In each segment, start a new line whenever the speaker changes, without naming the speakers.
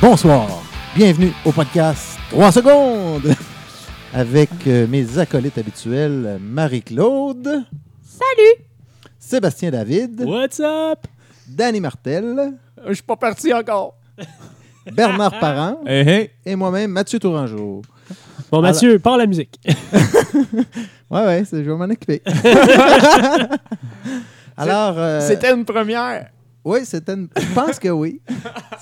Bonsoir, bienvenue au podcast 3 secondes avec euh, mes acolytes habituels Marie-Claude,
Salut!
Sébastien David,
What's up?
Danny Martel,
Je suis pas parti encore.
Bernard Parent
Hey, hey.
et moi-même Mathieu Tourangeau.
Bon,
Alors-
Mathieu, pars la musique.
Ouais, ouais, c'est- je vais m'en occuper. Alors, euh,
une première.
oui, c'était une- Je pense que oui.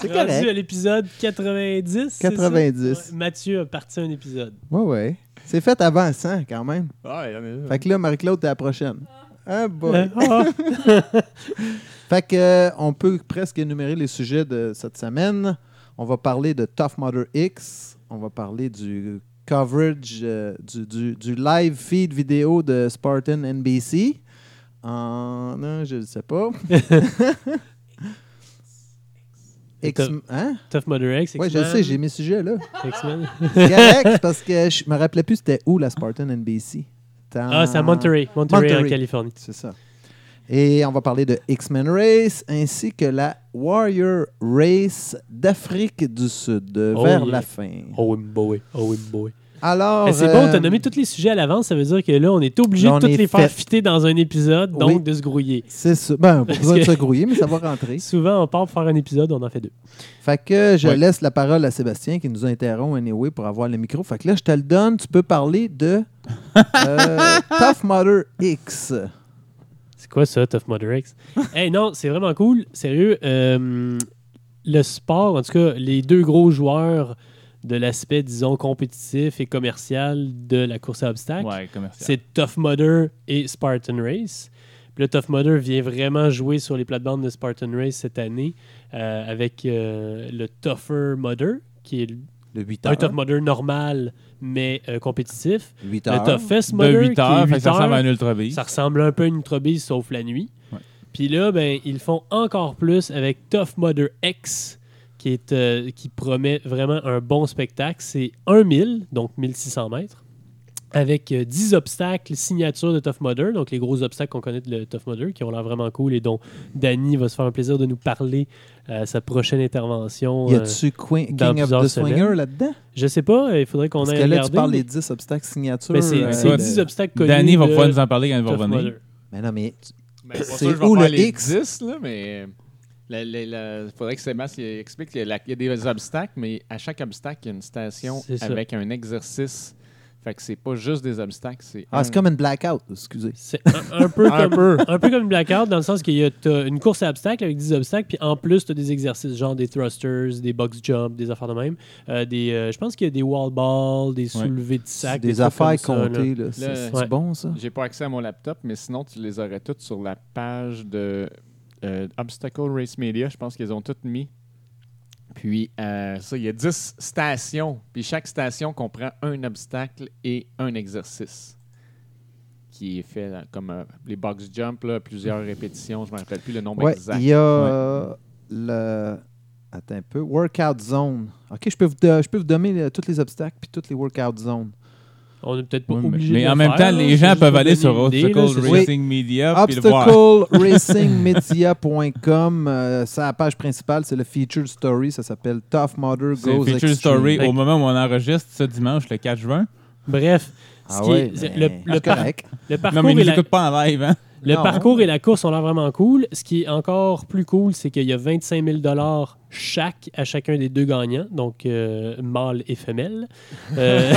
C'est
Rendu à
correct.
l'épisode 90. c'est
90.
ça? Ouais, Mathieu a parti un épisode.
Ouais, ouais. C'est fait avant 100 quand même.
Ouais, on est là.
Fait que là, Marie-Claude, t'es la prochaine. Ah, boy.
Euh, ah,
Fait que, euh, on peut presque énumérer les sujets de cette semaine. On va parler de Tough Mother X. On va parler du coverage, euh, du, du- du live feed vidéo de Spartan NBC. En. Non, je ne sais pas. X. Hein?
Tough Mother X.
Oui, je
X-Men,
sais, j'ai mes sujets là.
X-Men.
C'est correct, c'est parce que je me rappelais plus c'était où la Spartan NBC. C'était en-
Ah, c'est à Monterey. Monterey,
Monterey.
en Californie.
C'est ça. Et on va parler de X-Men Race ainsi que la Warrior Race d'Afrique du Sud euh,
Oh,
vers
yeah.
la fin.
Oh, oui, boy. Oh, oui, boy.
Alors.
Eh, c'est bon,
euh,
t'as nommé tous les sujets à l'avance. Ça veut dire que là, on est obligé
Là, on
de tous
est
les
fait.
faire fitter dans un épisode, donc
Oui.
de se grouiller.
C'est ça. Ben, pas
Parce
besoin de
que-
se grouiller, mais ça va rentrer.
Souvent, on part pour faire un épisode, on en fait deux.
Fait que je
Ouais.
laisse la parole à Sébastien qui nous interrompt anyway pour avoir le micro. Fait que là, je te le donne. Tu peux parler de euh, Tough Mother X.
C'est quoi ça, Tough Mother X? hey, non, c'est vraiment cool. Sérieux, euh, le sport, en tout cas, les deux gros joueurs de l'aspect, disons, compétitif et commercial de la course à obstacles,
Ouais, commercial.
c'est Tough Mudder et Spartan Race. Puis le Tough Mudder vient vraiment jouer sur les plates-bandes de Spartan Race cette année euh, avec euh, le Tougher Mudder, qui est le-
Le 8
un Tough
heures.
Mudder normal, mais euh, compétitif.
8
Le
heures.
Toughest
De
Mudder,
8
qui est
heures, fait que
huit
ça ressemble
heures.
à un ultra bise.
Ça ressemble un peu à une trobise sauf la nuit.
Ouais.
Puis là, ben, ils font encore plus avec Tough Mother X, qui, est, euh, qui promet vraiment un bon spectacle. C'est 1000, donc 1600 mètres, avec euh, 10 obstacles signature de Tough Mother, donc les gros obstacles qu'on connaît de le Tough Mother, qui ont l'air vraiment cool et dont Danny va se faire un plaisir de nous parler à sa prochaine intervention.
Y
Euh,
a-tu Queen-
dans
King of
plusieurs
the
semaines.
Swinger là-dedans?
je sais pas, il faudrait qu'on
Parce
aille
que là,
regarder.
tu parles
mais-
des 10 obstacles signature.
mais c'est
euh,
c'est
de-
10 obstacles connus.
Danny va
de
pouvoir nous en parler quand il va
Tough
revenir.
Mudder.
Mais non, mais
Ben, c'est pas
C'est
sûr que je vais
où
faire
le
les
X?
10, là, mais il faudrait que Sébastien explique qu'il y a la- il y a des obstacles, mais à chaque obstacle, il y a une station
C'est ça.
avec un exercice. Fait que c'est pas juste des obstacles, c'est
Ah,
un-
c'est comme une blackout, excusez.
C'est un, un peu
Un
comme, un peu comme une blackout, dans le sens qu'il y a t'as une course à obstacles avec 10 obstacles, puis en plus, tu as des exercices, genre des thrusters, des box jumps, des affaires de même. Euh, des, euh, je pense qu'il y a des wall balls, des soulevés de sac.
des
trucs comme
affaires
ça, là.
comptées, là. C'est
Le-
c'est
Ouais.
bon, ça?
J'ai pas accès à mon laptop, mais sinon, tu les aurais toutes sur la page de euh, Obstacle Race Media. Je pense qu'ils ont toutes mis. Puis, euh, ça, il y a 10 stations. Puis, chaque station comprend un obstacle et un exercice qui est fait là, comme euh, les box jump, là, plusieurs répétitions. Je ne me rappelle plus le nombre
Ouais,
exact.
il y a euh, le... Attends un peu. Workout zone. OK, je peux vous, do- je peux vous donner euh, tous les obstacles puis toutes les workout zones.
On n'est peut-être pas
Oui, mais-
obligé
mais
de
en
le
même
faire,
temps,
là,
les
c'est
gens
juste
peuvent
pour
aller
donner
sur
une idée,
Obstacle
là, c'est-
Oui.
Racing Media puis le voir.
Obstacle Racing Media.com. euh, sa page principale, c'est le featured story. Ça s'appelle Tough Mother
C'est
Goes
Feature
Extreme.
Story
Fait
au
que-
moment où on enregistre ce dimanche, le 4 juin.
Bref, ce
Ah
qui
ouais,
est- c'est-
mais
le-
c'est
le par-
correct.
le
Non,
parcours
mais ils
et
ne
la,
l'écoutent pas en live, hein?
Le
Non.
parcours et la course ont l'air vraiment cool. Ce qui est encore plus cool, c'est qu'il y a 25 000 dollars chaque à chacun des deux gagnants, donc euh, mâle et femelle. Euh,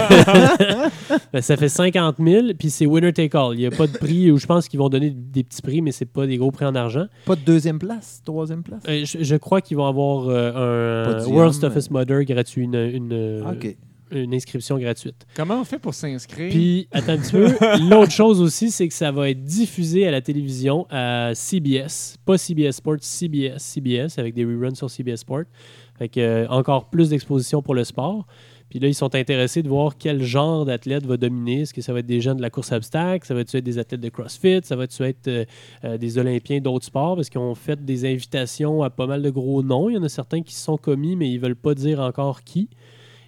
ben, ça fait 50 000, puis c'est winner take all. Il n'y a pas de prix, ou je pense qu'ils vont donner des petits prix, mais c'est pas des gros prix en argent.
Pas de deuxième place, troisième place.
Euh, je, je crois qu'ils vont avoir euh, un
Podium,
World's
euh.
Toughest Mother gratuit, une, une-
OK.
une inscription gratuite.
Comment on fait pour s'inscrire?
Puis, attends un petit peu. L'autre chose aussi, c'est que ça va être diffusé à la télévision à CBS. Pas CBS Sports, CBS, CBS, avec des reruns sur CBS Sport. Fait que, euh, encore plus d'exposition pour le sport. Puis là, ils sont intéressés de voir quel genre d'athlète va dominer. Est-ce que ça va être des gens de la course à obstacles? Ça va être des athlètes de CrossFit? Ça va être euh, euh, des Olympiens d'autres sports? Parce qu'ils ont fait des invitations à pas mal de gros noms. Il y en a certains qui se sont commis, mais ils veulent pas dire encore qui.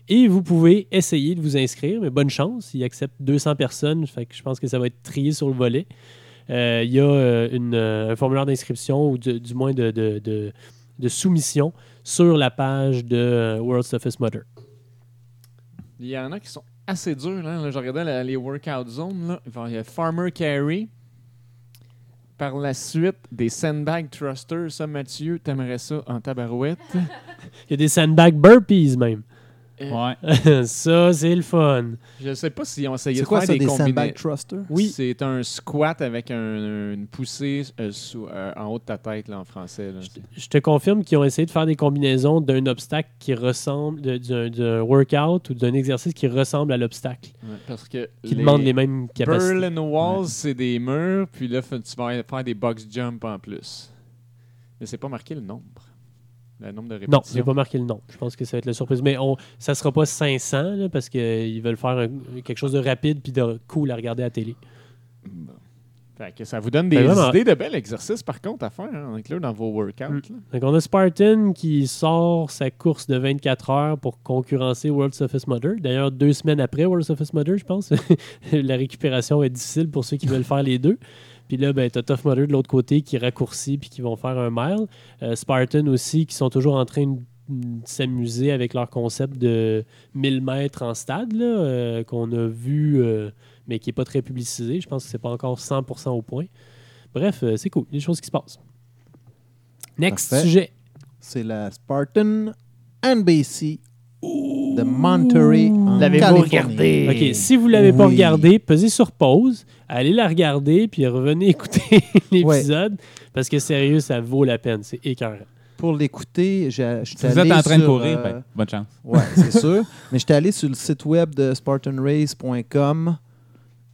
Et vous pouvez essayer de vous inscrire, mais bonne chance. Ils acceptent 200 personnes, fait que je pense que ça va être trié sur le volet. Euh, Il y a euh, une, euh, un formulaire d'inscription ou du, du moins de, de- de- de soumission sur la page de euh, World's Toughest Mother.
Il y en a qui sont assez durs. hein. Là. Là, je regardais la- les workout zones. Là. Enfin, il y a Farmer Carry. Par la suite, des sandbag thrusters. Ça, Mathieu, t'aimerais ça en tabarouette.
Il y a des sandbag burpees même.
Ouais.
ça, c'est le fun.
Je sais pas si on essayait
C'est
de
quoi
faire
ça,
des,
des
combinaisons.
sandbag thrusters?
Oui.
C'est un squat avec un- une poussée euh, sous- euh, en haut de ta tête là, en français. là.
Je te confirme qu'ils ont essayé de faire des combinaisons d'un obstacle qui ressemble, de- d'un d'un workout ou d'un exercice qui ressemble à l'obstacle,
Ouais, parce que
qui demande les mêmes capacités.
Berlin Walls, c'est des murs, puis là, fa- tu vas faire des box jump en plus. Mais c'est pas marqué le nombre. Le nombre de
Non,
répétitions.
j'ai pas marqué le nom. Je pense que ça va être la surprise. Mais on, ça sera pas 500 là, parce qu'ils veulent faire un- quelque chose de rapide puis de cool à regarder à la télé.
Bon. Fait que ça vous donne
Fait
des
vraiment-
idées de bel exercice, par contre, à faire, hein, inclure dans vos workouts.
Mm.
là.
Donc on a Spartan qui sort sa course de 24 heures pour concurrencer World Surface Mother. D'ailleurs, deux semaines après World Surface Mother, je pense, la récupération est difficile pour ceux qui veulent faire les deux. Puis là, ben, t'as Tough Mother de l'autre côté qui raccourcit puis qui vont faire un mile. Euh, Spartan aussi qui sont toujours en train de de s'amuser avec leur concept de 1000 mètres en stade là, euh, qu'on a vu euh, mais qui n'est pas très publicisé. Je pense que c'est pas encore 100% au point. Bref, euh, c'est cool, des choses qui se passent. Next
Parfait.
sujet.
C'est la Spartan NBC de Monterey en
L'avez-vous
Californie.
regardé?
OK, si vous l'avez pas
Oui.
regardé, pesez sur pause, allez la regarder, puis revenez écouter l'épisode, parce que sérieux, ça vaut la peine. C'est écœurant.
Pour l'écouter, j'ai- je suis
Si vous
allé
êtes en train de
sur,
courir,
euh,
ben, bonne chance.
Ouais, c'est sûr. Mais j'étais allé sur le site web de spartanrace.com.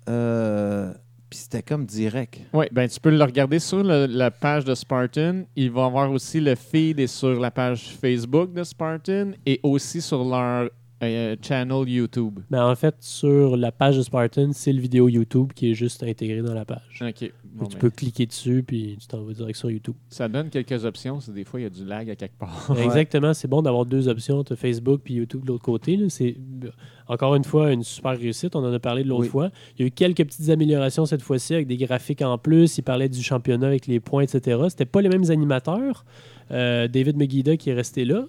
euh, Puis c'était comme direct.
Oui, ben tu peux le regarder sur le- la page de Spartan. Il va avoir aussi le feed et sur la page Facebook de Spartan et aussi sur leur euh, channel YouTube.
Mais en fait, sur la page de Spartan, c'est le vidéo YouTube qui est juste intégré dans la page.
OK. Bon,
tu
ben,
peux cliquer dessus, puis tu t'en vas direct sur YouTube.
Ça donne quelques options. c'est Des fois, il y a du lag à quelque part.
Ben, Exactement, c'est bon d'avoir deux options, t'as Facebook puis YouTube de l'autre côté. là. C'est euh, encore une fois une super réussite. On en a parlé de l'autre
Oui.
fois. Il y a eu quelques petites améliorations cette fois-ci avec des graphiques en plus. Il parlait du championnat avec les points, etc. C'était pas les mêmes animateurs. Euh, David Megida qui est resté là.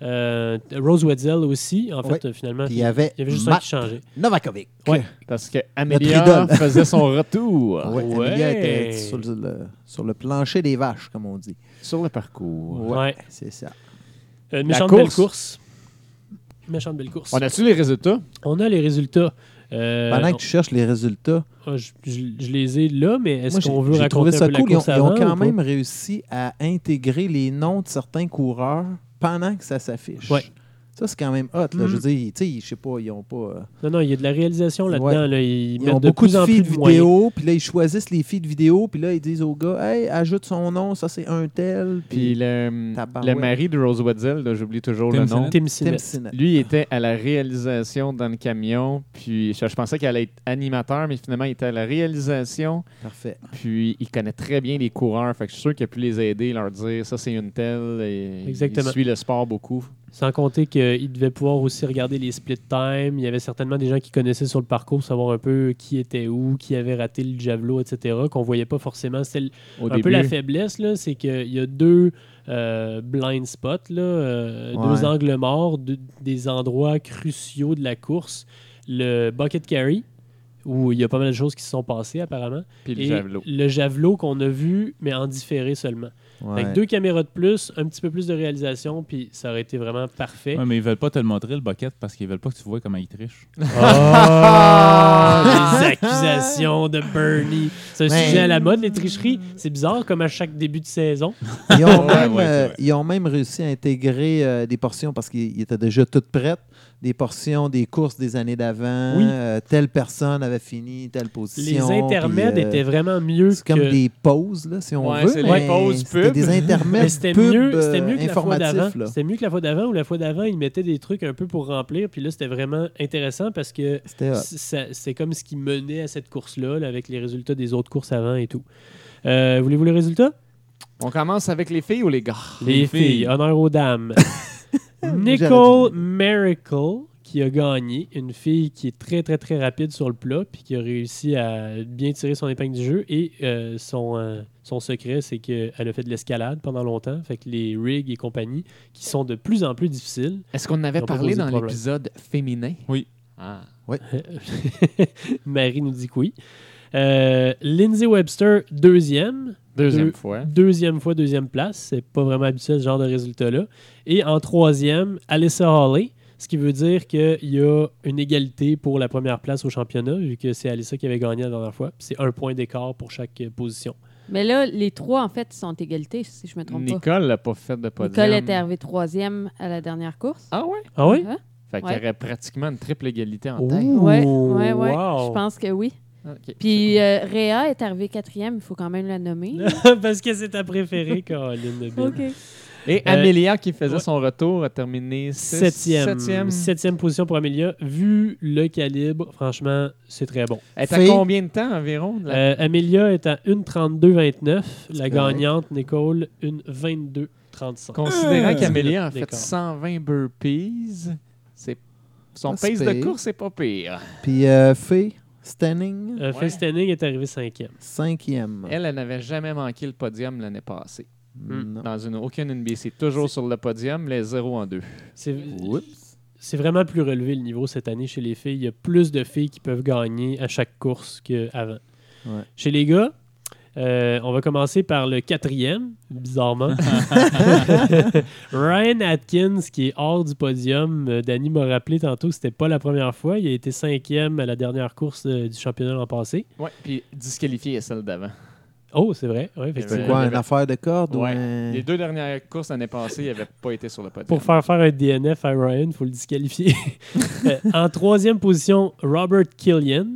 Euh, Rose Wedzel aussi. En fait,
Oui.
euh, finalement,
Puis il y avait,
il y avait juste un
Matt
qui changeait.
Novakovic.
Parce que
Notre
Amelia
idole.
faisait son retour
Ouais,
Ouais.
Amelia était sur le, sur le plancher des vaches, comme on dit.
sur le parcours.
Ouais.
Ouais.
C'est ça.
Euh, Une méchante
course.
belle course. Une Méchante belle course.
On a-tu les résultats?
On a les résultats. Euh,
Pendant
on-
que tu cherches les résultats,
Ah, je, je- je les ai là, mais est-ce
moi, j'ai-
qu'on veut
j'ai
raconter
trouvé
un
ça
peu la
cool. Ils ont,
course
ils ont
avant ou
quand
pas?
même réussi à intégrer les noms de certains coureurs pendant que ça s'affiche.
Ouais.
Ça, c'est quand même hot. là.
Mm.
Je veux dire, ils- tu sais, je sais pas, ils ont pas. euh,
Non, non, il y a de la réalisation là-dedans.
Ouais.
là. Ils,
Ils
mettent
ont
de
beaucoup
plus
de
en plus
feeds
de moyens.
vidéo, puis là, ils choisissent les feeds vidéo, puis là, ils disent au gars, hey, ajoute son nom, ça c'est un tel,
Puis
puis
le,
Tabarouette.
le mari de Rose Wedzel, là, j'oublie toujours
Tim
le nom.
Sinnott.
Tim
Tim
Sinnott.
Sinnott.
Lui il était à la réalisation dans le camion, puis je, je pensais qu'il allait être animateur, mais finalement il était à la réalisation,
Parfait.
puis il connaît très bien les coureurs, fait que je suis sûr qu'il a pu les aider, leur dire ça c'est une telle, et
Exactement.
il suit le sport beaucoup.
Sans compter qu'il devait pouvoir aussi regarder les split time. Il y avait certainement des gens qui connaissaient sur le parcours, savoir un peu qui était où, qui avait raté le javelot, etc., qu'on voyait pas forcément. C'était le-
Au
un
début,
peu la faiblesse, là, c'est qu'il y a deux euh, blind spots, là, euh,
Ouais.
deux angles morts, deux- des endroits cruciaux de la course. Le bucket carry, où il y a pas mal de choses qui se sont passées apparemment.
puis le
Et
javelot.
le javelot qu'on a vu, mais en différé seulement.
Ouais.
Avec deux caméras de plus, un petit peu plus de réalisation, puis ça aurait été vraiment parfait.
Ouais, mais ils veulent pas te le montrer, le bucket, parce qu'ils veulent pas que tu vois comment ils trichent.
Ah, les accusations de Bernie. C'est un
Mais-
sujet à la mode, les tricheries. C'est bizarre, comme à chaque début de saison.
Ils ont,
Ouais,
même,
ouais, c'est
euh,
vrai.
ils ont même réussi à intégrer euh, des portions parce qu'ils étaient déjà toutes prêtes, des portions des courses des années d'avant.
Oui.
euh, telle personne avait fini telle position.
Les intermèdes
puis, euh,
étaient vraiment mieux
C'est comme
que...
des pauses, là, si on
Ouais,
veut.
c'est des
mais
pauses
c'était
pub.
des
Mais
intermèdes
c'était
pub,
mieux, c'était
euh,
mieux que la fois
informatifs,
d'avant.
là.
C'était mieux que la fois d'avant où la fois d'avant, ils mettaient des trucs un peu pour remplir. Puis là, c'était vraiment intéressant parce que
C'était hot.
C- ça- C'est comme ce qui menait à cette course-là, là, avec les résultats des autres courses avant et tout. Euh, Voulez-vous les résultats?
On commence avec les filles ou les gars?
Les, filles. honneur aux dames.
J'aurais
Nicole Miracle, qui a gagné, une fille qui est très, très, très rapide sur le plat, puis qui a réussi à bien tirer son épingle du jeu. Et euh, son, euh, son secret, c'est qu'elle a fait de l'escalade pendant longtemps, fait que les rigs et compagnie, qui sont de plus en plus difficiles.
Est-ce qu'on en avait
Ils ont pas
parlé
posé de
dans
problème.
l'épisode féminin?
Oui.
Ah.
Marie nous dit que oui. Euh, Lindsay Webster, deuxième.
Deuxième
Deux-
fois.
Deuxième fois, deuxième place. C'est pas vraiment habituel ce genre de résultat-là. Et en troisième, Alyssa Hawley. Ce qui veut dire qu'il y a une égalité pour la première place au championnat, vu que c'est Alyssa qui avait gagné la dernière fois. Puis C'est un point d'écart pour chaque euh, position.
Mais là, les trois, en fait, sont égalité, si je me trompe
Nicole l'a pas fait de
pas.
podium.
Nicole est arrivée troisième à la dernière course.
Ah ouais?
Ah oui?
Hein?
Fait qu'il
Ouais.
y aurait pratiquement une triple égalité en
Ouh.
tête.
Ouais, ouais, ouais.
wow.
Je pense que oui.
Ok.
Puis euh, Réa est arrivée quatrième, il faut quand même la nommer.
Parce que c'est ta préférée, Caroline. de Bin.
Et
Euh,
Amélia qui faisait
ouais.
son retour a terminé six-
Septième. Mmh.
septième.
Septième position pour Amelia. Vu le calibre, franchement, c'est très bon.
Elle est à
Fille.
combien de temps environ? de la-
Euh, Amelia est à 1,32,29. La
correct.
gagnante, Nicole, 1,22,35.
Considérant
Euh,
qu'Amélia a fait
D'accord.
120 burpees, c'est- son
Ah, c'est
pace de
pire.
course, c'est pas pire.
Puis euh, Faye Stanning,
Euh, Faye Stanning est arrivée cinquième.
cinquième.
Elle, elle n'avait jamais manqué le podium l'année passée.
hmm.
Non.
Dans une, aucune NBC. Toujours sur le podium, les 0 en 2.
C'est
Oups.
c'est vraiment plus relevé le niveau cette année chez les filles. Il y a plus de filles qui peuvent gagner à chaque course qu'avant.
Ouais.
Chez les gars, euh, on va commencer par le quatrième, bizarrement. Ryan Atkins, qui est hors du podium. Euh, Danny m'a rappelé tantôt que c'était pas la première fois. Il a été cinquième à la dernière course euh, du championnat l'an passé.
Ouais, puis disqualifiée à celle d'avant.
Oh, c'est vrai. Ouais, effectivement.
C'est
Euh,
quoi,
il y
une
avait-
affaire de corde ou
Ouais.
un-
Les deux dernières courses l'année passée, il n'avait pas été sur le podium.
Pour faire faire un DNF à Ryan, il faut le disqualifier. Euh, en troisième position, Robert Killian.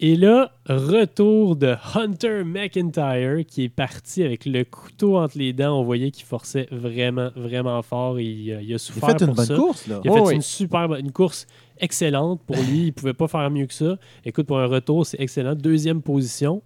Et là, retour de Hunter McIntyre qui est parti avec le couteau entre les dents. On voyait qu'il forçait vraiment, vraiment fort. Il, euh, il a
Il
souffert
a fait une
pour
bonne
ça.
course, là.
Il a
Oh
fait
oui.
une super bonne- une course excellente pour lui. Il pouvait pas faire mieux que ça. Écoute, pour un retour, c'est excellent. Deuxième position.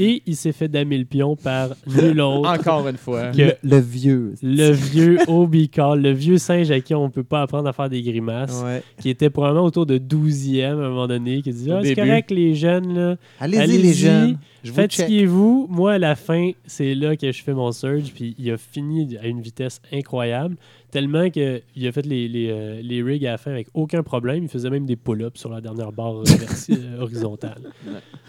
Et il s'est fait damer le pion par nul autre
Encore une fois.
que
Le, le vieux.
le vieux Obicar, le vieux singe à qui on peut pas apprendre à faire des grimaces,
Ouais.
qui était probablement autour de 12e à un moment donné, qui dit Ah,
Au
c'est
début.
correct les jeunes, là.
Allez-y,
Allez-y.
les jeunes. Je vous check.
fatiguez-vous. Moi, à la fin, c'est là que je fais mon surge, puis il a fini à une vitesse incroyable, tellement qu'il a fait les, les, euh, les rigs à la fin avec aucun problème. Il faisait même des pull-ups sur la dernière barre euh, verti- euh, horizontale.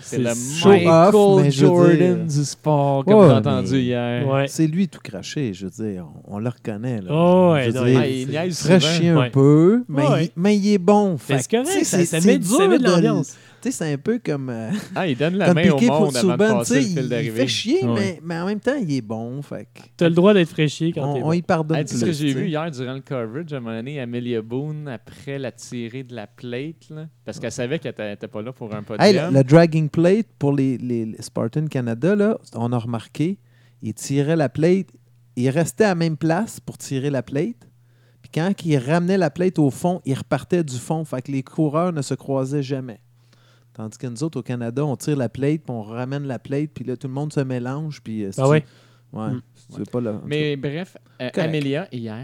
C'est le
show
Michael
off, mais je veux
Jordan
dire-
du sport, comme
Ouais,
on a entendu
mais-
hier.
Ouais.
C'est lui tout craché, je veux dire. On, on le reconnaît, là.
Oh, ouais,
Je veux
non,
dire,
Ah, il niaise
il serait
souvent.
chien
Ouais.
un peu, mais,
Ouais.
il, mais il est bon. Fait
Mais
que,
c'est correct,
tu sais,
ça-
c'est-
ça
c'est
met-
dur
ça met de
le-
l'ambiance.
Tu sais, c'est un peu comme, euh,
Ah, il donne la
comme
main au
Piqué pour
monde avant de
Souban. Tu sais,
passer le fil
il, il
d'arrivée.
fait chier,
Ouais.
mais, mais en même temps, il est bon. Fait que
T'as le droit d'être fraîchi quand t'es
on,
bon.
on y pardonne
Ah,
plus.
c'est ce que j'ai
tu sais.
vu hier durant le coverage, à un moment donné, Amelia Boone, après la tirée de la plate, là, parce qu'elle savait qu'elle n'était pas là pour un podium.
Hey, le, le dragging plate pour les, les- les Spartan Canada, là, on a remarqué, il tirait la plate, il restait à la même place pour tirer la plate. Puis quand il ramenait la plate au fond, il repartait du fond. Fait que les coureurs ne se croisaient jamais. Tandis que nous autres, au Canada, on tire la plate, puis on ramène la plate, puis là, tout le monde se mélange. Puis, euh, si
Ah
tu-
ouais?
Ouais,
Mm.
si tu veux pas le- en
Mais bref, euh,
Correct.
Amelia, hier,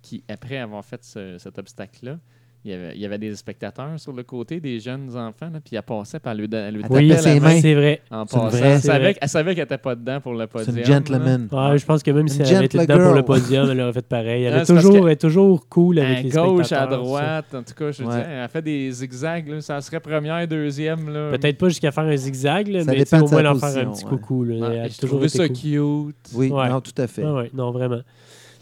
qui, après avoir fait ce- cet obstacle-là, il y, avait, il y avait des spectateurs sur le côté, des jeunes enfants, là, puis elle passait par lui, don- elle lui
Elle
tapait
Oui,
la
ses
main
mains.
c'est vrai.
en
C'est une
passant.
vraie-
Elle
C'est
savait,
vrai.
elle savait qu'elle n'était pas dedans pour le
tout cas,
podium.
c'est une
là.
gentleman. Ah,
Ouais, je pense que même si
Une
elle avait été
gentle
dedans pour le
girl.
podium, elle aurait fait pareil. Elle
Non,
est
c'est parce
toujours,
que-
elle est toujours cool avec
À
les
gauche, à
spectateurs, ça.
droite, en tout cas, je veux
Ouais.
dire, elle fait des zigzags, là, ça serait première, deuxième. Là.
Peut-être pas jusqu'à faire un zigzag, là,
Ça
mais
dépend
tu sais, au
de sa
moins leur
position,
faire un petit
ouais.
coucou. Là,
Ouais,
Elle a
je
toujours
trouvais
été
Ah, ça
cool.
cute.
Oui,
Ouais.
non, tout à fait.
Ah ouais, non, vraiment.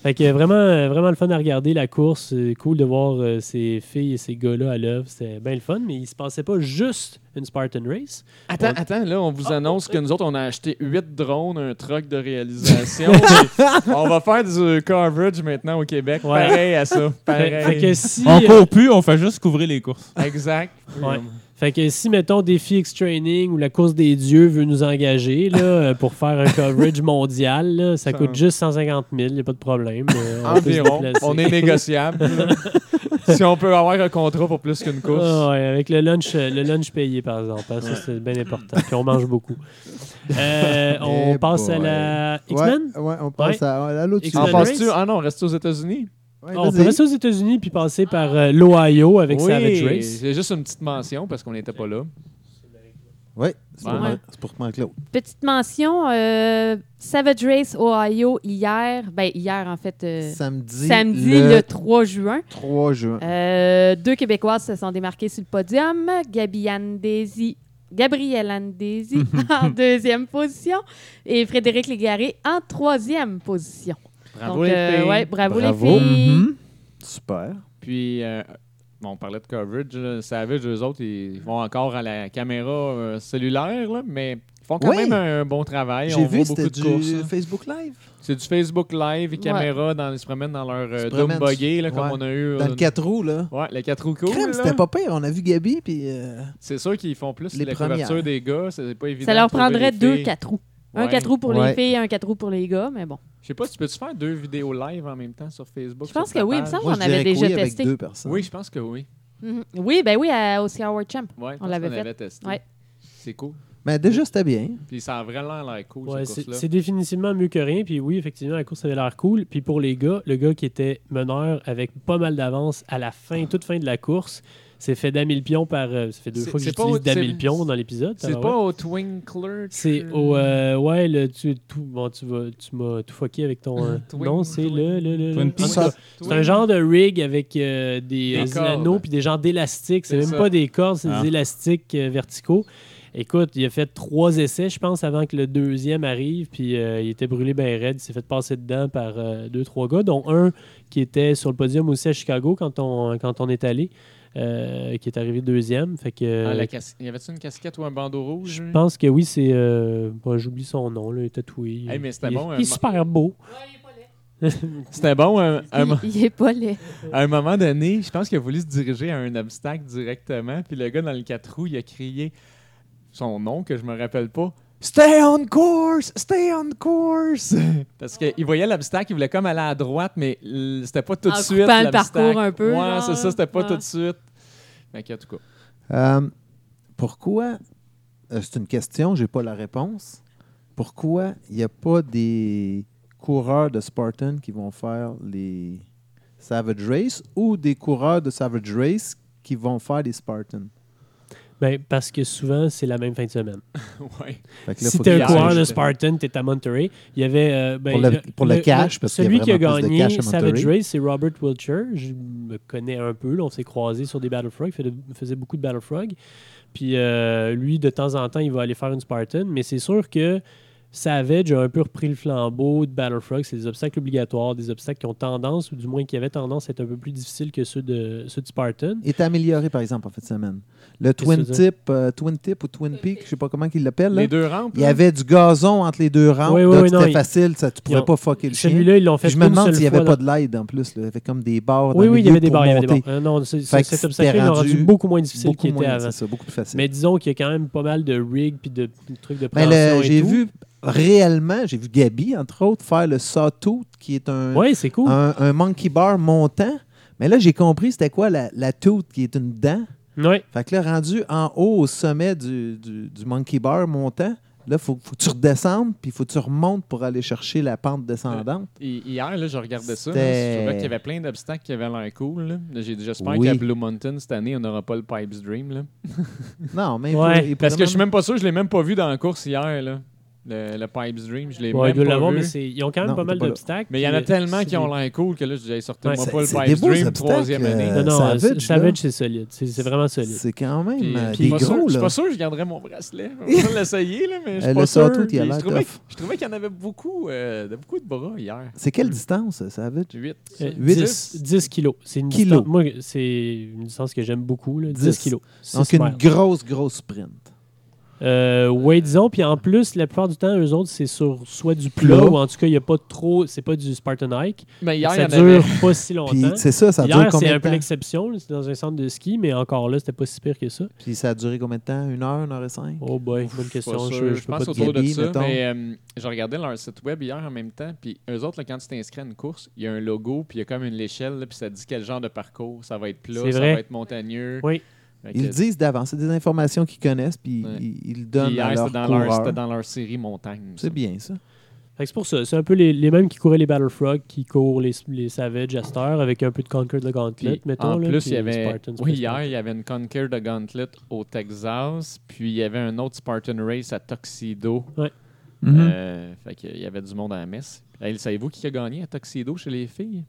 Fait que euh, vraiment, euh, vraiment le fun à regarder la course. Euh, Cool de voir euh, ces filles et ces gars-là à l'œuvre. C'était bien le fun, mais il se passait pas juste une Spartan Race.
Attends,
On-
attends, là, on vous
Ah,
annonce
oh,
que nous autres, on a acheté 8 drones, un truck de réalisation. puis on va faire du coverage maintenant au Québec.
Ouais.
Pareil à ça.
Fait, fait que
Pareil.
si.
On
euh,
court plus, on fait juste couvrir les courses.
Exact.
Ouais. Fait que si, mettons, Défi X Training ou la course des dieux veut nous engager là, euh, pour faire un coverage mondial, là, ça
Ça-
coûte juste 150 000, il n'y a pas de problème. Euh, on peut se
Environ.
déplacer.
On est négociable. si on peut avoir un contrat pour plus qu'une course.
Ah ouais, avec le lunch, euh, le lunch payé, par exemple. hein, ça, c'est bien important. Puis on mange beaucoup. Euh, on
Eh
passe à
boy.
la
Ouais,
X-Men?
ouais, on passe à, à l'autre
En
X-Men
sujet.
penses-tu?
Race?
Ah non, on reste aux États-Unis.
Ouais,
on peut
vas-y.
rester aux États-Unis puis passer par euh, l'Ohio avec
Oui,
Savage Race.
C'est juste une petite mention parce qu'on n'était pas là.
Ouais, c'est pour,
Ouais.
man- c'est pour manquer l'autre.
Petite mention, euh, Savage Race Ohio hier, ben hier en fait, euh,
Samedi,
samedi
le,
le 3 juin.
3 juin.
Euh, deux Québécoises se sont démarquées sur le podium. Gabi Andesi, Gabrielle Andesi en deuxième position et Frédéric Légaré en troisième position. Donc, euh, ouais, bravo,
Bravo.
les filles.
Mhm.
Super.
Puis, euh, bon, on parlait de coverage. là. Savage, eux autres, ils vont encore à la caméra euh, cellulaire, là, mais ils font quand
Oui.
même un bon travail.
J'ai
On
vu,
voit beaucoup
c'était
de
du
courses. hein.
Facebook Live.
C'est du Facebook Live et
Ouais.
caméra. Dans, ils se promènent dans leur
se
euh, dôme
promènent
buggé, là,
sur-
comme
ouais.
on a eu.
Dans
euh,
le 4 roues, là.
Ouais, les quatre roues cool,
Crème,
là.
c'était pas pire. On a vu Gabi, puis... euh,
C'est sûr qu'ils font plus
Les
la
premières.
couverture des gars. C'est pas évident.
Ça
de
leur
trouver
prendrait
les
deux
filles.
quatre roues. Un
Ouais.
quatre roues pour
Ouais.
les filles, un quatre roues pour les gars, mais bon.
Je sais pas, tu peux-tu faire deux vidéos live en même temps sur Facebook?
Je pense
sur ta
que oui, il me
page?
semble.
Moi,
Ah, on
je
avait
dirais que
déjà
oui, avec
testé.
deux personnes.
Oui, je pense que oui.
Mhm. Oui, ben oui, à, au Howard Champ.
Ouais,
On l'avait fait.
fait. testé.
Ouais.
C'est cool.
Mais déjà, c'était bien.
Puis ça a vraiment l'air cool,
Ouais,
cette
c'est
course-là.
c'est définitivement mieux que rien. Puis oui, effectivement, la course avait l'air cool. Puis pour les gars, le gars qui était meneur avec pas mal d'avance à la fin, toute fin de la course, s'est fait damer le pion par. euh, ça fait deux
C'est-
fois que
c'est pas au-
j'utilise damer
c'est-
le pion dans l'épisode.
C'est
alors,
pas
ouais.
au Twinkler.
C'est au. euh, ouais, le, tu, tout, bon, tu, vas- tu m'as tout fucké avec ton. euh,
Twin-
non, c'est le. le, le- le-
Twin
en
Ah,
tout
Peaks.
cas, C'est un genre de rig avec euh,
Des
des, euh,
cordes.
anneaux puis des genres d'élastiques. C'est
C'est
même
ça.
pas des cordes, c'est
Ah.
des élastiques euh, verticaux. Écoute, il a fait trois essais, je pense, avant que le deuxième arrive. Puis euh, il était brûlé bien raide. Il s'est fait passer dedans par euh, deux, trois gars, dont un qui était sur le podium aussi à Chicago quand on, quand on est allé, euh, qui est arrivé deuxième. Fait que,
Ah, la cas- Y avait-tu une casquette ou un bandeau rouge?
je pense que oui, c'est. euh, bon, J'oublie son nom, là, il est tatoué.
Hey, mais c'était
il,
bon,
il
euh,
est super beau.
C'était bon. Un, un mo-
Il, il est pas laid.
à un moment donné, je pense qu'il a voulu se diriger à un obstacle directement. Puis le gars dans le 4 roues, il a crié son nom que je me rappelle pas. Stay on course! Stay on course! Parce qu'il voyait l'obstacle, il voulait comme aller à droite, mais l- c'était pas tout de
En
suite.
coupant le
l'obstacle.
parcours un peu,
Ouais,
genre.
c'est ça, c'était pas
Ouais.
tout de suite. Fait que, en tout cas.
Euh, pourquoi, euh, c'est une question, j'ai pas la réponse. Pourquoi il n'y a pas des coureurs de Spartan qui vont faire les Savage Race ou des coureurs de Savage Race qui vont faire les Spartans?
Ben, parce que souvent, c'est la même fin de semaine.
Ouais.
Fait que là,
Si
faut
t'es
qu'ils
un
qu'il
coureur
sachent.
de
aille.
Spartan, t'es à Monterey. Il y avait. euh, ben,
Pour le- pour le cash, parce qu'il y a
Celui qui a
vraiment plus de
gagné
cash à Monterey.
Savage Race, c'est Robert Wiltshire. Je me connais un peu. là, on s'est croisés sur des Battle Frog. Il fait de- faisait beaucoup de Battle Frog. Puis euh, lui, de temps en temps, il va aller faire une Spartan. Mais c'est sûr que Savage a un peu repris le flambeau de Battle Frog. C'est des obstacles obligatoires, des obstacles qui ont tendance, ou du moins qui avaient tendance à être un peu plus difficiles que ceux de, ceux de Spartan.
est amélioré, par exemple, en fin de semaine. Le
Qu'est-ce que
Twin
tu veux
Tip, euh, Twin Tip ou Twin Peak, je sais pas comment ils l'appellent. là.
Les deux rampes.
Il y
là.
avait du gazon entre les deux rampes.
Oui, oui,
là,
oui, non,
c'était
il-
facile, ça, tu pouvais
ont-
pas fucker le chien.
Celui-là, ils l'ont fait
Puis je me
une
demande
seule
s'il n'y avait
fois
pas
dans-
de l'aide en plus. là. Il y avait comme des barres. dans
Oui,
le
oui, il y
milieu
avait des
pour
barres. Il y avait des
monter.
barres. Euh, non, c'est-
Fait
c'est-
que
cet
c'était
obstacle-là est rendu
rendu
beaucoup moins difficile
Beaucoup
qu'il était
moins,
avant.
c'est ça, beaucoup plus facile.
Mais disons qu'il y a quand même pas mal de rigs puis de trucs de
Mais
préhension
le-
et
j'ai
tout.
vu réellement, j'ai vu Gabi, entre autres, faire le sawtooth, qui est un,
Ouais, c'est cool.
un, un monkey bar montant. Mais là, j'ai compris c'était quoi la, la tooth qui est une dent.
Ouais.
Fait que là, rendu en haut au sommet du, du- du monkey bar montant, là, il faut, faut que tu redescendes, puis il faut que tu remontes pour aller chercher la pente descendante.
Hi- Hier, là, je regardais ça.
C'était-
là, Je trouvais qu'il y avait plein d'obstacles qui avaient l'air cool. là. Là, j'ai dit, J'espère
Oui.
qu'à Blue Mountain, cette année, on n'aura pas le Pipes Dream. là.
Non, mais il
Ouais.
faut- il faut
Parce que
vraiment-
je suis même pas sûr, je l'ai même pas vu dans la course hier. Là. Le, le Pipes Dream, je l'ai
Ouais, il
même
doit
pas
l'avoir,
vu.
mais c'est- ils ont quand même
Non,
pas mal
t'es pas là.
d'obstacles.
Mais il y en
puis,
a
euh,
tellement
c'est
qui ont
des-
l'air cool que là, je disais, sortez-moi
Ouais,
pas
c'est-
le
c'est des
Pipes
beaux
Dream
obstacles,
troisième
euh,
année.
Non, non,
Savage,
Savage,
là.
Savage c'est solide. C'est c'est vraiment solide.
C'est quand même
Puis,
euh,
puis
des
je suis pas sûr-
gros,
Je suis
là.
pas sûr que je garderais mon bracelet. On va l'essayer, là, mais je suis
Euh,
pas
le
sûr.
Sawtooth, il a
Puis
l'air
je, trouvais,
tough.
je trouvais qu'il y en avait beaucoup, euh, de, beaucoup de bras hier.
C'est quelle distance, Savage?
8.
Euh,
8,
10, 10 kilos. C'est une,
Kilos.
distance- moi, c'est une distance que j'aime beaucoup. Là, 10,
10.
kilos.
Mmh.
Donc,
Six
une
miles.
grosse, grosse sprint.
Euh, ouais, disons. Puis en plus, la plupart du temps, eux autres, c'est sur soit du plat
Plat.
ou en tout cas, il n'y a pas trop. C'est pas du Spartan Hike.
Mais hier, il y
ça
en avait.
dure pas si
Puis,
longtemps.
c'est ça, ça dure
Hier, c'est
combien
un
de
peu
temps?
l'exception. là, C'est dans un centre de ski, mais encore là, c'était pas si pire que ça.
Puis, ça a duré combien de temps? Une heure, une heure et cinq?
Oh boy, bonne
Je suis pas
question.
sûr.
Je, je
Je
peux
pense
pas te
dire.
autour de
Gabi,
ça,
mettons.
mais euh, je regardais leur site web hier en même temps, puis eux autres, là, quand tu t'inscris à une course, il y a un logo, puis il y a comme une échelle, là, puis ça dit quel genre de parcours, ça va être plat,
C'est
ça
vrai.
va être montagneux.
Oui.
Fait que-
Ils le disent d'avance. C'est des informations qu'ils connaissent, puis
Ouais.
ils, ils le
puis
donnent
hier,
à leurs
c'était dans, leur,
coureurs.
c'était dans leur série montagne. ça.
C'est bien, ça.
Fait Fait que c'est pour ça. C'est un peu les, les mêmes qui couraient les Battle Frog, qui courent les, les Savage à cette heure, avec un peu de Conquer the Gauntlet,
Puis,
mettons.
en
là,
plus,
puis
il y avait.
Spartan
oui,
Space
hier,
Mountain.
il y avait une Conquer de Gauntlet au Texas, puis il y avait un autre Spartan Race à Tuxedo.
Mhm.
Mm-hmm.
Euh, fait qu'il y avait du monde à la messe. Hey, savez-vous qui a gagné à Tuxedo chez les filles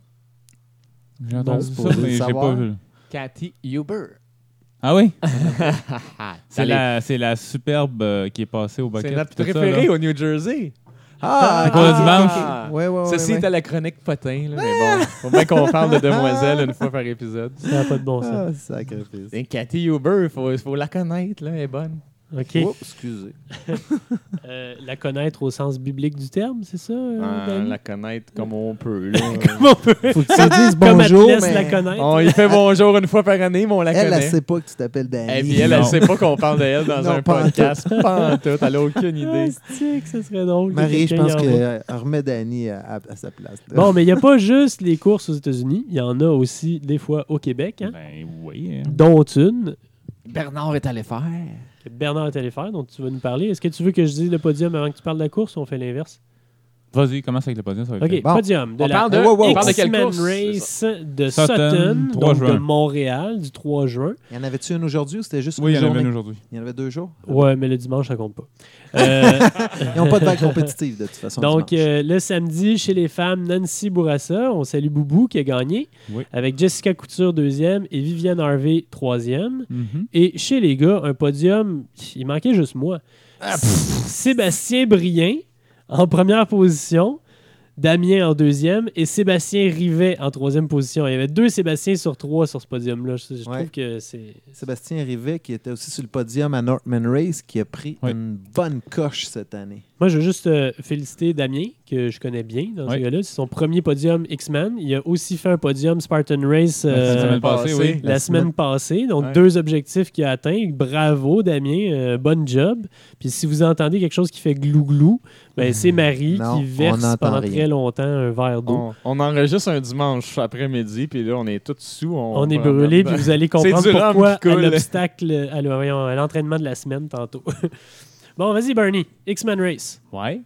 J'ai
Ben,
entendu
Bon,
ça,
supposé le
mais j'ai
savoir.
pas vu.
Cathy Huber.
Ah oui?
T'as
C'est la, c'est la superbe euh, qui est passée au
les-
bucket.
C'est notre
tout ça,
préférée
là.
au New Jersey.
Ah,
À cause
ok,
du manche.
ok, ok. Ouais, ouais, ouais,
Ceci
ouais.
était la chronique potin, là, mais bon, faut bien qu'on parle de demoiselle une fois par épisode.
Ça n'a pas de bon sens.
Ah, sacrifice.
Et Cathy Huber, il faut, faut la connaître, là, elle est bonne.
OK.
Ah. Oups, excusez.
Euh, la connaître au sens biblique du terme, c'est ça? euh, Danny?
Ah, la connaître comme on peut. là.
Comment on peut-
Faut que tu dises
Comme
bonjour,
Atlas
mais
la connaître?
on y fait bonjour une fois par année, mais on la
elle, elle
connaît.
sait pas que tu t'appelles Danny.
Et puis elle, elle
Non.
sait pas qu'on parle d'elle dans
Non,
un
pas en
podcast. Pas en tout, elle a aucune
Ah,
idée.
c'est-tu que ce serait drôle. que
Marie, je
quelqu'un
pense
y envoie.
qu'elle remet Danny à, à- à sa place.
Bon, mais il n'y a pas juste les courses aux États-Unis. Il y en a aussi des fois au Québec, hein,
Ben oui.
dont une.
Bernard est allé faire.
que Bernard Téléphère, dont tu vas nous parler. Est-ce que tu veux que je dise le podium avant que tu parles de la course ou on fait l'inverse?
Vas-y, commence avec le podium. Ça va être
OK,
fait.
Bon.
podium. De
On
la
parle Ah, de-
Wow, wow,
on parle de quelle
X-Men
course?
Race de Sutton,
Sutton, 3
donc de
juin.
Montréal, du 3 juin.
Il y en avait-tu une aujourd'hui ou c'était juste
Oui, il
une
y en avait
journée?
une aujourd'hui.
Il y en avait deux jours.
Ouais, mais le dimanche, ça compte pas. Euh,
Ils n'ont pas de vague compétitive, de toute façon.
Donc,
dimanche.
euh, le samedi, chez les femmes, Nancy Bourassa, on salue Boubou qui a gagné,
Oui.
avec Jessica Couture deuxième et Viviane Harvey troisième. Et chez les gars, un podium, il manquait juste moi. Sébastien Brien en première position, Damien en deuxième et Sébastien Rivet en troisième position. Il y avait deux Sébastiens sur trois sur ce podium-là. Je, je
Ouais.
trouve que c'est...
Sébastien Rivet, qui était aussi sur le podium à Northman Race, qui a pris
Oui.
une bonne coche cette année.
Moi, je veux juste euh, féliciter Damien, que je connais bien dans ce
Oui.
gars-là. C'est son premier podium X-Men. Il a aussi fait un podium Spartan Race
La
euh,
semaine passée,
passée.
oui.
la, semaine, passée. Donc,
Ouais.
deux objectifs qu'il a atteints. Bravo, Damien. euh, bonne job. Puis, si vous entendez quelque chose qui fait glou-glou, ben, c'est Marie
Non,
qui
on
verse
n'entend
pendant
rien.
très longtemps un verre d'eau.
On, on enregistre un dimanche après-midi, puis là, on est tous sous.
On, est brûlé, puis vous allez comprendre
du rhum
pourquoi
qui
à
coule.
l'obstacle, à le- voyons, à l'entraînement de la semaine tantôt. bon, vas-y, Bernie. X-Men Race.
Ouais. Ouais.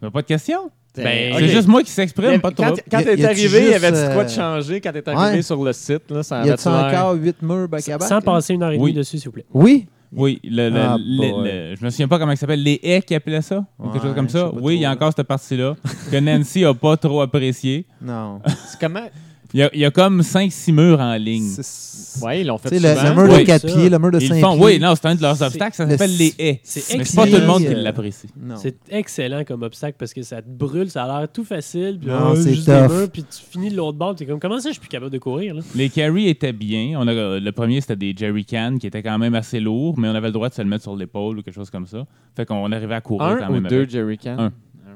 Mais pas de question.
Ben,
C'est
Ok.
juste moi qui s'exprime, pas
Quand,
toi.
quand
Y a- y a-tu
t'es arrivé, il y
juste,
avait-tu de quoi de
euh,
changer quand t'es arrivé
ouais.
sur le site? Là, ça
Y
avait
a-tu encore huit murs back à back?
Sans passer une heure et demie
Oui.
dessus, s'il vous plaît.
Oui.
Oui, le, le-
Ah,
le-
boy.
le- je me souviens pas comment il s'appelle, les haies qui appelaient ça, ou quelque
Ouais,
chose comme
je sais
ça.
pas
Oui, il y a
trop,
encore cette partie-là que Nancy a pas trop appréciée.
Non.
C'est comment?
Il y a, il y a comme 5-6 murs en ligne.
C'est-
Ouais, ils l'ont fait
Tu sais, le,
souvent.
le mur de
Oui,
4
ça.
pieds, le mur de
Ils
5
le font, oui, non, c'est un de leurs obstacles, ça
le
s'appelle les
s-
haies.
C'est
Mais c'est pas tout le
excellent.
monde qui
Euh,
l'apprécie.
Non.
C'est excellent comme obstacle parce que ça te brûle, ça a l'air tout facile. Puis,
Non,
euh,
c'est
juste des
tough.
murs, puis tu finis de l'autre bord, t'es comme comment ça, je suis plus capable de courir. Là?
Les carries étaient bien. On a, le premier, c'était des jerry cans qui étaient quand même assez lourds, mais on avait le droit de se le mettre sur l'épaule ou quelque chose comme ça. Fait qu'on arrivait à courir
Un
quand
ou
même.
deux
avec.
Jerry Can? euh,
Un.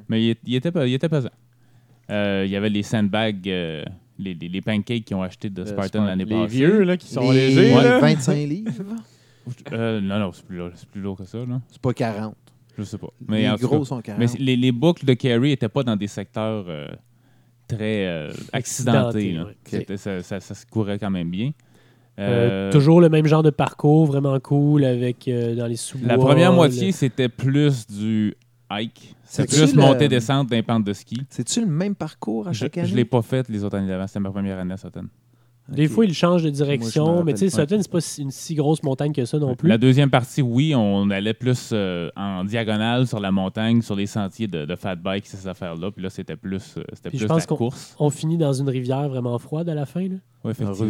Mais il, est- il était, pas- il était pesant. Euh, il y avait les sandbags, euh, les, les- les pancakes qu'ils ont achetés de
Euh,
Spartan l'année
les
passée.
vieux, là, qui sont
Les
légers. là.
25 livres?
Euh, non, non, c'est plus, lourd- c'est plus lourd que ça. Là.
C'est pas 40.
Je sais pas. Mais
Les
en tout
gros
cas-
sont 40.
mais c'est- les, les boucles de carry n'étaient pas dans des secteurs euh, très euh, accidentés. là.
ouais.
C'était- ça, ça- ça se courait quand même bien.
Euh,
Euh,
toujours le même genre de parcours, vraiment cool, avec euh, dans les sous
La première moitié, c'était plus du hike. C'est
C'est-tu
plus
le-
montée-descente d'un pente de ski.
C'est-tu le même parcours à
Je
chaque
ne
année?
l'ai pas faite les autres années d'avant. C'était ma première année à Sutton.
Des
Ok.
fois, ils changent de
Moi, je
direction,
me
mais tu sais,
rappelle.
Sutton, c'est pas si- une si grosse montagne que ça non plus.
La deuxième partie, oui, on allait plus euh, en diagonale sur la montagne, sur les sentiers de, de fat bike, ces affaires-là. Puis là, c'était plus, euh, c'était
Puis je
plus
pense
la
qu'on-
course.
On finit dans une rivière vraiment froide à la fin. Là.
Ouais, effectivement,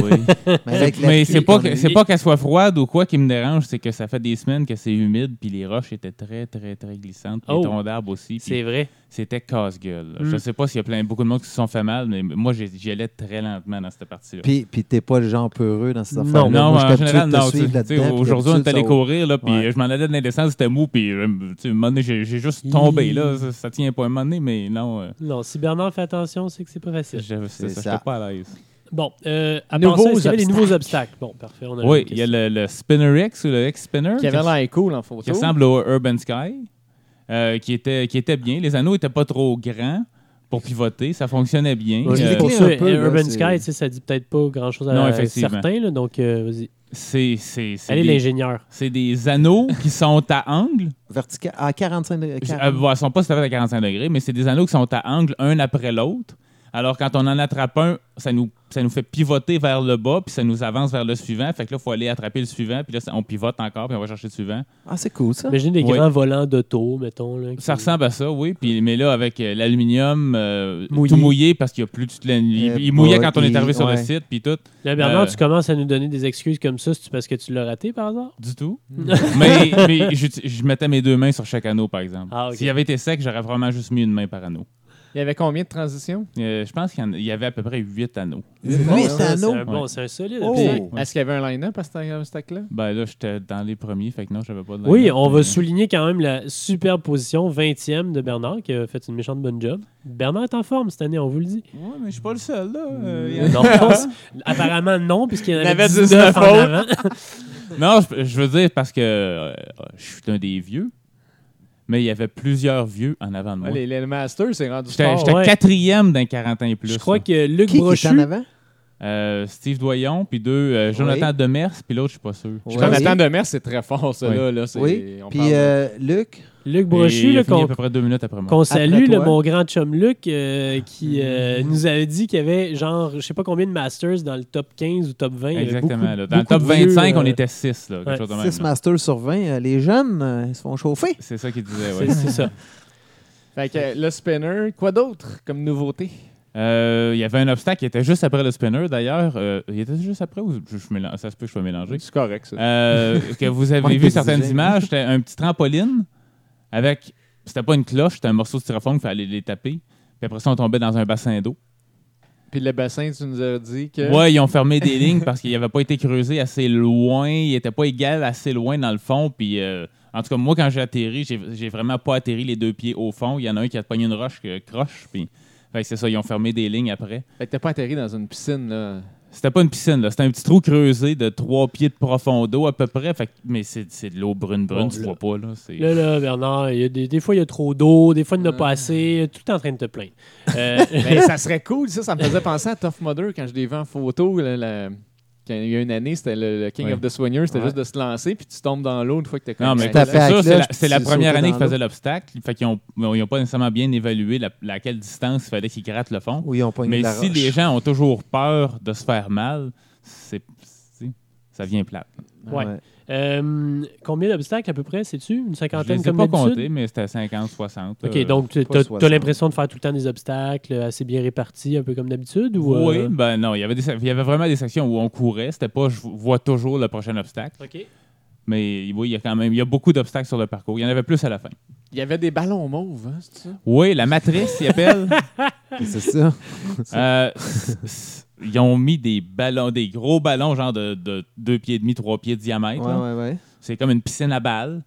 ruisseau.
oui.
Mais, avec la pluie
Mais c'est
qu'on
pas
a
que-
eue-
c'est pas qu'elle soit froide ou quoi qui me dérange, c'est que ça fait des semaines que c'est humide, puis les roches étaient très, très, très glissantes. puis
Oh.
Les troncs d'arbres aussi. puis
C'est vrai.
C'était casse-gueule.
Mm.
Je sais pas s'il y a plein, beaucoup de monde qui se sont fait mal, mais moi, j'ai- j'y allais très lentement dans cette partie-là.
Puis, puis t'es pas le genre peureux dans cette
Non.
affaire. Moi,
non,
je suis
en
habitué
général,
de te
non.
suivre
tu- tu sais,
là-dedans, puis
Aujourd'hui, on est
d'habitude,
allé
ça-
courir, là, puis
Ouais.
je m'en allais dans l'indécence, c'était mou, puis euh, tu sais, un moment donné, j'ai j'ai juste tombé, là. Ça, ça tient pas un moment donné, mais non, euh,
Non, si Bernard fait attention, c'est que c'est pas facile.
je- c'est ça,
ça.
j'étais pas à l'aise.
Bon, euh, à part
Nouveaux
ça, est-ce qu'il y avait les
obstacles.
nouveaux obstacles. Bon, parfait. On a
Oui,
une
il y
question.
a le, le Spinner X ou le X-Spinner.
Qui avait l'air cool en photo.
qui ressemble au Urban Sky, euh, qui, était, qui était bien. Les anneaux n'étaient pas trop grands. pour pivoter. Ça fonctionnait bien.
Ouais, je
Euh,
l'ai
pour
clé
ça,
un peu, là,
Urban
c'est-
Sky, tu sais, ça dit peut-être pas grand-chose à
Non, effectivement.
certains, là, donc euh, vas-y.
c'est c'est- c'est
Allez,
des-
l'ingénieur.
c'est des anneaux qui sont à angle.
Vertical. À 45 degrés.
Euh, bon, elles ne sont pas tout à fait à 45 degrés, mais c'est des anneaux qui sont à angle un après l'autre. Alors, quand on en attrape un, ça nous, ça nous fait pivoter vers le bas, puis ça nous avance vers le suivant. Fait que là, il faut aller attraper le suivant, puis là, ça- on pivote encore, puis on va chercher le suivant.
Ah, c'est cool ça.
Imagine des
Ouais.
grands volants d'auto, mettons. Là, qui-
Ça ressemble à ça, oui. Puis, mais là, avec euh, l'aluminium euh,
Mouillé.
tout mouillé, parce qu'il y a plus toute la- Il,
Eh
il mouillait quand on est
boy,
arrivé sur le
ouais.
site, puis tout.
Là, Bernard,
Euh,
tu commences à nous donner des excuses comme ça, c'est parce que tu l'as raté par hasard?
Du tout. mais mais je, je mettais mes deux mains sur chaque anneau, par exemple.
Ah, ok.
S'il avait été sec, j'aurais vraiment juste mis une main par anneau.
Il y avait combien de transitions?
Euh, je pense qu'il y, en- il y avait à peu près huit anneaux.
Huit
c'est
anneaux.
C'est un, bon,
Ouais.
c'est un solide.
Oh!
épisode.
Ouais.
Est-ce qu'il y avait un line-up à ce stack-là?
Ben là, j'étais dans les premiers, fait que non, j'avais pas de
Oui,
line-up.
on va
Mais-
souligner quand même la superbe position 20e de Bernard qui a fait une méchante bonne job. Bernard est en forme cette année, on vous le dit. Euh,
Ouais, mais je suis pas le seul, là. euh,
Euh,
Mm. Non, pense- apparemment non, puisqu'il y en
Il
avait,
avait
19 en
19
avant.
non, je, je veux dire, parce que euh, je suis un des vieux, mais il y avait plusieurs vieux en avant de moi.
Les, les Masters, c'est rendu
J'étais
fort.
j'étais
ouais.
quatrième d'un 40 ans et plus.
Je crois
là.
que Luc
Qui, qui est en
Brochu,
avant?
Euh, Steve Doyon, puis deux, euh, Jonathan Demers, puis l'autre, je suis pas sûr.
Ouais.
Jonathan Demers, c'est très fort, ça,
Oui.
là. là, c'est-
Oui.
on parle
Puis
de-
euh, Luc,
Luc
Et
Brochu
il
là,
a fini à
qu'on
peu près deux minutes après moi.
qu'on salue,
toi. Mm-hmm.
là, mon grand chum Luc, euh, qui euh, nous avait dit qu'il y avait genre, je sais pas combien de Masters dans le top 15 ou top 20. Il y avait
Exactement.
beaucoup-
là. Dans le
beaucoup
top
de vieux,
25, on
euh,
était 6, là, quelque
ouais.
chose de même,
6
là.
masters sur 20, euh, les jeunes, euh, ils se font chauffer.
C'est ça qu'il disait,
C'est
oui.
c'est ça.
Fait que euh, le spinner, quoi d'autre comme nouveauté?
Euh, il y avait un obstacle qui était juste après le spinner, d'ailleurs. Euh, il était juste après ou je, je mélange- ça se peut que je sois mélangé?
C'est correct, ça.
Euh, que vous
Point
avez vu
exigeant.
certaines images, c'était un petit trampoline avec. C'était pas une cloche, c'était un morceau de styrofoam qu'il fallait les taper. Puis après ça, on tombait dans un bassin d'eau.
Puis le bassin, tu nous as dit que...
Ouais, ils ont fermé des lignes parce qu'il n'avait pas été creusé assez loin. Il n'était pas égal assez loin dans le fond. Puis euh, en tout cas, moi, quand j'ai atterri, j'ai- j'ai vraiment pas atterri les deux pieds au fond. Il y en a un qui a pogné une roche que croche. Puis fait que c'est ça, ils ont fermé des lignes après.
Fait que t'as pas atterri dans une piscine, là.
C'était pas une piscine, là. C'était un petit trou creusé de trois pieds de profondeur à peu près. Fait que- mais c'est c'est de l'eau brune brune,
Bon,
tu
là.
vois pas là. C'est-
Là, là, Bernard, il y a des, des fois, il y a trop d'eau, des fois, il n'y en a pas assez. Tout en train de te plaindre. Euh,
Mais Ben, ça serait cool, ça. Ça me faisait penser à Tough Mudder quand je l'ai vu en photo. là, la- Quand il y a une année, c'était le, le King
Ouais.
of the Swingers. C'était
Ouais.
juste de se lancer, puis tu tombes dans l'eau une fois que t'es
Non, mais
Tout à
c'est
fait.
ça,
Avec
c'est
l'œuf,
la, c'est la
tu
première
sautais
année
dans
qu'ils
l'eau.
faisaient l'obstacle. Fait qu'ils ont, ils ont pas nécessairement bien évalué la, à quelle distance il fallait qu'ils grattent le fond.
Oui, ils ont pogné
Mais
de la
si
roche.
les gens ont toujours peur de se faire mal, c'est, c'est- ça vient plate.
Ouais. euh, combien d'obstacles à peu près, sais-tu? Une
Je
cinquantaine
ne sais
comme
pas
d'habitude?
compter, mais c'était à 50, 60.
OK,
euh,
donc tu
pas
as,
60.
l'impression de faire tout le temps des obstacles euh, assez bien répartis, un peu comme d'habitude? Ou,
Oui,
euh,
ben non, il y, avait des, il y avait vraiment des sections où on courait. C'était pas je vois toujours le prochain obstacle.
OK.
Mais oui, il y a quand même il y a beaucoup d'obstacles sur le parcours. Il y en avait plus à la fin.
Il y avait des ballons mauves, hein, c'est ça?
Oui, la matrice, ils appellent.
C'est ça.
Euh, s- s- ils ont mis des ballons, des gros ballons, genre de, de deux pieds et demi, trois pieds de
Ouais,
diamètre. là.
ouais, ouais.
C'est comme une piscine à balles.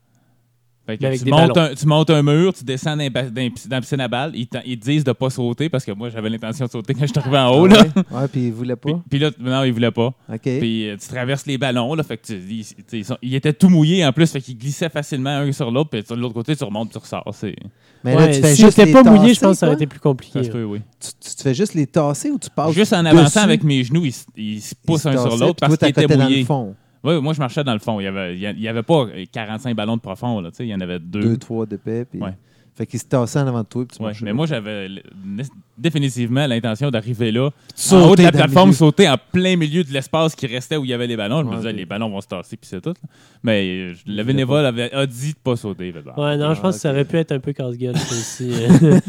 Fait que
Mais avec des
tu, montes
ballons.
un, tu montes un mur, tu descends dans, dans, dans la piscine à balles. Ils, t'en- ils te disent de pas sauter parce que moi, j'avais l'intention de sauter quand je suis arrivé en haut. Oh,
Ah
Là.
Ah, Ouais, ouais, puis ils voulaient
Puis,
pas.
puis là, non, ils voulaient pas.
OK.
Puis euh, tu traverses les ballons. Là, fait que tu- ils, tu sais, ils sont- ils étaient tout mouillés en plus. Fait qu'ils glissaient facilement un sur l'autre. Puis sur l'autre côté, tu remontes, tu ressors. C'est,
mais
Ouais,
là, tu fais
si
juste
j'étais
les
pas mouillé, je
tasser,
pense que ça aurait
quoi?
été plus compliqué.
ça se peut, oui.
Tu, tu te fais juste les tasser ou tu passes
Juste en avançant
Ah, dessus,
avec mes genoux, ils, se- ils se poussent
ils se
un sur
tassaient,
l'autre
puis toi,
parce qu'ils étaient
t'accotais dans le
mouillés.
fond.
Oui, moi, je marchais dans le fond. Il n'y avait, il y a- il y avait pas 45 ballons de profond. Là, tu sais. il y en avait deux.
Deux, trois d'épais. Puis...
Ouais.
Fait qu'ils se tassaient en avant de toi. Puis tu
Ouais,
marchais.
mais moi, j'avais l- né- définitivement l'intention d'arriver là, en
Sauter
haut de la
dans le
plateforme,
milieu.
sauter en plein milieu de l'espace qui restait où il y avait les ballons. Je
Ouais,
me disais,
ok.
les ballons vont se tasser, puis c'est tout. là. Mais euh, je-
voulais
le bénévole avait, a dit de pas sauter. Fait, bah,
Ouais, non, je pense
Ah,
que ça
ok.
aurait pu être un peu casse-gueule, ça aussi. euh.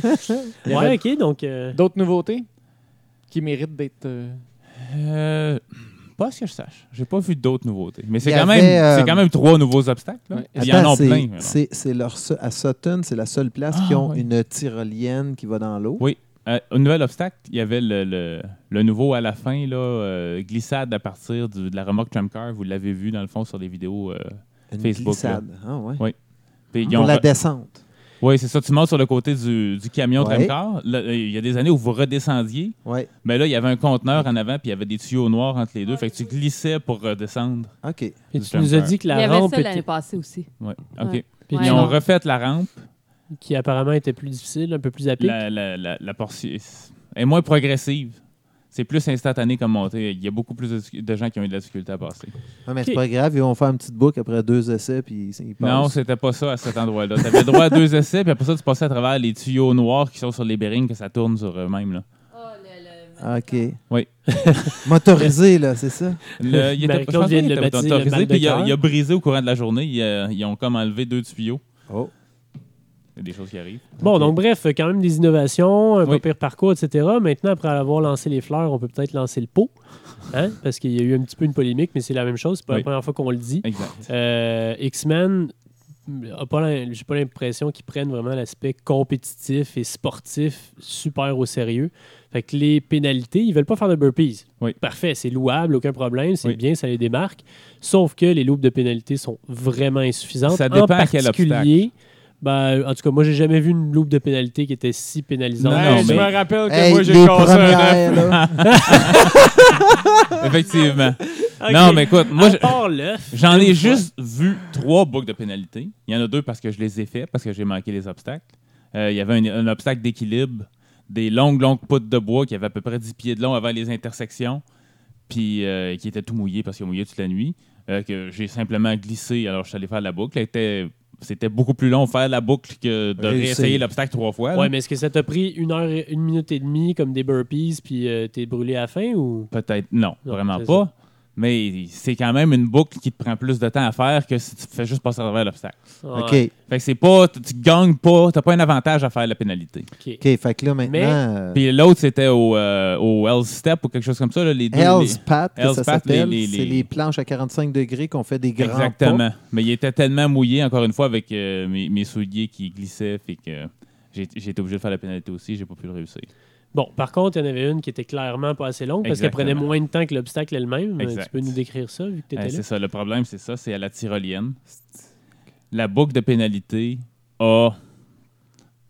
Il y avait
ouais, OK, donc... euh,
D'autres nouveautés qui méritent d'être. euh,
euh, pas à ce que je sache. J'ai pas vu d'autres nouveautés. Mais c'est
Il y
quand,
avait,
même
euh,
c'est quand même trois nouveaux obstacles. là.
Ouais.
Puis Il y en
Attends,
a
c'est-
plein. mais bon.
C'est c'est leur se- à Sutton, c'est la seule place
Ah,
qui ont
ouais.
une tyrolienne qui va dans l'eau.
Oui. Euh, au nouvel obstacle, il y avait le, le- le nouveau à la fin, là, euh, glissade à partir du- de la remorque Trump Car. Vous l'avez vu, dans le fond, sur les vidéos. euh.
Une
Facebook,
glissade. Ah, ouais.
Ouais. Puis ils
Pour
ont-
la descente.
Oui, c'est ça. Tu montes sur le côté du, du camion
Ouais.
tramcar. Là, euh, Il y a des années où vous redescendiez,
Ouais.
mais là, il y avait un conteneur en avant puis il y avait des tuyaux noirs entre les deux. Fait que tu glissais pour redescendre.
OK.
puis
du
tu nous as
jumper.
dit que
Il y
la
avait
rampe
ça l'année
était...
passée aussi.
Ouais. OK.
puis
Ouais,
Ils
tu-
ont
non.
refait la rampe.
qui apparemment était plus difficile, un peu plus à pic.
La, la, la, la portion est moins progressive. C'est plus instantané comme montée. Il y a beaucoup plus de, de gens qui ont eu de la difficulté à passer.
Ouais, Ah, mais c'est
Ok.
pas grave, ils vont faire une petite boucle après deux essais, puis ils, ils
Non,
passent.
c'était pas ça à cet endroit-là. T'avais droit à deux essais, puis après ça, tu passais à travers les tuyaux noirs qui sont sur les bearings que ça tourne sur eux-mêmes. là.
Ah, OK.
Oui.
Motorisé, là, c'est ça?
Le- il était-
Marie-Claude
je pense pas
vient de
qu'il
le
était
baptiser le
autorisé,
mal de
puis il a,
cœur.
il a brisé au courant de la journée. Il a- Ils, ont comme enlevé deux tuyaux.
Oh.
Il y a des choses qui arrivent.
Bon, donc bref, quand même des innovations, un
Oui.
peu pire parcours, etc. Maintenant, après avoir lancé les fleurs, on peut peut-être lancer le pot, hein, parce qu'il y a eu un petit peu une polémique, mais c'est la même chose, c'est pas la
Oui.
première fois qu'on le dit.
Exact.
Euh, X-Men, a pas l'im- j'ai pas l'impression qu'ils prennent vraiment l'aspect compétitif et sportif super au sérieux. Fait que les pénalités, ils veulent pas faire de burpees.
Oui.
Parfait, c'est louable, aucun problème, c'est
Oui.
bien, ça les démarque. Sauf que les loupes de pénalités sont vraiment insuffisantes.
Ça dépend
en
à quel
particulier, ben, en tout cas, moi, j'ai jamais vu une loupe de pénalité qui était si pénalisante.
Non,
Hey,
non,
je
mais-
me rappelle que
Hey,
moi, j'ai
les
cassé un œuf.
premières, là.
Effectivement. Non, mais écoute, moi,
moi,
je- j'en ai juste vu trois boucles de pénalités. Il y en a deux parce que je les ai fait, parce que j'ai manqué les obstacles. Euh, il y avait un, un obstacle d'équilibre, des longues, longues poutres de bois qui avaient à peu près 10 pieds de long avant les intersections, puis euh, qui étaient tout mouillées parce qu'ils ont mouillé toute la nuit, euh, que j'ai simplement glissé. Alors, je suis allé faire la boucle. Elle était- C'était beaucoup plus long faire la boucle que de
Réussir.
réessayer l'obstacle trois fois. là.
Ouais, mais est-ce que ça t'a pris une heure, et- une minute et demie comme des burpees, puis euh, t'es brûlé à la fin ou
Peut-être, non,
Non,
vraiment
c'est
pas. Mais c'est quand même une boucle qui te prend plus de temps à faire que si tu fais juste passer à travers l'obstacle.
OK.
Ouais,
Fait que c'est pas, tu tu gagnes pas, t'as pas un avantage à faire la pénalité.
ok.
OK, fait que là, maintenant,
Mais-
euh,
Puis l'autre, c'était au, euh, au Hell's Step ou quelque chose comme ça. là, les deux,
Hell's
les-
Pat, que
Hell's
ça
Pat,
s'appelle,
les- les-
c'est
les-
les planches à 45 degrés qu'on fait des grands
Exactement. Mais il était tellement mouillé, encore une fois, avec euh, mes, mes souliers qui glissaient, fait que euh, j'ai j'ai été obligé de faire la pénalité aussi, j'ai pas pu le réussir.
Bon, par contre, il y en avait une qui était clairement pas assez longue parce qu'elle prenait
Exactement.
moins de temps que l'obstacle elle-même. Euh,
Exact.
Tu peux nous décrire ça vu que t'étais
Eh,
là?
c'est ça, le problème, c'est ça, c'est à la tyrolienne. La boucle de pénalité a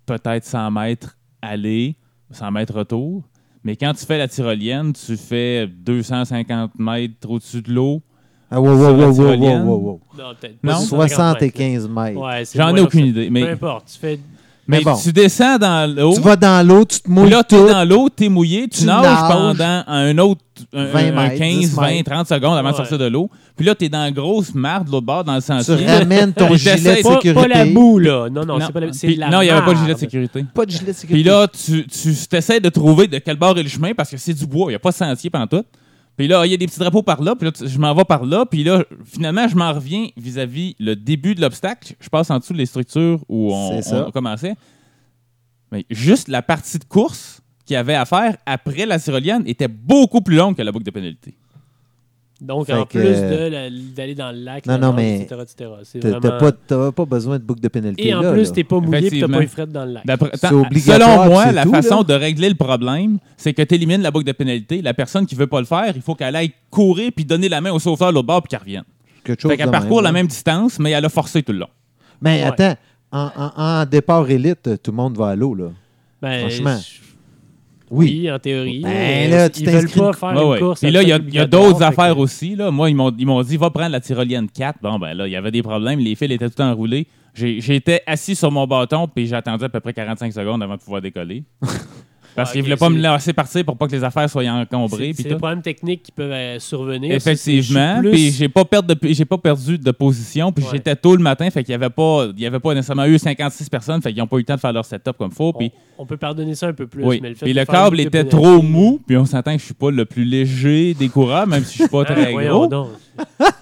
peut-être 100 mètres aller, 100 mètres retour. Mais quand tu fais la tyrolienne, tu fais 250 mètres au-dessus de l'eau.
Ah, wow, wow,
Sur la
wow, wow, wow,
tyrolienne.
wow, wow.
Non, peut-être
Non?
pas
75 mètres.
Ouais, c'est
J'en
moins
ai
long que
aucune
ça.
idée.
Peu
Mais,
importe, tu fais
mais
bon.
tu descends dans l'eau.
Tu vas dans l'eau, tu te mouilles
Puis là, t'es
tout.
dans l'eau, t'es mouillé, tu,
Tu
nages,
nages.
pendant un autre un-
20
un
mètres,
15,
10
20,
mètres.
30 secondes avant de
Ouais.
sortir de l'eau. Puis là, t'es dans la grosse marde de l'autre bord, dans le
Tu
sentier.
ramènes ton
J'essaie-
gilet de
Pas-
pas,
sécurité.
pas la boue là. Non, non,
Non,
c'est pas la c'est
puis-
la
non, il n'y avait pas de gilet de
merde.
sécurité.
Pas de gilet de sécurité.
Puis là, tu, tu essaies de trouver de quel bord est le chemin parce que c'est du bois, il n'y a pas de sentier pantoute. Puis là, il y a des petits drapeaux par là, puis là, tu- je m'en vais par là, puis là, finalement, je m'en reviens vis-à-vis le début de l'obstacle. Je passe en dessous des structures où on,
C'est ça.
on commençait. Mais juste la partie de course qu'il y avait à faire après la tyrolienne était beaucoup plus longue que la boucle de pénalité.
Donc,
Fait
en
que- euh,
plus de la- d'aller dans le lac,
Non,
la
non,
nage,
mais
etc., etc. C'est
T'as- T'as
vraiment-
pas, t'as pas besoin de boucle de pénalité.
Et en
là,
plus,
là.
t'es pas mouillé et t'as
Effectivement.
pas eu fret dans le lac.
D'après-
C'est
attends,
obligatoire,
selon moi,
c'est
la
tout,
façon
là.
de régler le problème, c'est que tu élimines la boucle de pénalité. La personne qui veut pas le faire, il faut qu'elle aille courir puis donner la main au sauveteur de l'autre bord puis qu'elle revienne.
quelque chose
Fait qu'elle
de
parcourt la
là.
même distance, mais elle a forcé tout le long.
Mais
Ouais.
attends, en, en- en départ élite, tout le monde va à l'eau, là.
Ben,
Franchement.
je-
Oui.
en théorie.
Ben
mais
là, tu
ils veulent
t'inscris-
pas faire
Ouais,
une
ouais.
course.
Puis là, il y a,
absolument
il y a d'autres
obligatoire, fait que-
affaires aussi. Là. Moi, ils m'ont ils m'ont dit, va prendre la tyrolienne 4. Bon, ben là, il y avait des problèmes. Les fils étaient tout enroulés. J'ai- J'étais assis sur mon bâton, puis j'attendais à peu près 45 secondes avant de pouvoir décoller. Parce
Ouais,
qu'ils
ok,
voulaient pas me
c'est-
laisser partir pour pas que les affaires soient
C'est
encombrées. puis
c'est
tout.
des problèmes techniques qui peuvent euh, survenir.
Effectivement.
C'est- c'est- je
Puis
suis plus-
j'ai pas, perdu de- j'ai pas perdu de position. Puis
Ouais.
j'étais tôt le matin. Fait qu'il y avait, pas- il y avait pas nécessairement eu 56 personnes. Fait qu'ils n'ont pas eu le temps de faire leur setup comme faut. Puis
on, on peut pardonner ça un peu plus.
oui.
mais le fait
Puis
de
le
faire une
câble
boucle
était
de
trop mou, puis on s'entend que je suis pas le plus léger des coureurs, même si je suis pas
pénalité-
très
Ah,
gros.
voyons donc.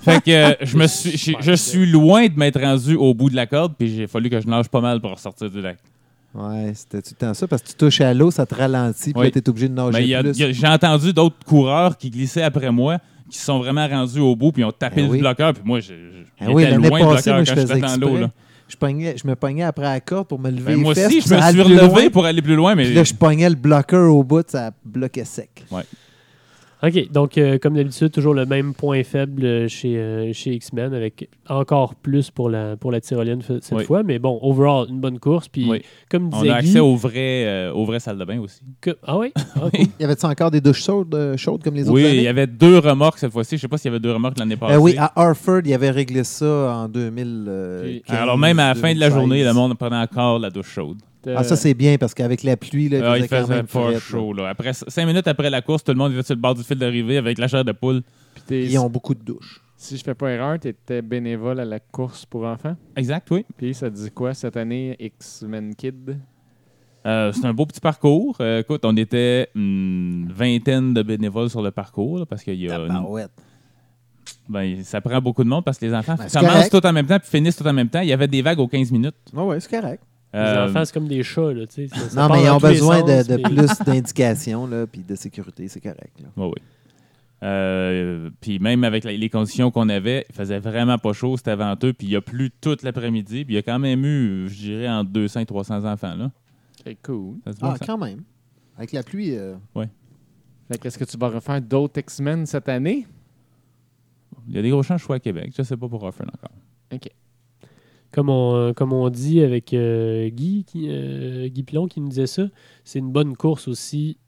Fait que euh, je me suis, je, je suis loin de m'être rendu au bout de la corde, puis j'ai fallu que je nage pas mal pour sortir du lac.
Ouais, c'était tout le temps ça. Parce que tu touches à l'eau, ça te ralentit, puis
Oui.
là, t'es obligé de nager
Mais il y a-
plus.
il y a- j'ai entendu d'autres coureurs qui glissaient après moi, qui sont vraiment rendus au bout, puis ils ont tapé
Ben
le
oui.
bloqueur, puis moi, je, je-
Ah
j'étais
oui,
loin du
l'année
bloqueur
passée, moi,
quand
je
je
faisais
suis dans l'eau.
exprès.
là.
Je, pognais- je me pognais après la corde pour me lever
Ben,
les
moi
fesses,
aussi,
puis
je me
ça
suis
allait plus loin.
relevé pour aller plus loin, mais
Puis là, je pognais le bloqueur au bout, ça bloquait sec.
OK, donc euh, comme d'habitude, toujours le même point faible euh, chez, euh, chez X-Men, avec encore plus pour la, pour la tyrolienne f- cette
Oui.
fois. Mais bon, overall, une bonne course. Puis
Oui.
comme
On
disait
a
Guy,
accès aux vraies, euh, aux vraies salles de bain aussi.
que- Ah oui? Ah, cool.
Y avait-tu encore des douches chaudes, euh, chaudes comme les autres
Oui, il
années?
y avait deux remorques cette fois-ci. Je sais pas s'il y avait deux remorques l'année passée.
Euh, oui, à Harford, il avait réglé ça en 2000. euh,
Puis-
Alors même à la
15,
fin de la journée,
2016.
le monde prenait encore la douche chaude.
Euh,
Ah, ça, c'est bien parce qu'avec la pluie, là,
Ah,
il
il
faisait quand
faisait
même
pas
fret, là.
chaud. Là. Après, cinq minutes après la course, tout le monde était sur le bord du fil d'arrivée avec la chair de poule.
puis t'es-
Ils ont beaucoup de douches.
Si je fais pas erreur, tu étais bénévole à la course pour enfants.
Exact, oui.
Puis ça te dit quoi cette année, X-Men Kid?
Euh, c'est un beau petit parcours. Euh, écoute, on était une vingtaine de bénévoles sur le parcours là, parce qu'il y a une-
Tabarouette.
ben, ça prend beaucoup de monde parce que les enfants
Ben, c'est
commencent
correct.
tout en même temps puis finissent tout en même temps. Il y avait des vagues aux 15 minutes.
Ouais, ouais, c'est correct.
Euh,
Les enfants, c'est comme des chats, là, tu sais. ça- ça
Non,
part
mais ils
dans
ont
tous les
besoin de,
sens,
de
puis-
plus d'indications, là, puis de sécurité, c'est correct. là.
Oui, oui. Euh, puis même avec la- les conditions qu'on avait, il faisait vraiment pas chaud, c'était venteux, puis il y a plu toute l'après-midi, puis il y a quand même eu, je dirais, entre 200 et 300 enfants. Là.
C'est cool.
Ça se voit,
Ah,
ça.
quand même. Avec la pluie, euh,
Fait que est-ce que tu vas refaire d'autres X-Men cette année?
Il y a des gros champs, je suis à Québec, je sais pas pour Ruffin encore.
Comme on, euh, comme on dit avec euh, Guy, qui, euh, Guy Pilon qui nous disait ça, c'est une bonne course aussi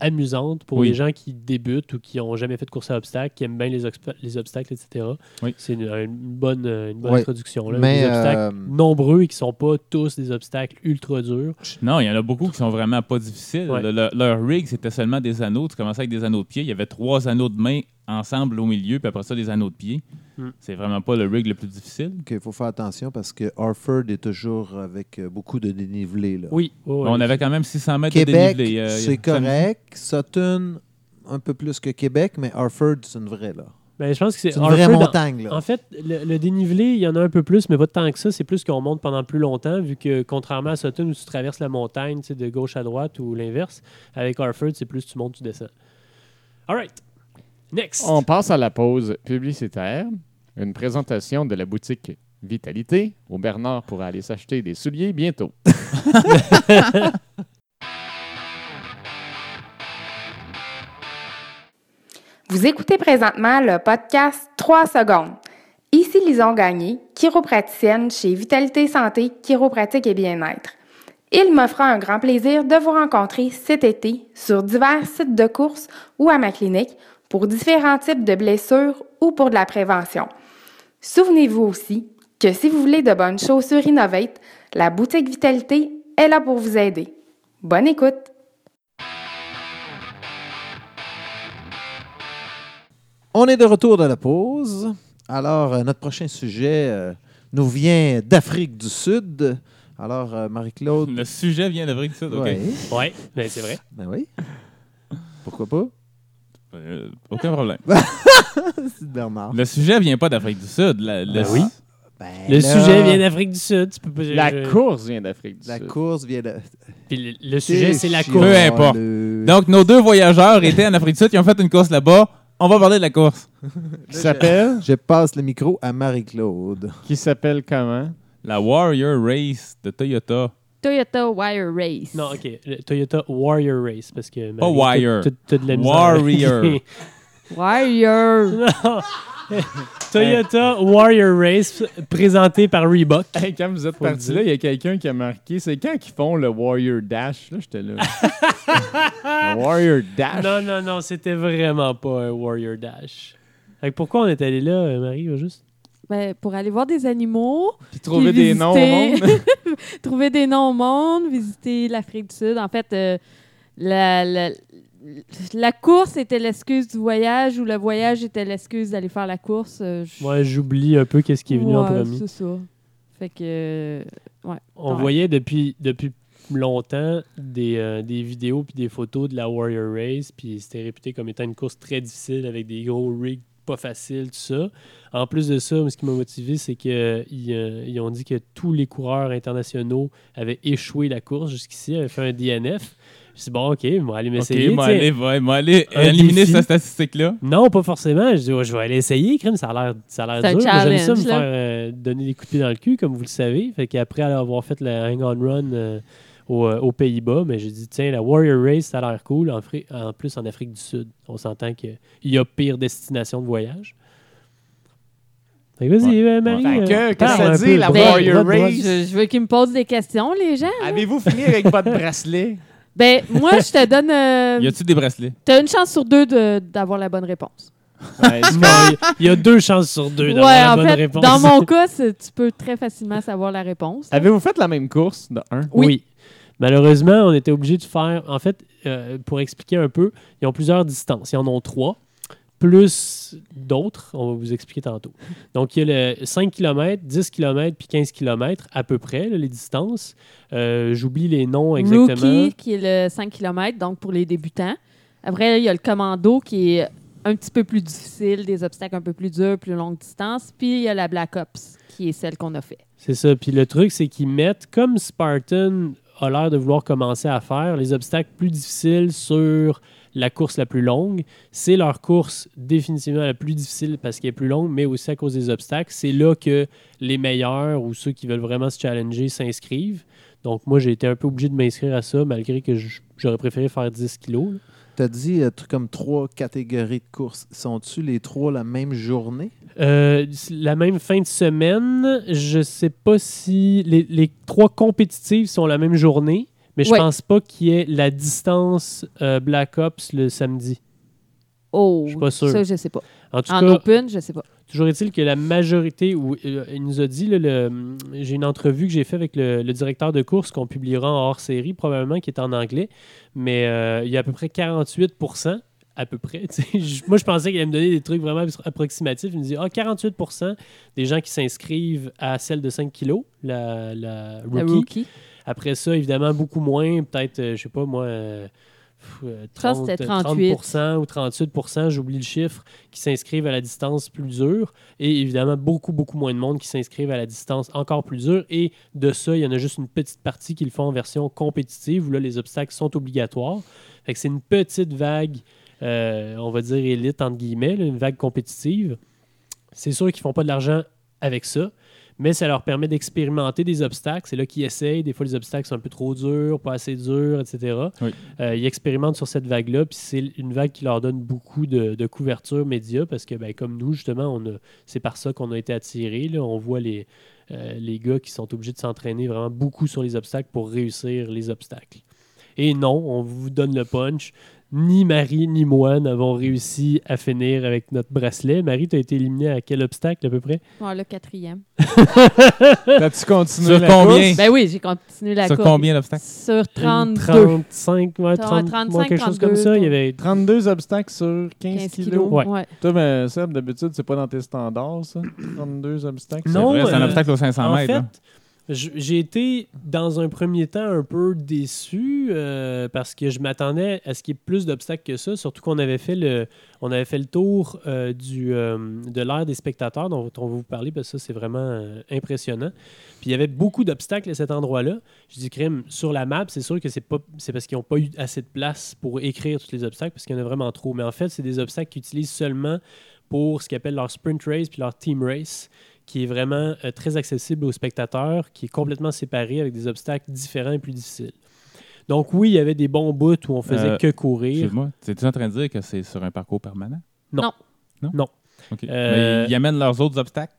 amusante pour
Oui.
les gens qui débutent ou qui n'ont jamais fait de course à obstacles, qui aiment bien les, obsta- les obstacles, etc.
Oui.
C'est une, une bonne, euh, une bonne
Oui.
introduction. Là,
Mais,
des obstacles
euh,
nombreux et qui ne sont pas tous des obstacles ultra durs.
Non, il y en a beaucoup qui sont vraiment pas difficiles.
Ouais.
Le- le- leur rig, c'était seulement des anneaux. Tu commençais avec des anneaux de pied. Il y avait trois anneaux de main ensemble au milieu, puis après ça, des anneaux de pied.
Hmm.
C'est vraiment pas le rig le plus difficile.
il faut faire attention parce que Harford est toujours avec euh, beaucoup de dénivelé. Là.
Oui, ouais,
On avait quand même 600 mètres
Québec,
de dénivelé. euh,
c'est
samedi.
correct. Sutton, un peu plus que Québec, mais Harford, c'est une vraie. là.
Ben, je pense que c'est
C'est une
Harford
vraie
en-
montagne. Là.
En fait, le, le dénivelé, il y en a un peu plus, mais pas tant que ça. C'est plus qu'on monte pendant plus longtemps, vu que contrairement à Sutton où tu traverses la montagne tu sais, de gauche à droite ou l'inverse, avec Harford, c'est plus tu montes, tu descends. All right. Next.
On passe à la pause publicitaire. Une présentation de la boutique Vitalité où Bernard pourra aller s'acheter des souliers bientôt.
Vous écoutez présentement le podcast 3 secondes. Ici Lison Gagné, chiropraticienne chez Vitalité Santé, Chiropratique et Bien-être. Il me fera un grand plaisir de vous rencontrer cet été sur divers sites de courses ou à ma clinique pour différents types de blessures ou pour de la prévention. Souvenez-vous aussi que si vous voulez de bonnes chaussures innovate, la boutique Vitalité est là pour vous aider. Bonne écoute!
On est de retour de la pause. Alors, euh, notre prochain sujet euh, nous vient d'Afrique du Sud. Alors, euh, Marie-Claude.
Le sujet vient d'Afrique du Sud, OK.
Ouais.
Ouais, ben, c'est vrai.
Ben oui. Pourquoi pas?
Euh, aucun problème.
C'est Bernard.
Le sujet vient pas d'Afrique du Sud. La- le-
Ben oui.
Ben
Le
là,
sujet vient d'Afrique du Sud. Tu peux pas-
La
je-
course vient d'Afrique du
La
Sud.
course vient de.
Puis le, le sujet, c'est la
Chialeux.
course.
Peu importe. Donc, nos deux voyageurs étaient en Afrique du Sud, ils ont fait une course là-bas. On va parler de la course.
Qui s'appelle
Je passe le micro à Marie-Claude.
Qui s'appelle comment
La Warrior Race de Toyota.
Toyota Wire Race.
Non, OK. Le Toyota Warrior Race, parce que...
Pas
Marie,
wire.
t'as- t'as- t'as de la misère.
Warrior.
Wire.
Toyota Warrior Race, présenté par Reebok.
Hey, quand vous êtes
Faut le
parti
dire.
là, il y a quelqu'un qui a marqué. C'est quand qu'ils font le Warrior Dash? Là, j'étais là. Le Warrior
Ah.
Dash.
Non, non, non, c'était vraiment pas un Warrior Dash. Fait que pourquoi on est allé là, euh, Marie, au juste?
Ben, pour aller voir des animaux,
Puis trouver des noms au
visiter-
monde.
trouver des noms au monde, visiter l'Afrique du Sud. En fait, euh, la, la- la course était l'excuse du voyage ou le voyage était l'excuse d'aller faire la course. euh, je-
Moi, j'oublie un peu qu'est-ce qui est venu en
Ouais,
premier.
C'est ça. Fait que. Ouais.
On
Ouais.
voyait depuis, depuis longtemps des, euh, des vidéos puis des photos de la Warrior Race, puis c'était réputé comme étant une course très difficile avec des gros rigs pas faciles, tout ça. En plus de ça, moi, ce qui m'a motivé, c'est qu'ils ils ont dit que tous les coureurs internationaux avaient échoué la course jusqu'ici, avaient fait un DNF. Je dit, bon, OK, on va aller
Ok,
m'essayer.
moi,
tu sais.
allez, ouais, moi, allez
Un
éliminer
défi.
cette statistique-là.
Non, pas forcément. Je dis, ouais, je vais aller essayer, crime, ça a l'air, ça a l'air
C'est un
dur. Moi, J'aime ça me
challenge, là.
faire euh, donner des coups de pied dans le cul, comme vous le savez. Fait qu'après avoir fait le hang-on run euh, aux, euh, aux Pays-Bas, mais j'ai dit, tiens, la Warrior Race, ça a l'air cool, en, fri- en plus en Afrique du Sud. On s'entend qu'il y a pire destination de voyage. Fait que Vas-y, euh, Marie.
Fait
euh,
que, qu'est-ce
parle
que ça
un
dit,
peu.
la
Droite,
Warrior
droite,
Race?
droite.
Je, je veux qu'ils me posent des questions, les gens.
Avez-vous fini avec votre bracelet?
Ben, moi, je te donne.
Y
euh,
a-tu des bracelets?
T'as une chance sur deux de- d'avoir la bonne réponse.
Ouais,
Non, il y a- il y, a deux chances sur deux d'avoir
ouais,
la
en
bonne
fait,
réponse.
dans mon cas, c'est- tu peux très facilement savoir la réponse.
Avez-vous fait la même course de 1?
Oui. Malheureusement, on était obligé de faire. En fait, euh, pour expliquer un peu, ils ont plusieurs distances. Ils en ont trois, plus d'autres. On va vous expliquer tantôt. Donc, il y a le 5 km, 10 km, puis 15 km, à peu près, là, les distances. Euh, J'oublie les noms exactement.
Rookie, qui est le 5 km, donc pour les débutants. Après, il y a le commando qui est un petit peu plus difficile, des obstacles un peu plus durs, plus longue distance. Puis il y a la Black Ops, qui est celle qu'on a fait.
C'est ça. Puis le truc, c'est qu'ils mettent, comme Spartan a l'air de vouloir commencer à faire, les obstacles plus difficiles sur la course la plus longue. C'est leur course définitivement la plus difficile parce qu'elle est plus longue, mais aussi à cause des obstacles. C'est là que les meilleurs ou ceux qui veulent vraiment se challenger s'inscrivent. Donc moi, j'ai été un peu obligé de m'inscrire à ça, malgré que j- j'aurais préféré faire 10 kilos. là.
T'as dit euh, truc comme trois catégories de courses. Sont-tu les trois la même journée?
Euh, la même fin de semaine, je sais pas si les, les trois compétitives sont la même journée, mais je
Ouais.
pense pas qu'il y ait la distance euh, Black Ops le samedi.
Oh,
Je suis pas sûr.
ça, je sais pas.
En tout
en
cas,
open, je sais pas.
toujours est-il que la majorité, ou euh, il nous a dit, là, le- j'ai une entrevue que j'ai fait avec le, le directeur de course qu'on publiera en hors série, probablement, qui est en anglais, mais euh, il y a à peu près 48 à peu près. tu sais. Je- Moi, je pensais qu'il allait me donner des trucs vraiment approximatifs. Il me dit Ah, 48 des gens qui s'inscrivent à celle de 5 kilos, la, la
La
rookie.
rookie.
Après ça, évidemment, beaucoup moins, peut-être, euh, je sais pas moi, euh, pff, euh,
Je pense
30,
que c'était
38. 30% ou 38 j'oublie le chiffre, qui s'inscrivent à la distance plus dure. Et évidemment, beaucoup, beaucoup moins de monde qui s'inscrivent à la distance encore plus dure. Et de ça, il y en a juste une petite partie qui le font en version compétitive, où là, les obstacles sont obligatoires. Fait que c'est une petite vague, euh, on va dire élite, entre guillemets, là, une vague compétitive. C'est sûr qu'ils font pas de l'argent avec ça, mais ça leur permet d'expérimenter des obstacles. C'est là qu'ils essayent. Des fois, les obstacles sont un peu trop durs, pas assez durs, etc.
Oui.
Euh, ils expérimentent sur cette vague-là, puis c'est une vague qui leur donne beaucoup de, de couverture média parce que, ben, comme nous, justement, on a- c'est par ça qu'on a été attirés. là. On voit les, euh, les gars qui sont obligés de s'entraîner vraiment beaucoup sur les obstacles pour réussir les obstacles. Et non, on vous donne le punch. Ni Marie ni moi n'avons réussi à finir avec notre bracelet. Marie, tu as été éliminée à quel obstacle à peu près
Bon, le quatrième.
As-tu continué
Sur
la
combien?
course?
Ben oui, j'ai continué la
Hein? Sur
course.
combien d'obstacles?
Sur 32.
35, ouais, 30,
35,
ouais, quelque chose comme
32,
ça. Il y avait
32 obstacles sur 15,
15
kilos.
kilos.
Ouais.
ouais.
Toi, ben, Seb, d'habitude, c'est pas dans tes standards, ça. 32 obstacles.
C'est
Non,
vrai, C'est un
euh,
obstacle aux 500
En
mètres.
fait,
hein.
j- j'ai été dans un premier temps un peu déçu euh, parce que je m'attendais à ce qu'il y ait plus d'obstacles que ça, surtout qu'on avait fait le, on avait fait le tour euh, du, euh, de l'ère des spectateurs dont on va vous parler parce que ça, c'est vraiment euh, impressionnant. Puis il y avait beaucoup d'obstacles à cet endroit-là. Je dis, crime, sur la map, c'est sûr que c'est pas c'est parce qu'ils n'ont pas eu assez de place pour écrire tous les obstacles parce qu'il y en a vraiment trop. Mais en fait, c'est des obstacles qu'ils utilisent seulement pour ce qu'ils appellent leur sprint race puis leur team race qui est vraiment euh, très accessible aux spectateurs, qui est complètement séparé avec des obstacles différents et plus difficiles. Donc oui, il y avait des bons bouts où on faisait
Euh,
que courir.
Excuse-moi, t'es-tu en train de dire que c'est sur un parcours permanent?
Non.
Non.
Non?
Non.
OK.
Euh,
Mais ils amènent leurs autres obstacles,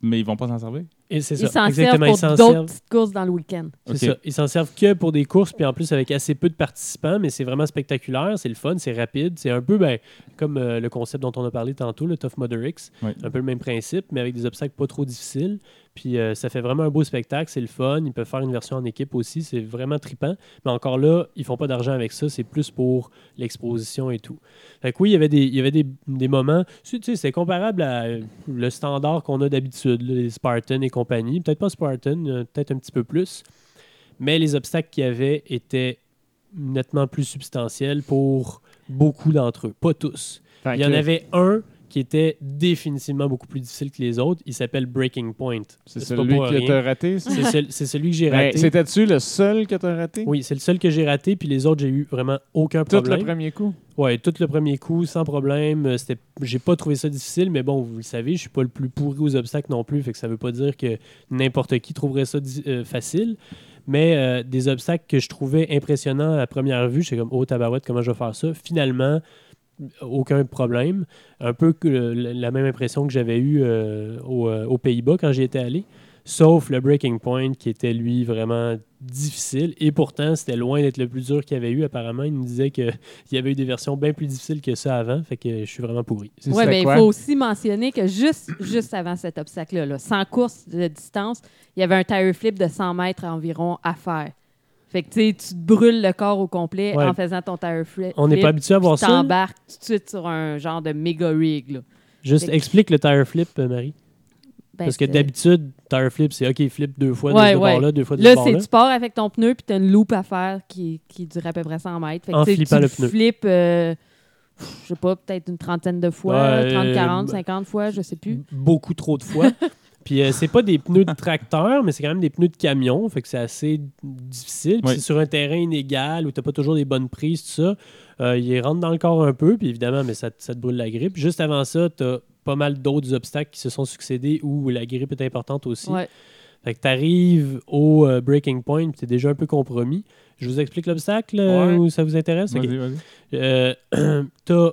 mais ils vont pas s'en servir?
Et c'est
Ils
ça,
s'en servent
exactement, ils
pour
s'en
d'autres
servent.
petites courses dans le week-end.
C'est
Ok.
ça. Ils s'en servent que pour des courses, puis en plus avec assez peu de participants, mais c'est vraiment spectaculaire, c'est le fun, c'est rapide. C'est un peu ben, comme euh, le concept dont on a parlé tantôt, le Tough Mudder X.
Oui.
Un peu le même principe, mais avec des obstacles pas trop difficiles. Puis euh, ça fait vraiment un beau spectacle, c'est le fun. Ils peuvent faire une version en équipe aussi, c'est vraiment tripant. Mais encore là, ils font pas d'argent avec ça, c'est plus pour l'exposition et tout. Fait que oui, il y avait des, il y avait des, des moments, tu sais, c'est comparable à euh, le standard qu'on a d'habitude, là, les Spartans et compagnie. Peut-être pas Spartan, euh, peut-être un petit peu plus. Mais les obstacles qu'il y avait étaient nettement plus substantiels pour beaucoup d'entre eux, pas tous.
Fait
Il y en
que
avait un qui était définitivement beaucoup plus difficile que les autres. Il s'appelle Breaking Point.
C'est
pas
celui
pour
que
rien.
t'as raté. ça?
C'est cel- c'est celui que j'ai
Ben,
raté.
C'était-tu le seul que t'as raté?
oui, c'est le seul que j'ai raté, puis les autres, j'ai eu vraiment aucun
Tout
problème.
le premier coup?
Ouais, tout le premier coup, sans problème. Euh, C'était, j'ai pas trouvé ça difficile, mais bon, vous le savez, je suis pas le plus pourri aux obstacles non plus, fait que ça veut pas dire que n'importe qui trouverait ça di- euh, facile. Mais euh, des obstacles que je trouvais impressionnants à première vue, j'étais comme, oh tabarouette, comment je vais faire ça? Finalement, aucun problème. Un peu que, le- la même impression que j'avais eue euh, au- euh, aux Pays-Bas quand j'y étais allé. Sauf le Breaking Point qui était lui vraiment difficile et pourtant c'était loin d'être le plus dur qu'il y avait eu apparemment. Il me disait qu'il y avait eu des versions bien plus difficiles que ça avant, fait que je suis vraiment pourri.
C'est-
Oui,
c'était
mais ben, il
quoi?
faut aussi mentionner que juste, juste avant cet obstacle-là, là, sans course de distance, il y avait un tire flip de 100 mètres environ à faire. Fait que tu sais, tu te brûles le corps au complet
Ouais.
en faisant ton tire flip.
On n'est pas
puis
habitué à voir
Tu
ça.
t'embarques tout de suite sur un genre de méga rig. là.
Juste
Fait que-
explique le tire flip, euh, Marie.
Ben,
Parce que
c'est-
d'habitude, tire flip, c'est OK, il flip deux fois
Ouais,
de ce
ouais.
bord-là, deux fois de ce
Là, c'est
bord-là.
tu pars avec ton pneu puis tu as une loupe à faire qui, qui dure à peu près 100 mètres. Fait que,
En
tu sais,
flippant
tu
le pneu.
flippes, euh, pff, je sais pas, peut-être une trentaine de fois,
Ouais,
30,
euh,
40,
ben-
50 fois, je sais plus.
Beaucoup trop de fois. Puis euh, c'est pas des pneus de tracteur, mais c'est quand même des pneus de camion, fait que c'est assez difficile. Puis
Ouais.
c'est sur un terrain inégal où t'as pas toujours des bonnes prises, tout ça. Euh, il rentre dans le corps un peu, puis évidemment, mais ça, te- ça te brûle la grippe. Juste avant ça, t'as pas mal d'autres obstacles qui se sont succédés où la grippe est importante aussi.
Ouais.
Fait que t'arrives au euh, breaking point, puis t'es déjà un peu compromis. Je vous explique l'obstacle euh,
Ouais.
ou ça vous intéresse? Ok.
Vas-y, vas-y.
Euh, t'as-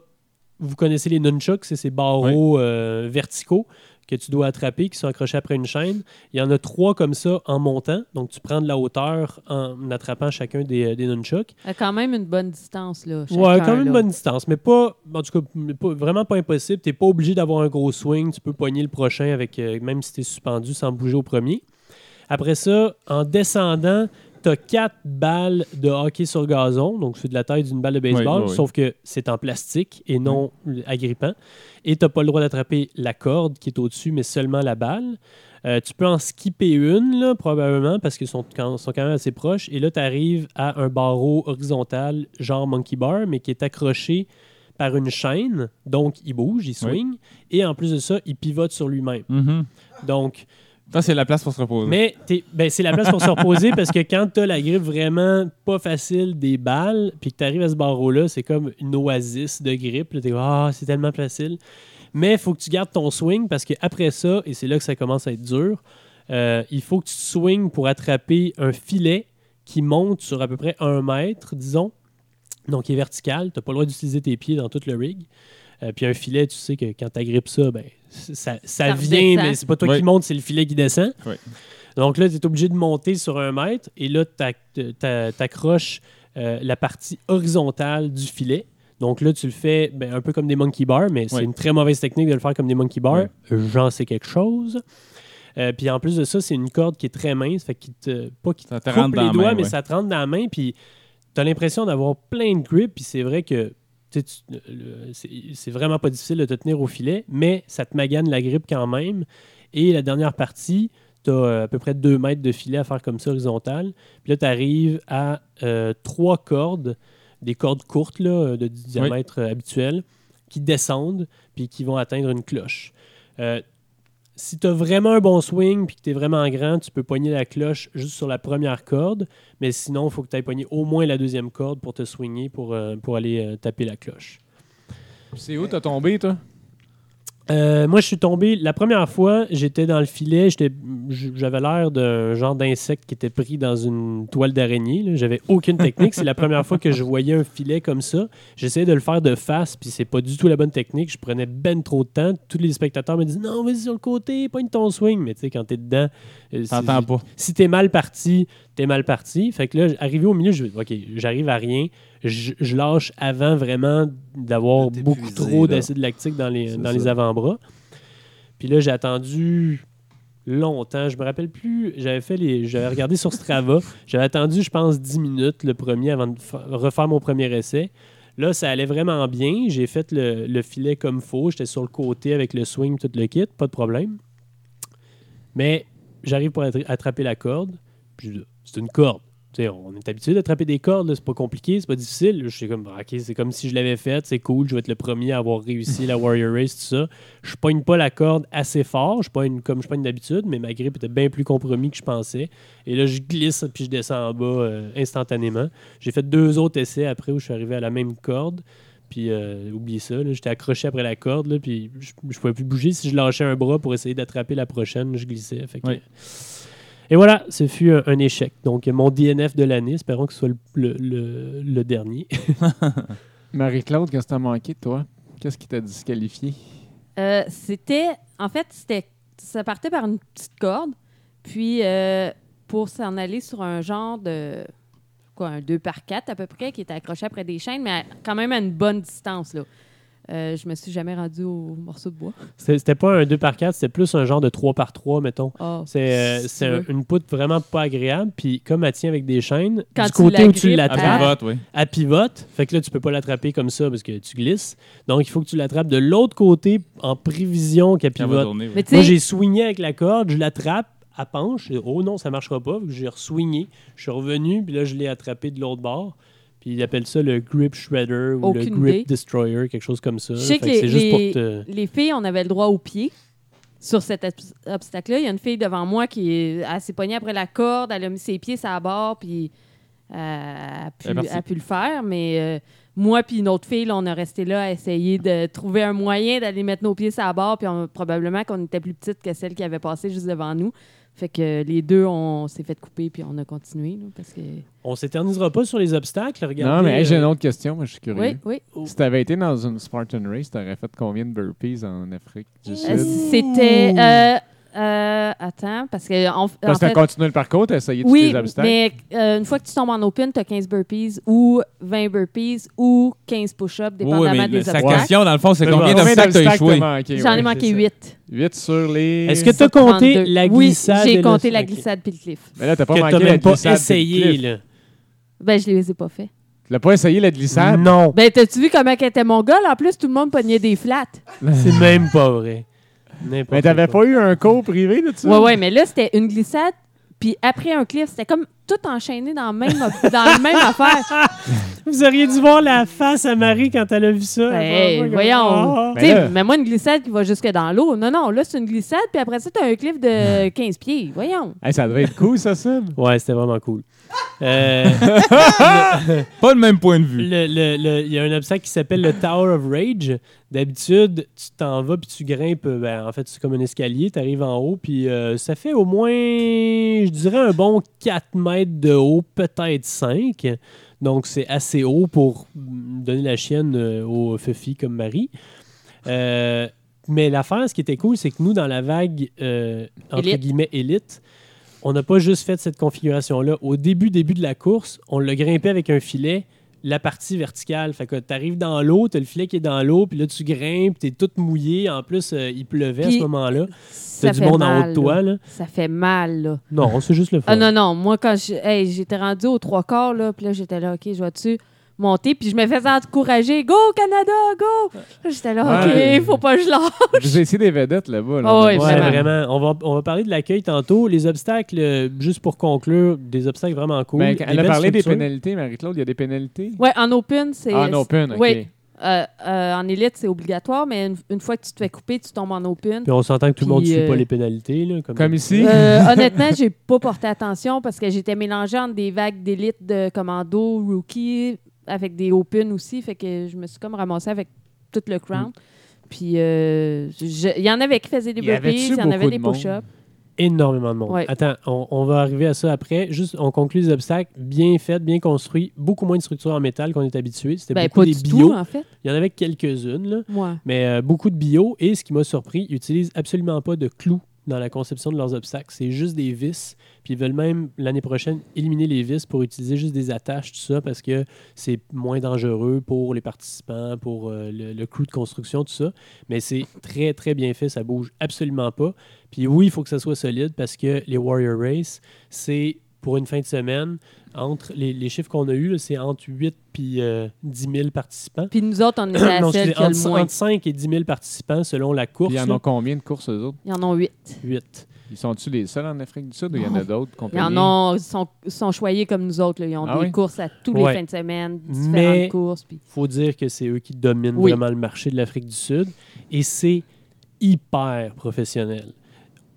vous connaissez les nunchucks, c'est ces barreaux euh, verticaux que tu dois attraper, qui sont accrochés après une chaîne. Il y en a trois comme ça en montant. Donc, tu prends de la hauteur en attrapant chacun des, des nunchucks.
À Euh, quand même une bonne distance, là.
ouais,
chacun,
quand même une
là.
bonne distance, mais pas, en tout cas, mais pas- vraiment pas impossible. T'es pas obligé d'avoir un gros swing. Tu peux poigner le prochain, avec euh, même si tu es suspendu, sans bouger au premier. Après ça, en descendant, t'as quatre balles de hockey sur gazon, donc c'est de la taille d'une balle de baseball,
Oui, oui, oui.
sauf que c'est en plastique et non agrippant. Et t'as pas le droit d'attraper la corde qui est au-dessus, mais seulement la balle. Euh, tu peux en skipper une, là, probablement, parce qu'ils sont quand, sont quand même assez proches. Et là, tu arrives à un barreau horizontal, genre monkey bar, mais qui est accroché par une chaîne. Donc, il bouge, il swing. Et en plus de ça, il pivote sur lui-même.
Mhm.
Donc,
Ça, c'est la place pour se reposer.
mais t'es- ben, c'est la place pour se reposer parce que quand t'as la grippe vraiment pas facile des balles, puis que t'arrives à ce barreau-là, c'est comme une oasis de grippe. là. T'es ah, c'est tellement facile. Mais il faut que tu gardes ton swing parce qu'après ça, et c'est là que ça commence à être dur, euh, il faut que tu swings pour attraper un filet qui monte sur à peu près un mètre, disons. Donc, il est vertical. T'as pas le droit d'utiliser tes pieds dans tout le rig. Euh, puis un filet, tu sais que quand t'agrippes ça, ben, c- ça, ça
Ça
vient,
redescend.
mais c'est pas toi
Ouais.
qui monte, c'est le filet qui descend. Donc là, tu es obligé de monter sur un mètre et là, t'ac- t'a- t'accroches euh, la partie horizontale du filet. Donc là, tu le fais ben, un peu comme des monkey bars, mais c'est
Ouais.
une très mauvaise technique de le faire comme des monkey bars.
Ouais.
J'en sais quelque chose. Euh, puis en plus de ça, c'est une corde qui est très mince, fait qu'il te, pas qu'il
Ça
te
te
coupe
rentre dans
les
la
doigts,
main,
mais
ouais.
ça te rentre dans la main, puis t'as l'impression d'avoir plein de grip, puis c'est vrai que tu sais, tu- le- c'est c'est vraiment pas difficile de te tenir au filet, mais ça te magane la grippe quand même. Et la dernière partie, tu as à peu près 2 mètres de filet à faire comme ça horizontal. Puis là, tu arrives à euh, trois cordes, des cordes courtes là, de diamètre euh, habituel, qui descendent puis qui vont atteindre une cloche. Euh, si tu as vraiment un bon swing puis que tu es vraiment grand, tu peux poigner la cloche juste sur la première corde, mais sinon, il faut que tu ailles poigner au moins la deuxième corde pour te swinguer pour, euh, pour aller euh, taper la cloche.
C'est où t'as tombé, toi?
Euh, moi, je suis tombé la première fois, j'étais dans le filet, j'étais- j- j'avais l'air d'un genre d'insecte qui était pris dans une toile d'araignée. là. J'avais aucune technique. C'est la première fois que je voyais un filet comme ça. J'essayais de le faire de face, puis c'est pas du tout la bonne technique. Je prenais ben trop de temps. Tous les spectateurs me disaient Non, vas-y sur le côté, pogne ton swing. Mais tu sais, quand t'es dedans, euh,
T'entends pas.
si t'es mal parti, t'es mal parti. Fait que là, arrivé au milieu, je OK, j'arrive à rien. Je, je lâche avant vraiment d'avoir
T'es
beaucoup
épuisé,
trop
là.
d'acide lactique dans les,
C'est
dans
ça.
les avant-bras. Puis là, j'ai attendu longtemps. Je me rappelle plus. J'avais fait les. J'avais regardé sur Strava. J'avais attendu, je pense, 10 minutes le premier avant de fa- refaire mon premier essai. Là, ça allait vraiment bien. J'ai fait le, le filet comme faut. J'étais sur le côté avec le swing, tout le kit, pas de problème. Mais j'arrive pour attra- attraper la corde. Puis je dis, c'est une corde. Tu sais, on est habitué d'attraper des cordes, là. c'est pas compliqué, c'est pas difficile. Je suis comme, Ah, ok, c'est comme si je l'avais fait, c'est cool, je vais être le premier à avoir réussi la Warrior Race, tout ça. Je pogne pas la corde assez fort, je pogne comme je pogne d'habitude, mais ma grippe était bien plus compromis que je pensais. Et là, je glisse, puis je descends en bas euh, instantanément. J'ai fait deux autres essais après où je suis arrivé à la même corde. Puis, euh, oubliez ça, là, j'étais accroché après la corde, là, puis je, je pouvais plus bouger. Si je lâchais un bras pour essayer d'attraper la prochaine, je glissais. Fait que-
Oui.
Et voilà, ce fut euh, un, un échec. Donc, mon DNF de l'année, espérons que ce soit le, le- le- le dernier.
Marie-Claude, qu'est-ce que t'as manqué, toi? Qu'est-ce qui t'a disqualifié?
Euh, c'était. En fait, c'était. Ça partait par une petite corde. Puis, euh, pour s'en aller sur un genre de. Quoi, un 2 par 4 à peu près, qui était accroché après des chaînes, mais à- quand même à une bonne distance, là. Euh, je me suis jamais rendue au morceau de bois.
C'était c'était pas un 2 par 4 c'était plus un genre de 3 par 3 mettons.
Ah,
C'est euh,
si
c'est
tu
un-
veux.
une poutre vraiment pas agréable. Puis, comme elle tient avec des chaînes,
Quand
du
tu
côté où tu
l'agrippes,
Ah,
Ah.
ben,
l'attrapes,
vote, oui.
elle pivote. Fait que là, tu peux pas l'attraper comme ça parce que tu glisses. Donc, il faut que tu l'attrapes de l'autre côté en prévision qu'elle
Quand elle va
pivote.
tourner, oui.
Mais tu
Moi,
sais,
j'ai swingé avec la corde, je l'attrape, elle penche. je dis, Oh non, ça marchera pas. Fait que J'ai re-swingé, je suis revenu, puis là, je l'ai attrapé de l'autre bord. Puis ils appellent ça le grip shredder ou
Aucune
le grip
idée.
destroyer, quelque chose comme ça.
Je sais
Fait
que
que
les-
c'est juste pour
les-
te.
les filles, on avait le droit aux pieds sur cet obs- obstacle-là. Il y a une fille devant moi qui est- elle s'est pognée après la corde, elle a mis ses pieds sur la barre, puis euh, elle a pu,
Elle est partie.
elle a pu le faire. Mais euh, moi puis une autre fille, là, on a resté là à essayer de trouver un moyen d'aller mettre nos pieds sur la barre, puis on- probablement qu'on était plus petite que celle qui avait passé juste devant nous. Fait que les deux, on s'est fait couper, puis on a continué. là, parce que...
On s'éternisera pas sur les obstacles, regardez.
non, mais hey, j'ai
euh,
une autre question, moi je suis
Oui,
curieux.
oui.
Si t'avais été dans une Spartan Race, t'aurais fait combien de burpees en Afrique du
Euh,
Sud?
C'était... euh, euh, attends, parce que... en- en
Parce que t'as
fait-
continué le parcours, t'as essayé tous
Oui,
les obstacles.
mais euh, une fois que tu tombes en open, tu as 15 burpees ou 20 burpees ou 15 push-ups,
Oui, oui,
dépendamment
mais le-
des
sa
obstacles.
question, dans le fond, c'est
Mais
combien
bon,
d'obstacles t'as échoué?
manqué?
J'en ai manqué 8.
8 sur les.
Est-ce que t'as compté la glissade?
Oui, j'ai
et
compté
le-
la
Ok.
glissade puis le cliff.
Mais là, t'as pas
Que t'as
manqué la
même pas
glissade.
essayé, là.
Ben, je les ai pas fait.
T'as pas essayé la glissade?
Non,
Ben, t'as-tu vu comment était mon gars? En plus, tout le monde pognait des flats.
c'est même pas vrai. N'importe
Mais t'avais
quoi.
pas eu un cours privé de ça?
Ouais, ouais, mais là, c'était une glissade, puis après un cliff, c'était comme tout enchaîné dans, le même, dans la même affaire.
Vous auriez dû voir la face à Marie quand elle a vu ça.
Ben,
Elle va-
hey, voyons.
Ah.
Mais
Tu
là-
sais, mais moi, une glissade qui va jusque dans l'eau. Non, non, là, c'est une glissade, puis après ça, t'as un cliff de 15 pieds. Voyons.
Hey, ça devait être cool, ça, Seb.
Ouais, c'était vraiment cool. Euh,
Pas le même point de vue.
le- le- le- Il y a un obstacle qui s'appelle le Tower of Rage. D'habitude, tu t'en vas puis tu grimpes. euh, ben, en fait, c'est comme un escalier. Tu arrives en haut puis euh, ça fait au moins, je dirais, un bon 4 mètres de haut, peut-être 5. Donc, c'est assez haut pour mm, donner la chienne euh, aux Fuffy comme Marie. Euh, mais l'affaire, ce qui était cool, c'est que nous, dans la vague, euh, entre
Élite.
guillemets, élite, on n'a pas juste fait cette configuration-là. Au début, début de la course, on l'a grimpé avec un filet, la partie verticale. Fait que t'arrives dans l'eau, t'as le filet qui est dans l'eau, puis là, tu grimpes, t'es tout mouillé. En plus, euh, il pleuvait à
Puis,
ce moment-là.
Ça
T'as du
fait
monde en haut
mal,
de toi, là.
Ça fait mal, là.
Non, c'est juste le fun.
Ah non, non, moi, quand je- hey, j'étais rendue aux trois quarts, là, puis là, j'étais là, OK, je vois-tu monter, puis je me faisais encourager, go Canada, go! Là, J'étais là, OK,
Ouais.
faut pas que je lâche.
Vous étiez des vedettes là-bas. Là,
Ah ouais,
Ouais,
vraiment.
vraiment. On va, on va parler de l'accueil tantôt. Les obstacles, euh, juste pour conclure, des obstacles vraiment cool.
Ben,
Des
elle a
belles
parlé des
structures.
pénalités, Marie-Claude. Il y a des pénalités?
Ouais, en open, c'est.
Ah, en open, OK.
Oui. Euh, euh, en élite, c'est obligatoire, mais une, une fois que tu te fais couper, tu tombes en open.
Puis on s'entend que tout le monde ne
Puis,
suit pas
euh,
les pénalités. Là, comme
Comme ici?
Euh, honnêtement, j'ai pas porté attention parce que j'étais mélangée entre des vagues d'élite de commando, rookie, avec des open aussi. Fait que je me suis comme ramassée avec tout le crown. Puis euh, je- il y en avait qui faisaient des
Y avait-tu
burpees, il y en
beaucoup
avait
de
des
monde?
push-ups.
énormément de monde.
Ouais.
Attends, on, on va arriver à ça après. Juste, on conclut les obstacles. Bien fait, bien construit. Beaucoup moins de structures en métal qu'on est habitué. C'était
Ben,
beaucoup
pas
des
du
bio.
tout, en fait.
Il y en avait quelques-unes, là,
Moi.
mais euh, beaucoup de bio. Et ce qui m'a surpris, ils n'utilisent absolument pas de clous dans la conception de leurs obstacles. C'est juste des vis. Puis ils veulent même, l'année prochaine, éliminer les vis pour utiliser juste des attaches, tout ça, parce que c'est moins dangereux pour les participants, pour euh, le, le crew de construction, tout ça. Mais c'est très, très bien fait. Ça bouge absolument pas. Puis oui, il faut que ça soit solide parce que les Warrior Race, c'est pour une fin de semaine, entre les, les chiffres qu'on a eus, là, c'est entre 8 puis euh, 10 000 participants.
Puis nous autres, on était la
Non,
seule
c'est
qui a le
entre,
moins.
entre 5 et 10 000 participants selon la
Puis
course.
il y en
là.
a combien de courses, eux autres?
Ils en ont huit.
Huit.
Ils sont-tu les seuls en Afrique du Sud ou il y en a d'autres
Ils Oh. en
compagnies?
ont, ils sont, ils sont choyés comme nous autres. là. Ils ont
Ah
des
oui?
courses à tous
Ouais.
les fins de semaine, différentes
Mais-
courses. Puis...
faut dire que c'est eux qui dominent
Oui.
vraiment le marché de l'Afrique du Sud et c'est hyper professionnel.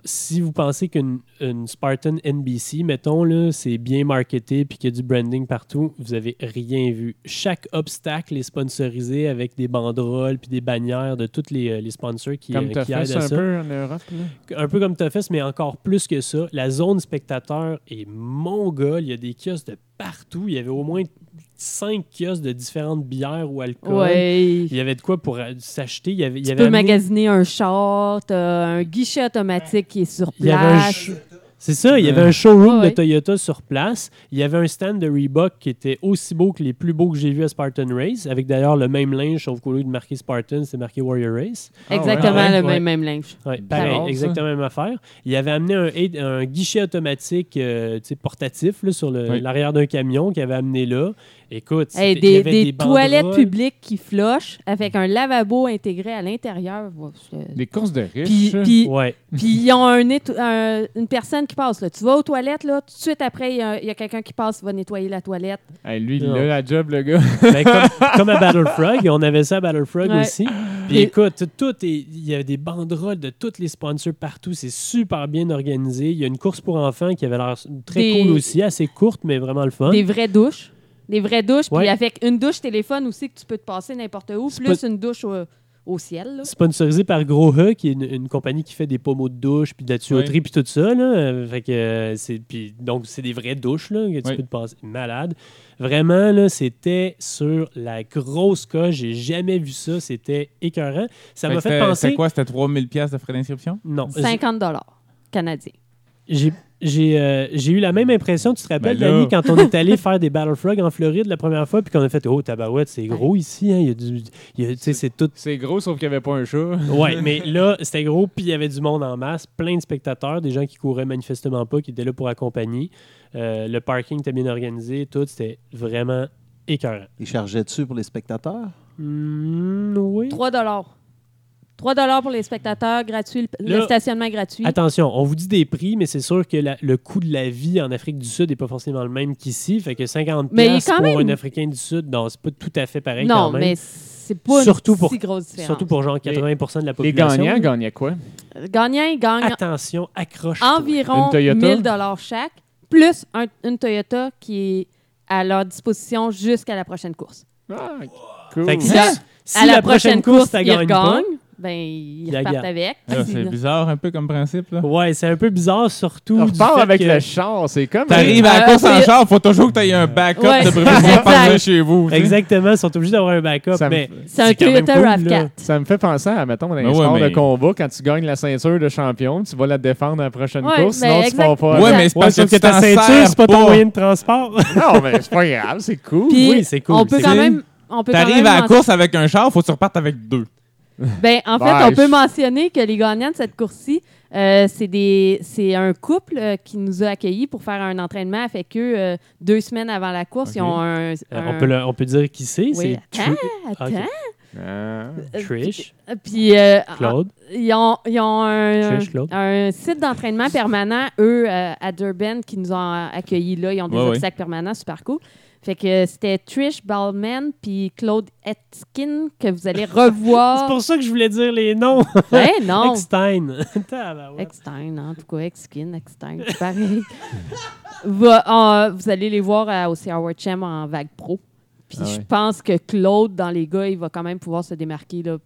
si vous pensez qu'une une Spartan NBC, mettons, là, c'est bien marketé puis qu'il y a du branding partout, vous avez rien vu. Chaque obstacle est sponsorisé avec des banderoles puis des bannières de tous les, euh, les sponsors qui,
Comme
euh,
t'as
qui
fait
aident à
ça un
ça.
peu en Europe. là.
Un peu comme Toughest, mais encore plus que ça. La zone spectateur est mongole. Il y a des kiosques de partout. Il y avait au moins cinq kiosques de différentes bières ou alcool.
Ouais.
Il y avait de quoi pour euh, s'acheter. Il y avait, il y
Tu
avait
peux
amené-
magasiner un char, t'as un guichet automatique qui est sur
Il y avait un
place.
sh- C'est ça, il y avait un showroom
Ouais, ouais.
de Toyota sur place. Il y avait un stand de Reebok qui était aussi beau que les plus beaux que j'ai vus à Spartan Race, avec d'ailleurs le même linge, sauf qu'au lieu de marquer Spartan, c'est marqué Warrior Race.
Exactement
Ah ouais,
le
ouais.
même, même linge.
Ouais,
C'est
pareil,
drôle, ça.
exactement la même affaire. Il avait amené un, aide- un guichet automatique euh, tu sais, portatif là, sur le-
Oui.
l'arrière d'un camion qu'il avait amené là. Écoute,
Hey,
c'était- il y
des
avait
des toilettes
banderoles.
publiques qui flochent avec un lavabo intégré à l'intérieur. Ouais, c'est-
Des courses de
Puis,
riches.
puis,
hein? Ouais.
puis ils ont un netto- un- une personne qui passe. Là. Tu vas aux toilettes, là, tout de suite après, il y a, il y a quelqu'un qui passe, va nettoyer la toilette.
Hey, lui, il
Non.
a la job, le gars.
Ben, comme, comme à Battle Frog, on avait ça à Battle Frog
Ouais.
aussi. Puis
Et-
écoute, tout- tout est- il y a des banderoles de tous les sponsors partout. C'est super bien organisé. Il y a une course pour enfants qui avait l'air très
Des-
cool aussi, assez courte, mais vraiment le fun.
Des vraies douches. Des vraies douches.
Ouais.
Puis avec une douche téléphone aussi que tu peux te passer n'importe où,
C'est
plus une douche au, au ciel. là.
Sponsorisé par Groha, qui est une, une compagnie qui fait des pommeaux de douche, puis de la tuyauterie, puis tout ça. Là. Euh, Fait que, euh, c'est- puis, donc, c'est des vraies douches là, que tu
Oui.
peux te passer. Malade. Vraiment, là, c'était sur la grosse coche. J'ai jamais vu ça. C'était écœurant. Ça m'a fait penser...
C'est quoi? C'était 3000 pièces de frais d'inscription?
Non,
50 dollars canadiens.
J'ai j'ai, euh, j'ai eu la même impression, tu te rappelles,
Ben là.
Dani, quand on est allé faire des Battle Frog en Floride la première fois, puis qu'on a fait Oh, tabarouette, c'est gros ici, hein, il y a du. il y a- Tu sais, c'est tout.
C'est gros, sauf qu'il n'y avait pas un chat.
Ouais, mais là, c'était gros, puis il y avait du monde en masse, plein de spectateurs, des gens qui couraient manifestement pas, qui étaient là pour accompagner. Euh, le parking était bien organisé, tout, c'était vraiment écœurant.
Ils chargeaient dessus pour les spectateurs?
Hmm, oui.
3 dollars. 3 dollars pour les spectateurs, gratuit, le,
Là-
le stationnement gratuit.
Attention, on vous dit des prix, mais c'est sûr que la- le coût de la vie en Afrique du Sud n'est pas forcément le même qu'ici. Fait que 50
Mais il est
piastres
quand
pour
même-
un Africain du Sud, non, c'est pas tout à fait pareil
non,
quand même.
mais c'est pas une
Surtout
si
pour-
grosse différence.
Surtout pour genre 80 de la
Les
population.
gagnants gagnaient quoi?
Gagnant, gagnant
Attention, accroche
environ
Une Toyota?
1000 dollars chaque, plus un- une Toyota qui est à leur disposition jusqu'à la prochaine course.
Ah, cool.
Fait que
Puis
si,
là,
si
à
la, prochaine course, t'as
ils
gagné pas.
regagnent, ben, ils
la
repartent
gagnent.
avec.
Ah, C'est
Sinon-
bizarre un peu comme principe. là.
Ouais, c'est un peu bizarre, surtout.
On
du
repart
fait
avec
que-
le char, c'est comme...
T'arrives à la
Euh,
course en
c'est-
char, faut toujours que t'aies un backup
Ouais.
de prévision
Exact.
pour partir chez vous. tu sais.
Exactement, ils sont obligés d'avoir un backup,
Ça me-
mais
C'est un
quand même
Toyota
cool,
RAV4.
Ça me fait penser à, mettons, dans les
Ben ouais,
sports
mais-
de combat, quand tu gagnes la ceinture de champion, tu vas la défendre à la prochaine
Ouais,
course,
ben
sinon tu
exact.
vas pas...
Ouais, mais c'est
Ouais,
parce
sauf
que,
que
tu t'en
ta ceinture,
sers
c'est pas ton moyen de transport.
Non, mais c'est pas grave, c'est cool.
Puis,
Oui, c'est cool,
On peut
c'est
quand
cool.
même. On peut quand
T'arrives
même
à la
mentionner-
course avec un char, faut que tu repartes avec deux.
Ben, en fait,
Ben,
on peut
je-
mentionner que les gagnants de cette course-ci, euh, c'est des- c'est un couple euh, qui nous a accueillis pour faire un entraînement avec eux euh, deux semaines avant la course. Ils
Ok.
ont un.
Euh,
un-
on, peut le- on peut dire qui c'est.
Oui, Hein?
C'est
attends,
Tri-
attends.
ok.
Ah.
Euh,
Trish,
puis- Puis, euh,
Claude.
ils ont, ils ont un,
Trish, Claude.
un site d'entraînement permanent, eux, euh, à Durban, qui nous ont accueillis là. Ils ont des
Ouais, ouais.
obstacles permanents, super cool. Fait que euh, c'était Trish Ballman puis Claude Etkin que vous allez
C'est
revoir.
pour ça que je voulais dire les noms.
Eh Ah. non!
Eckstein. Tabarouette.
Eckstein, en hein, tout cas, Exkin, Eckstein, c'est pareil. Va- euh, vous allez les voir à- au Howard Chem en vague pro. Puis
Ah
je
ouais.
pense que Claude, dans les gars, il va quand même pouvoir se démarquer. Là,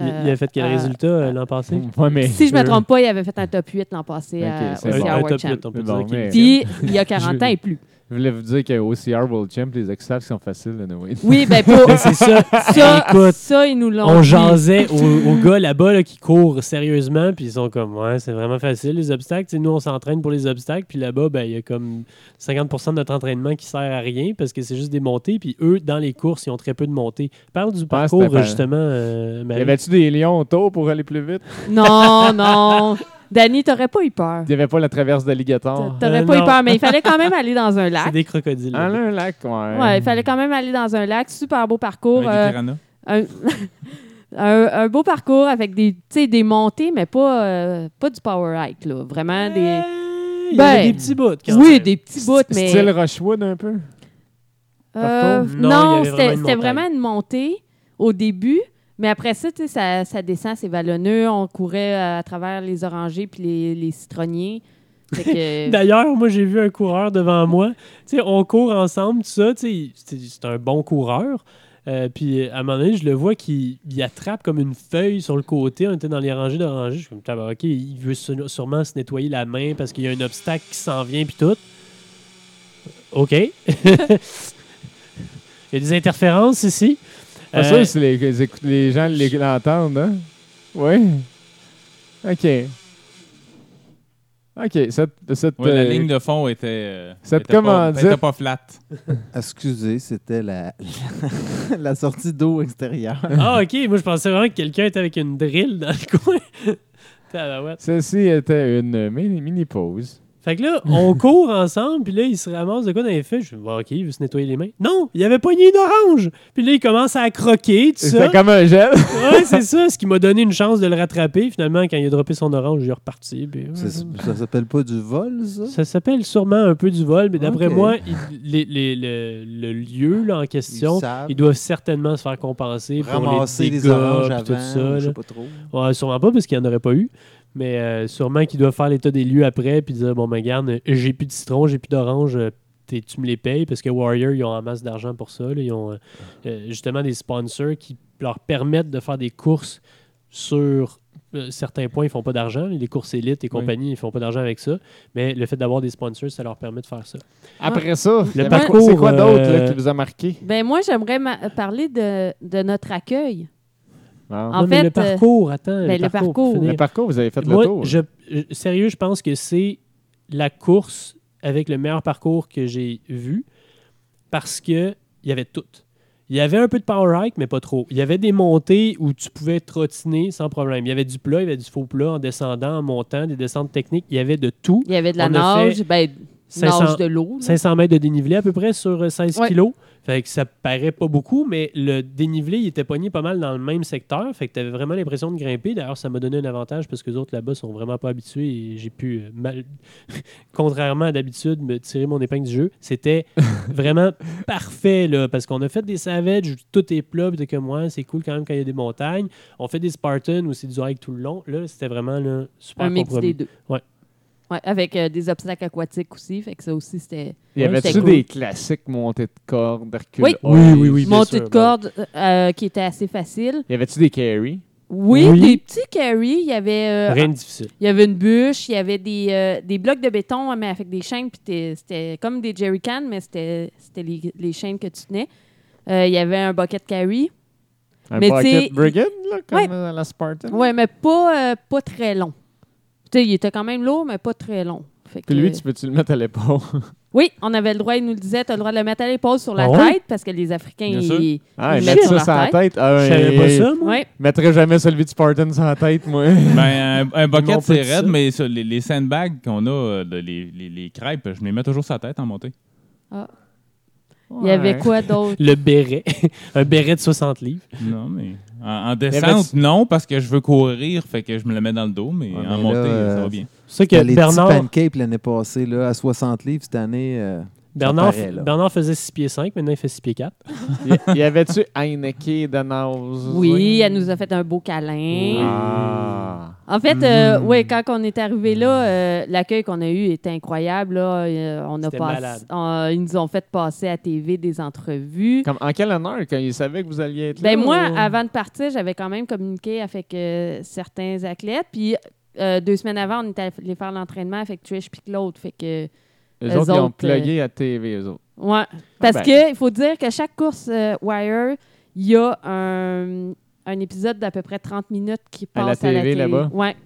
Il,
euh,
il a fait quel
euh,
résultat euh, l'an passé?
Ouais, mais...
Si je ne me trompe pas, il avait fait un top 8 l'an passé
Ok,
à-
c'est
au
bon.
CR
un, un
World
top
Champ.
8, on peut
Bon,
dire qu'il
mais-
Puis il y a 40 ans et plus.
Je voulais vous dire qu'au CR World Champ, les obstacles sont faciles, de Noé.
Oui, ben pour
Mais c'est ça.
ça,
Écoute,
ça, ils nous l'ont
on
dit.
jasait aux, aux gars là-bas là, qui courent sérieusement, puis ils sont comme, ouais, c'est vraiment facile les obstacles. Tu sais, nous, on s'entraîne pour les obstacles, puis là-bas, ben, il y a comme 50% de notre entraînement qui sert à rien parce que c'est juste des montées, puis eux, dans les courses, ils ont très peu de montées. Parle du parcours,
c'était pas-
justement, euh,
Y
Ben
Marie.
avait-tu des lions autour pour aller plus vite?
Non, non. Danny, t'aurais pas eu peur.
Y avait pas la traverse d'alligator?
T'aurais
Euh,
pas eu
non.
peur, mais il fallait quand même aller dans un
C'est
lac.
des crocodiles.
Ah,
là.
là, un lac, ouais.
Ouais, il fallait quand même aller dans un lac. Super beau parcours.
Avec
euh,
des piranhas.
un, un- un beau parcours avec des, tu sais, des montées, mais pas, euh, pas du power hike, là. Vraiment des.
Il y avait
Ben,
des petits bouts. quand
Oui,
même.
des petits bouts, mais.
Style Rochewood, un peu?
Euh,
parcours? Non, il y
non,
avait vraiment une
c'était c'était
montagne.
vraiment une montée au début, Mais après ça, tu sais, ça, ça descend, c'est vallonneux. On courait euh, à, à travers les orangers puis les, les citronniers. Fait que-
D'ailleurs, moi, j'ai vu un coureur devant moi. Tu sais, on court ensemble, tout ça. Tu sais, il- c'est- c'est un bon coureur. Euh, puis euh, à un moment donné, je le vois qu'il il attrape comme une feuille sur le côté. On était dans les rangées d'orangers. Je suis comme, Tabarouette, OK, il veut sû- sûrement se nettoyer la main parce qu'il y a un obstacle qui s'en vient, puis tout. OK. il y a des interférences ici.
Pas
Euh,
sûr si les, les écou- les gens les- l'entendent, hein? Oui? OK. OK, cette... cette
Ouais,
euh,
la ligne de fond était. euh,
cette
était pas-
commandite-
était pas flat.
Excusez, c'était la, la sortie d'eau extérieure.
Ah, OK. Moi, je pensais vraiment que quelqu'un était avec une drill dans le coin. Tabarouette.
Celle-ci était une mini- mini-pause.
Fait que là, on court ensemble, puis là, il se ramasse de quoi dans les feux. Je me dis, Bon, OK, il veut se nettoyer les mains. Non, il avait pogné une orange. Puis là, il commence à croquer, tout ça.
C'était comme un gel.
Ouais, c'est ça, ce qui m'a donné une chance de le rattraper. Finalement, quand il a droppé son orange, il est reparti. puis-
Ça, ça s'appelle pas du vol, ça?
Ça s'appelle sûrement un peu du vol, mais d'après
Ok.
moi, il- les- les- le, le lieu là, en question,
Ils savent.
ils doivent certainement se faire compenser pour
Ramasser
les
les,
dégâts,
oranges
puis
avant,
tout ça.
ou
là.
je sais pas trop.
Ouais, sûrement pas, parce qu'il n'y en aurait pas eu. Mais euh, sûrement qu'il doit faire l'état des lieux après, puis dire Bon, ben, garde, euh, j'ai plus de citron, j'ai plus d'orange, euh, t'es- tu me les payes, parce que Warrior, ils ont en masse d'argent pour ça. là. Ils ont euh, euh, justement des sponsors qui leur permettent de faire des courses sur. euh, certains points, ils font pas d'argent. Les courses élites et compagnie, ils font pas d'argent avec ça. Mais le fait d'avoir des sponsors, ça leur permet de faire ça.
Après ça,
Ah.
c'est
parcours,
quoi- c'est quoi d'autre là,
euh,
qui vous a marqué?
Ben moi, j'aimerais ma- parler de, de notre accueil.
Non.
En
Non, mais
fait, euh,
le parcours, attends.
ben, le
pour
parcours.
finir.
Ah. Le parcours, vous avez fait
Moi,
le tour.
je- je- sérieux, je pense que c'est la course avec le meilleur parcours que j'ai vu parce que il y avait tout. Il y avait un peu de power hike, mais pas trop. Il y avait des montées où tu pouvais trottiner sans problème. Il y avait du plat, il y avait du faux plat en descendant, en montant, des descentes techniques. Il y avait de tout.
Il y avait de la
On a
nage, ben,
500
nage de l'eau. là.
500 mètres de dénivelé à peu près sur euh, 16
Ouais.
kilos. Fait que ça paraît pas beaucoup, mais le dénivelé, il était pogné pas mal dans le même secteur. Fait que t'avais vraiment l'impression de grimper. D'ailleurs, ça m'a donné un avantage parce que les autres là-bas sont vraiment pas habitués et j'ai pu, euh, mal... contrairement à d'habitude, me tirer mon épingle du jeu. C'était vraiment parfait, là, parce qu'on a fait des savages, où tout est plat, puis t'es comme, ouais, c'est cool quand même quand il y a des montagnes. On fait des Spartans où c'est du hike tout le long. Là, c'était vraiment là, super
Un mix
compromis.
des deux.
Ouais.
Ouais, avec euh, des obstacles aquatiques aussi. Fait que ça aussi, c'était
Il y avait-tu
c'était cool.
des classiques montées de cordes, Hercule
Oui.
Oui, oui, oui. bien
montée
sûr,
de
ben
corde euh, qui était assez facile.
Y avait-tu des carries?
Oui,
Oui.
des petits carries. Il y avait euh,
Rien de difficile.
Il y avait une bûche, il y avait des, euh, des blocs de béton, mais avec des chaînes, puis t'es- c'était comme des jerrycans, mais c'était c'était les, les chaînes que tu tenais. Euh, il y avait un bucket carry.
Un
Mais tu sais,
bucket brigade, là, comme
Ouais.
à la Spartan?
Ouais, mais pas, euh, pas très long. Tu sais, il était quand même lourd, mais pas très long. Fait que-
Puis lui, tu peux-tu le mettre à l'épaule?
Oui, on avait le droit, il nous le disait, tu as le droit de le mettre à l'épaule sur la
Ah ouais?
tête, parce que les Africains,
Bien sûr.
ils,
Ah,
ils
il
le
met
sur
ça
leur
sur la tête?
tête.
Ah,
Je savais
il-
pas ça, moi.
Ouais.
Il mettrait jamais celui de Spartan sur la tête, moi.
Ben, un, un
Mon
bucket, c'est
petit
raide,
ça.
mais sur les, les sandbags qu'on a, euh, de- les, les, les crêpes, je me les mets toujours sur la tête en montée.
Il y avait quoi d'autre?
Le béret. un béret de 60 livres.
Non, mais. En,
Mais
en descente, non, parce que je veux courir, fait que je me le mets dans le dos, mais
Ouais,
en
mais là,
montée,
euh,
ça va bien.
C'est ça
T'as
que
les
Bernard,
petits pancakes l'année passée, là, à 60 livres cette année. euh,
Bernard,
paraît, là.
Bernard faisait 6 pieds 5, maintenant il fait 6 pieds 4.
Y- Y avait-tu Heineken Danaus?
Oui, elle nous a fait un beau câlin.
Ah.
En fait, euh, ouais, quand on est arrivé là, euh, l'accueil qu'on a eu était incroyable. Là. Euh, on a
C'était
pass-
malade.
on- ils nous ont fait passer à TV des entrevues.
Comme, en quel honneur, quand il savait que vous alliez être là?
Ben moi,
ou-
avant de partir, j'avais quand même communiqué avec euh, certains athlètes. Puis euh, deux semaines avant, on était allé faire l'entraînement avec Trish puis Claude. Fait que,
Eux
eux
autres, ils ont
autres, euh,
plugué à TV, eux autres.
ouais.
Ah
Parce
ben.
que il faut dire que chaque course euh, Wire, il y a un, un épisode d'à peu près 30 minutes qui
À la
passe à la
TV
télé.
là-bas?
Ouais.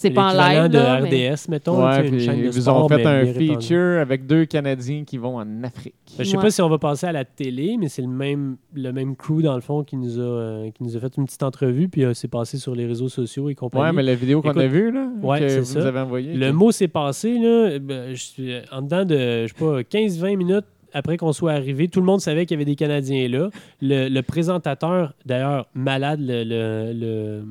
C'est pas en live.
de
là,
RDS,
mais-
mettons. tu sais,
puis
une chaîne de
ils vous
sport,
ont fait
mais
un
bien répandue.
feature avec deux Canadiens qui vont en Afrique.
Ben, je sais
Ouais.
pas si on va passer à la télé, mais c'est le même, le même crew, dans le fond, qui nous a, euh, qui nous a fait une petite entrevue, puis euh, c'est passé sur les réseaux sociaux et compagnie.
Ouais, mais la vidéo qu'on
Écoute,
a vue, là,
ouais,
que
c'est
vous
ça.
nous avez envoyée.
Le
que-
mot s'est passé, là, ben, je suis, euh, en dedans de, je sais pas, 15-20 minutes après qu'on soit arrivé, tout le monde savait qu'il y avait des Canadiens là. Le, le présentateur, d'ailleurs, malade le- le- le-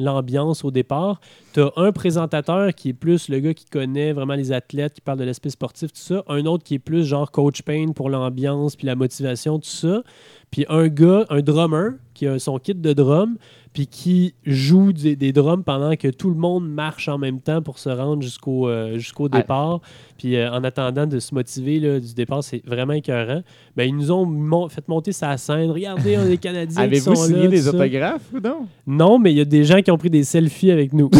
l'ambiance au départ. T'as un présentateur qui est plus le gars qui connaît vraiment les athlètes, qui parle de l'aspect sportif, tout ça. Un autre qui est plus genre coach Payne pour l'ambiance, puis la motivation, tout ça. Puis un gars, un drummer qui a son kit de drum, puis qui joue des, des drums pendant que tout le monde marche en même temps pour se rendre jusqu'au euh, jusqu'au
Ah.
départ. Puis euh, en attendant de se motiver là, du départ, c'est vraiment écœurant. Ben, ils nous ont mon- fait monter sa scène. Regardez, on est Canadiens. qui
Avez-vous
sont
signé
là,
des
tout ça.
autographes ou non?
Non, mais il y a des gens qui ont pris des selfies avec nous.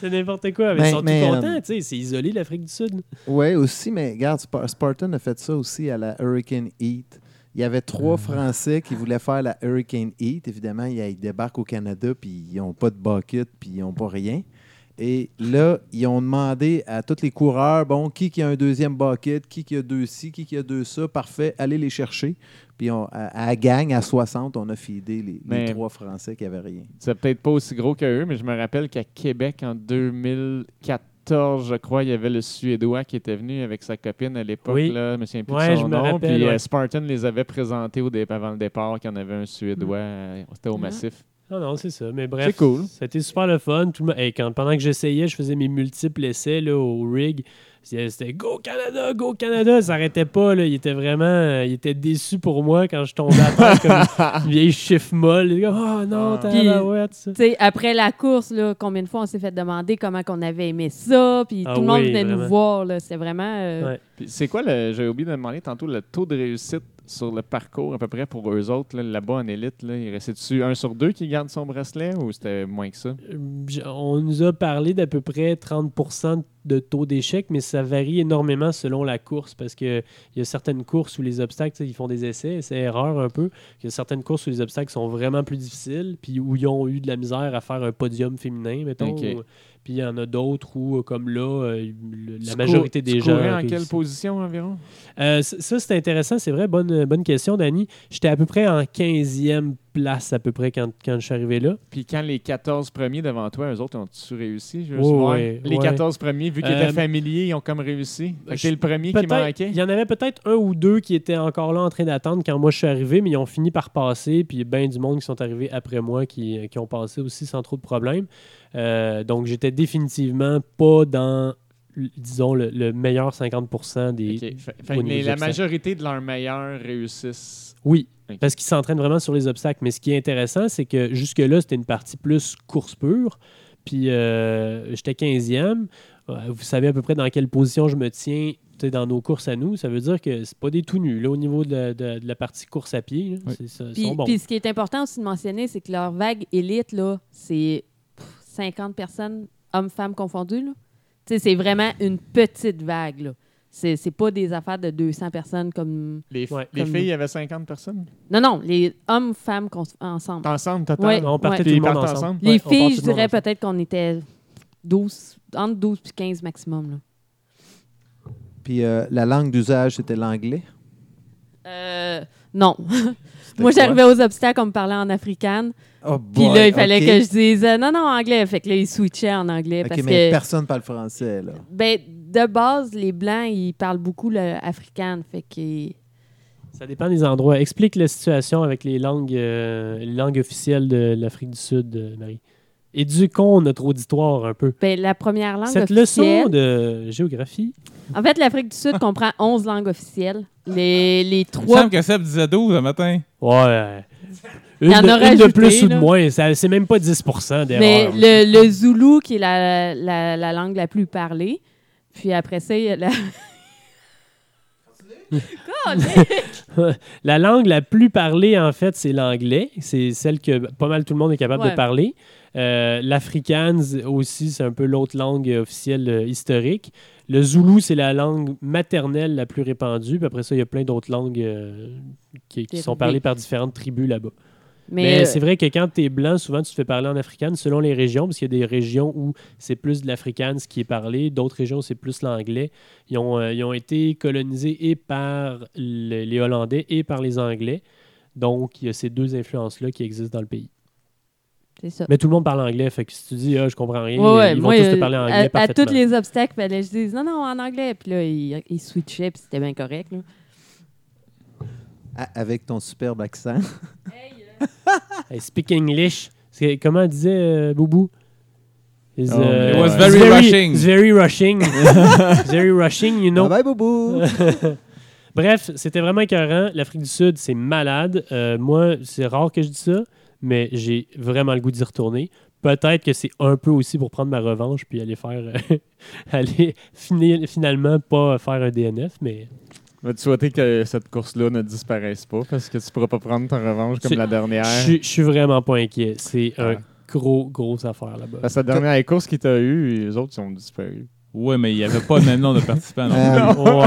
c'est n'importe quoi. Mais,
Ben,
Mais-
ils sont
mais,
tout
euh,
contents. tu sais, C'est isolé, l'Afrique du Sud.
Oui, aussi, mais regarde, Spa- Spartan a fait ça aussi à la Hurricane Heat. Il y avait trois Français qui voulaient faire la Hurricane Heat. Évidemment, ils ils débarquent au Canada, puis ils n'ont pas de bucket, puis ils n'ont pas rien. Et là, ils ont demandé à tous les coureurs, bon, qui qui a un deuxième bucket, qui qui a deux ci, qui qui a deux ça, parfait, allez les chercher. Puis on, à, à gang, à 60, on a fidé les, les
Mais-
trois Français qui n'avaient rien.
C'est peut-être pas aussi gros que eux, mais je me rappelle qu'à Québec, en 2014, je crois, il y avait le Suédois qui était venu avec sa copine à l'époque.
Oui.
Là, je me souviens plus
Ouais,
de
je
son
me
nom.
rappelle,
Puis euh,
ouais.
Spartan les avait présentés au dé- avant le départ qu'il y en avait un
Mm.
Suédois. euh, C'était au
Ah.
Massif.
Non, non, c'est ça. Mais bref,
C'est cool.
C'était super le fun. Tout le monde- hey, quand, pendant que j'essayais, je faisais mes multiples essais là, au rig. C'était c'était Go Canada, Go Canada. Ça n'arrêtait pas. Là. Il était vraiment euh, il était déçu pour moi quand je tombais à terre comme une vieille chiffre molle. Il était comme, oh non,
Ah.
tabarouette, ça.
Tu sais, après la course, là, combien de fois on s'est fait demander comment qu'on avait aimé ça, puis
Ah
tout le monde
oui,
venait
vraiment.
nous voir. là. C'était vraiment... euh,
Ouais.
Puis C'est quoi, le- j'ai oublié de demander tantôt, le taux de réussite sur le parcours à peu près pour eux autres, là, là-bas en élite? Là, il restait-tu un sur deux qui garde son bracelet ou c'était moins que ça?
Euh, j- On nous a parlé d'à peu près 30 de taux d'échec, mais ça varie énormément selon la course parce que il y a certaines courses où les obstacles, tu sais, ils font des essais, c'est erreur un peu. Il y a certaines courses où les obstacles sont vraiment plus difficiles, puis où ils ont eu de la misère à faire un podium féminin, mettons.
Ok.
Ou- Puis il y en a d'autres où, euh, comme là, euh, le- la
Tu
majorité
cours-
des
tu
gens.
courais en
réussissent.
quelle position environ?
Euh, c- ça, c'est intéressant, c'est vrai, bonne, bonne question, Dani. J'étais à peu près en 15e place à peu près quand, quand je suis arrivé là.
Puis quand les 14 premiers devant toi, eux autres ont-tu réussi? Je veux
Ouais,
savoir.
ouais,
les
ouais.
14 premiers, vu qu'ils étaient
Euh,
familiers, ils ont comme réussi. Fait que
je-
t'es le premier qui
Peut-être-
manquait.
Il y en avait peut-être un ou deux qui étaient encore là en train d'attendre quand moi je suis arrivé, mais ils ont fini par passer. Puis il y a bien du monde qui sont arrivés après moi qui, qui ont passé aussi sans trop de problèmes. Euh, donc j'étais définitivement pas dans, l- disons, le, le meilleur 50% des.
Ok. Fait- fait
au niveau
que les-
des
la
obstacles.
majorité de leurs meilleurs réussissent.
Oui.
Ok.
Parce qu'ils s'entraînent vraiment sur les obstacles. Mais ce qui est intéressant, c'est que jusque-là, c'était une partie plus course pure. Puis euh, j'étais 15e. Euh, Vous savez à peu près dans quelle position je me tiens tu sais, dans nos courses à nous. Ça veut dire que c'est pas des tout nus. Là, au niveau de la, de- de la partie course à pied, là,
Oui.
c'est ça, ils
Puis,
sont bons.
puis ce qui est important aussi de mentionner, c'est que leur vague élite, là, c'est pff, 50 personnes, hommes-femmes confondus. là. Tu sais, C'est vraiment une petite vague. là. C'est c'est pas des affaires de 200 personnes comme...
Les, f-
Ouais.
les
Comme
filles,
nous.
il y avait 50 personnes.
Non, non, les hommes-femmes cons- ensemble.
Ensemble, total.
Ouais.
on partait
Ouais.
tout
Ils
le monde
partent
ensemble.
ensemble?
Les
Ouais, on part tout
filles,
le
je
monde
dirais
ensemble.
peut-être qu'on était 12, entre 12 et 15 maximum. là.
Puis euh, la langue d'usage, c'était l'anglais.
Euh, non. Moi, j'arrivais aux obstacles, on me parlait en africaine.
Oh
Puis
boy,
là, il fallait
ok.
que je dise euh, non, non, anglais. Fait que là, ils switchaient en anglais.
OK,
parce
mais
que,
personne parle français, là.
ben, de base, les Blancs, ils parlent beaucoup l'africain. Fait que.
Ça dépend des endroits. Explique la situation avec les langues, euh, les langues officielles de l'Afrique du Sud, euh, Marie. Éduquons notre auditoire un peu.
Ben, la première langue
Cette
officielle.
leçon de géographie
En fait, l'Afrique du Sud comprend 11 langues officielles. Les, les
Il me
trois.
semble que Seb disait 12 le matin.
Ouais.
Il
Une,
y en
de,
aurait
une de
ajouté,
plus ou de
là.
moins, ça- c'est même pas 10%
Mais
d'erreur.
le, le Zoulou, qui est la, la, la langue la plus parlée. Puis après ça, il y a la. Golly!
La langue la plus parlée, en fait, c'est l'anglais. C'est celle que pas mal tout le monde est capable de
Ouais.
parler. Euh, L'afrikaans aussi, c'est un peu l'autre langue euh, officielle euh, historique. Le zoulou, c'est la langue maternelle la plus répandue. Puis après ça, il y a plein d'autres langues euh, qui, qui sont
Dérivées.
parlées par différentes tribus là-bas.
Mais,
Mais
euh,
c'est vrai que quand tu es blanc, souvent tu te fais parler en africaine selon les régions, parce qu'il y a des régions où c'est plus de l'afrikaans qui est parlé, d'autres régions où c'est plus l'anglais. Ils ont, euh, ils ont été colonisés et par le- les Hollandais et par les Anglais. Donc, il y a ces deux influences-là qui existent dans le pays.
c'est ça.
Mais tout le monde parle anglais, fait que si tu dis ah, je comprends rien,
Ouais, ouais,
ils vont
moi,
tous te
euh,
parler anglais
à- à,
parfaitement.
tous les obstacles, fallait que je dise non, non, en anglais. Puis là, ils il switchaient, puis c'était bien correct. là.
A- avec ton superbe accent.
Hey, speak English. C'est- Comment disait euh, Boubou? It's,
Oh, it was
very
it's
rushing.
it's very rushing. It's very rushing, you know.
Bye bye, Boubou!
Bref, c'était vraiment écœurant. L'Afrique du Sud, c'est malade. Euh, moi, c'est rare que je dis ça, mais j'ai vraiment le goût d'y retourner. Peut-être que c'est un peu aussi pour prendre ma revanche puis aller faire. euh, aller fini- finalement pas faire un DNF, mais.
Vas-tu souhaiter que cette course-là ne disparaisse pas parce que tu pourras pas prendre ta revanche comme
C'est-
la dernière?
Je suis- je suis vraiment pas inquiet. C'est
Ah.
un gros, grosse affaire là-bas.
Parce que la dernière course qu'il t'a eue, les autres ils ont disparu.
Ouais, mais il n'y avait pas le même nombre de participants. non.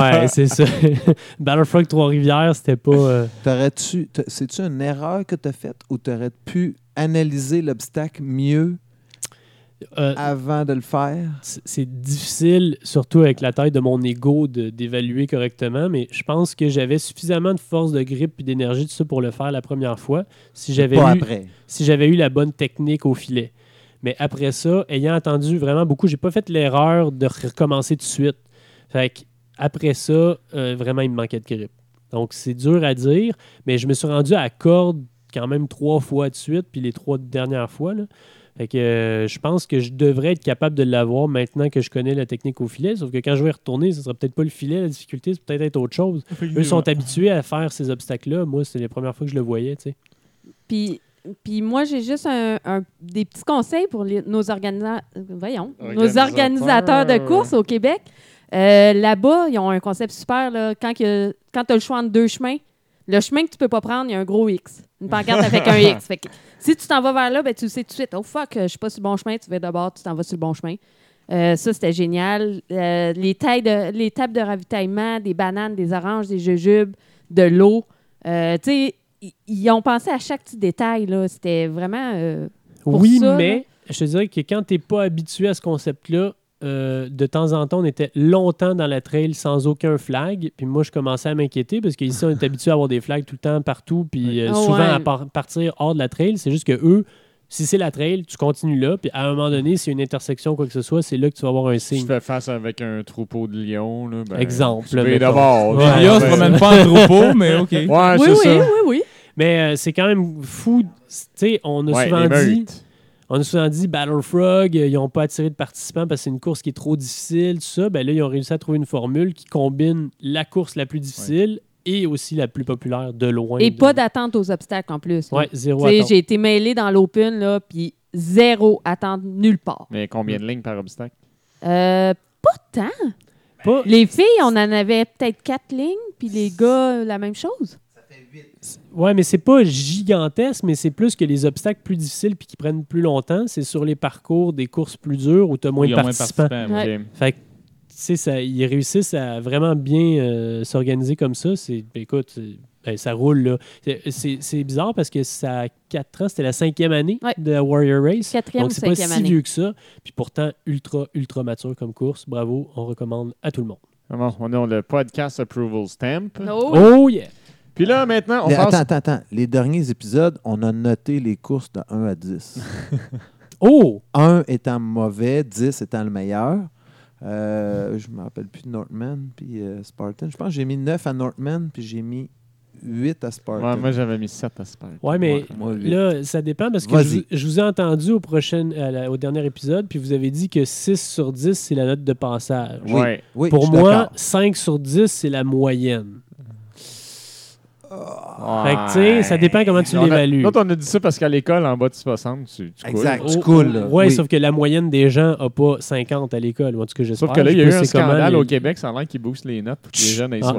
Euh,
ouais, c'est ça. Battlefrog Trois-Rivières, c'était pas. euh,
T'aurais-tu, t'a- c'est-tu une erreur que t'as faite ou t'aurais pu analyser l'obstacle mieux
euh,
avant de le faire?
c'est c'est difficile, surtout avec la taille de mon ego, de- d'évaluer correctement, mais je pense que j'avais suffisamment de force de grippe et d'énergie tout ça pour le faire la première fois si j'avais
Pas
eu,
après.
si j'avais eu la bonne technique au filet. Mais après ça, ayant attendu vraiment beaucoup, j'ai pas fait l'erreur de recommencer tout de suite. Fait que après ça, euh, vraiment, il me manquait de grippe. Donc, c'est dur à dire, mais je me suis rendu à la corde quand même trois fois de suite, puis les trois dernières fois. là. Fait que euh, je pense que je devrais être capable de l'avoir maintenant que je connais la technique au filet. Sauf que quand je vais y retourner, ce sera peut-être pas le filet, la difficulté, c'est peut-être être autre chose. Eux sont habitués à faire ces obstacles-là. Moi, c'est les premières fois que je le voyais, tu sais.
Puis, puis moi, j'ai juste un, un- des petits conseils pour les- nos, organisa- voyons, nos
Organisateurs.
organisateurs de courses au Québec. Euh, Là-bas, ils ont un concept super. Là, quand tu as le choix entre deux chemins, le chemin que tu peux pas prendre, il y a un gros X. Une pancarte avec un X. Fait que si tu t'en vas vers là, ben, tu le sais tout de suite. Oh fuck, euh, je suis pas sur le bon chemin. Tu vas d'abord, tu t'en vas sur le bon chemin. Euh, ça, c'était génial. Euh, les, tailles de, les tables de ravitaillement, des bananes, des oranges, des jujubes, de l'eau. Euh, tu sais, i- ils ont pensé à chaque petit détail. là. C'était vraiment. euh, pour
Oui,
ça,
mais
là.
je te dirais que quand tu n'es pas habitué à ce concept-là, euh, de temps en temps, on était longtemps dans la trail sans aucun flag. Puis moi, je commençais à m'inquiéter parce qu'ici, on est habitué à avoir des flags tout le temps, partout. Puis euh,
Ah
souvent,
ouais.
à par- partir hors de la trail, c'est juste que eux, si c'est la trail, tu continues là. Puis à un moment donné, s'il y a une intersection, quoi que ce soit, c'est là que tu vas avoir un
Si tu
signe.
fais face avec un troupeau de lions, là, ben,
Exemple,
tu vas
mettons.
d'abord.
Ouais,
Les lions se
ouais.
promènent pas en troupeau, mais OK.
Ah,
Ouais,
oui,
c'est
oui,
ça.
oui, oui.
Mais euh, c'est quand même fou. Tu sais, on a
Ouais,
souvent dit.
émeute.
On a souvent dit Battle Frog, euh, ils n'ont pas attiré de participants parce que c'est une course qui est trop difficile, tout ça. Ben là, ils ont réussi à trouver une formule qui combine la course la plus difficile et aussi la plus populaire de loin.
Et
de-
pas d'attente aux obstacles en plus. là.
Ouais, zéro
Tu sais,
attente.
J'ai été mêlée dans l'open, là, puis zéro attente nulle part.
Mais combien de lignes par obstacle?
Euh, pas tant.
Pas-
Les filles, on en avait peut-être quatre lignes, puis les gars, la même chose.
Ouais, mais c'est pas gigantesque, mais c'est plus que les obstacles plus difficiles puis qui prennent plus longtemps. C'est sur les parcours des courses plus dures où tu as moins
Ils
de
ont moins de
participants.
participants, ouais.
Ouais.
Ok.
Fait que, tu sais, ça- ils réussissent à vraiment bien euh, s'organiser comme ça. C'est, ben, écoute, c'est- ben, ça roule, là. C'est- C'est c'est bizarre parce que ça a 4 ans, c'était la cinquième année
Ouais.
de la Warrior Race.
Quatrième
Donc,
ou
c'est pas
cinquième
si
année.
vieux que ça. Puis pourtant, ultra, ultra mature comme course. Bravo, on recommande à tout le monde.
Bon, on a le podcast approval stamp.
Oh yeah!
Puis là, maintenant, on
Mais
passe...
Attends, attends, attends. Les derniers épisodes, on a noté les courses de 1 à 10.
Oh!
1 étant mauvais, 10 étant le meilleur. Euh, je me rappelle plus de Northman puis euh, Spartan. Je pense que j'ai mis 9 à Northman puis j'ai mis 8 à Spartan.
Ouais, moi, j'avais mis 7 à Spark.
Ouais, mais
Moi, huit.
Là, ça dépend parce que
Vas-y.
je, vous- je vous ai entendu au, prochain, à la- au dernier épisode, puis vous avez dit que 6 sur 10, c'est la note de passage.
Oui.
Ouais.
Oui, je
Pour
suis
moi,
d'accord.
5 sur 10, c'est la moyenne. Fait que, tu sais, ça dépend comment tu
On a-
l'évalues.
L'autre, on a dit ça parce qu'à l'école, en bas de 60, tu, tu coules.
Exact.
Oh,
tu coules, là.
Ouais,
Oui.
sauf que la moyenne des gens n'a pas 50 à l'école, ou en tout cas, j'espère.
Sauf que là, il y a
Je
eu
sais
un
pas c'est comment,
scandale
mais-
au Québec, ça a l'air qu'ils boostent les notes pour que les jeunes aient
Ah.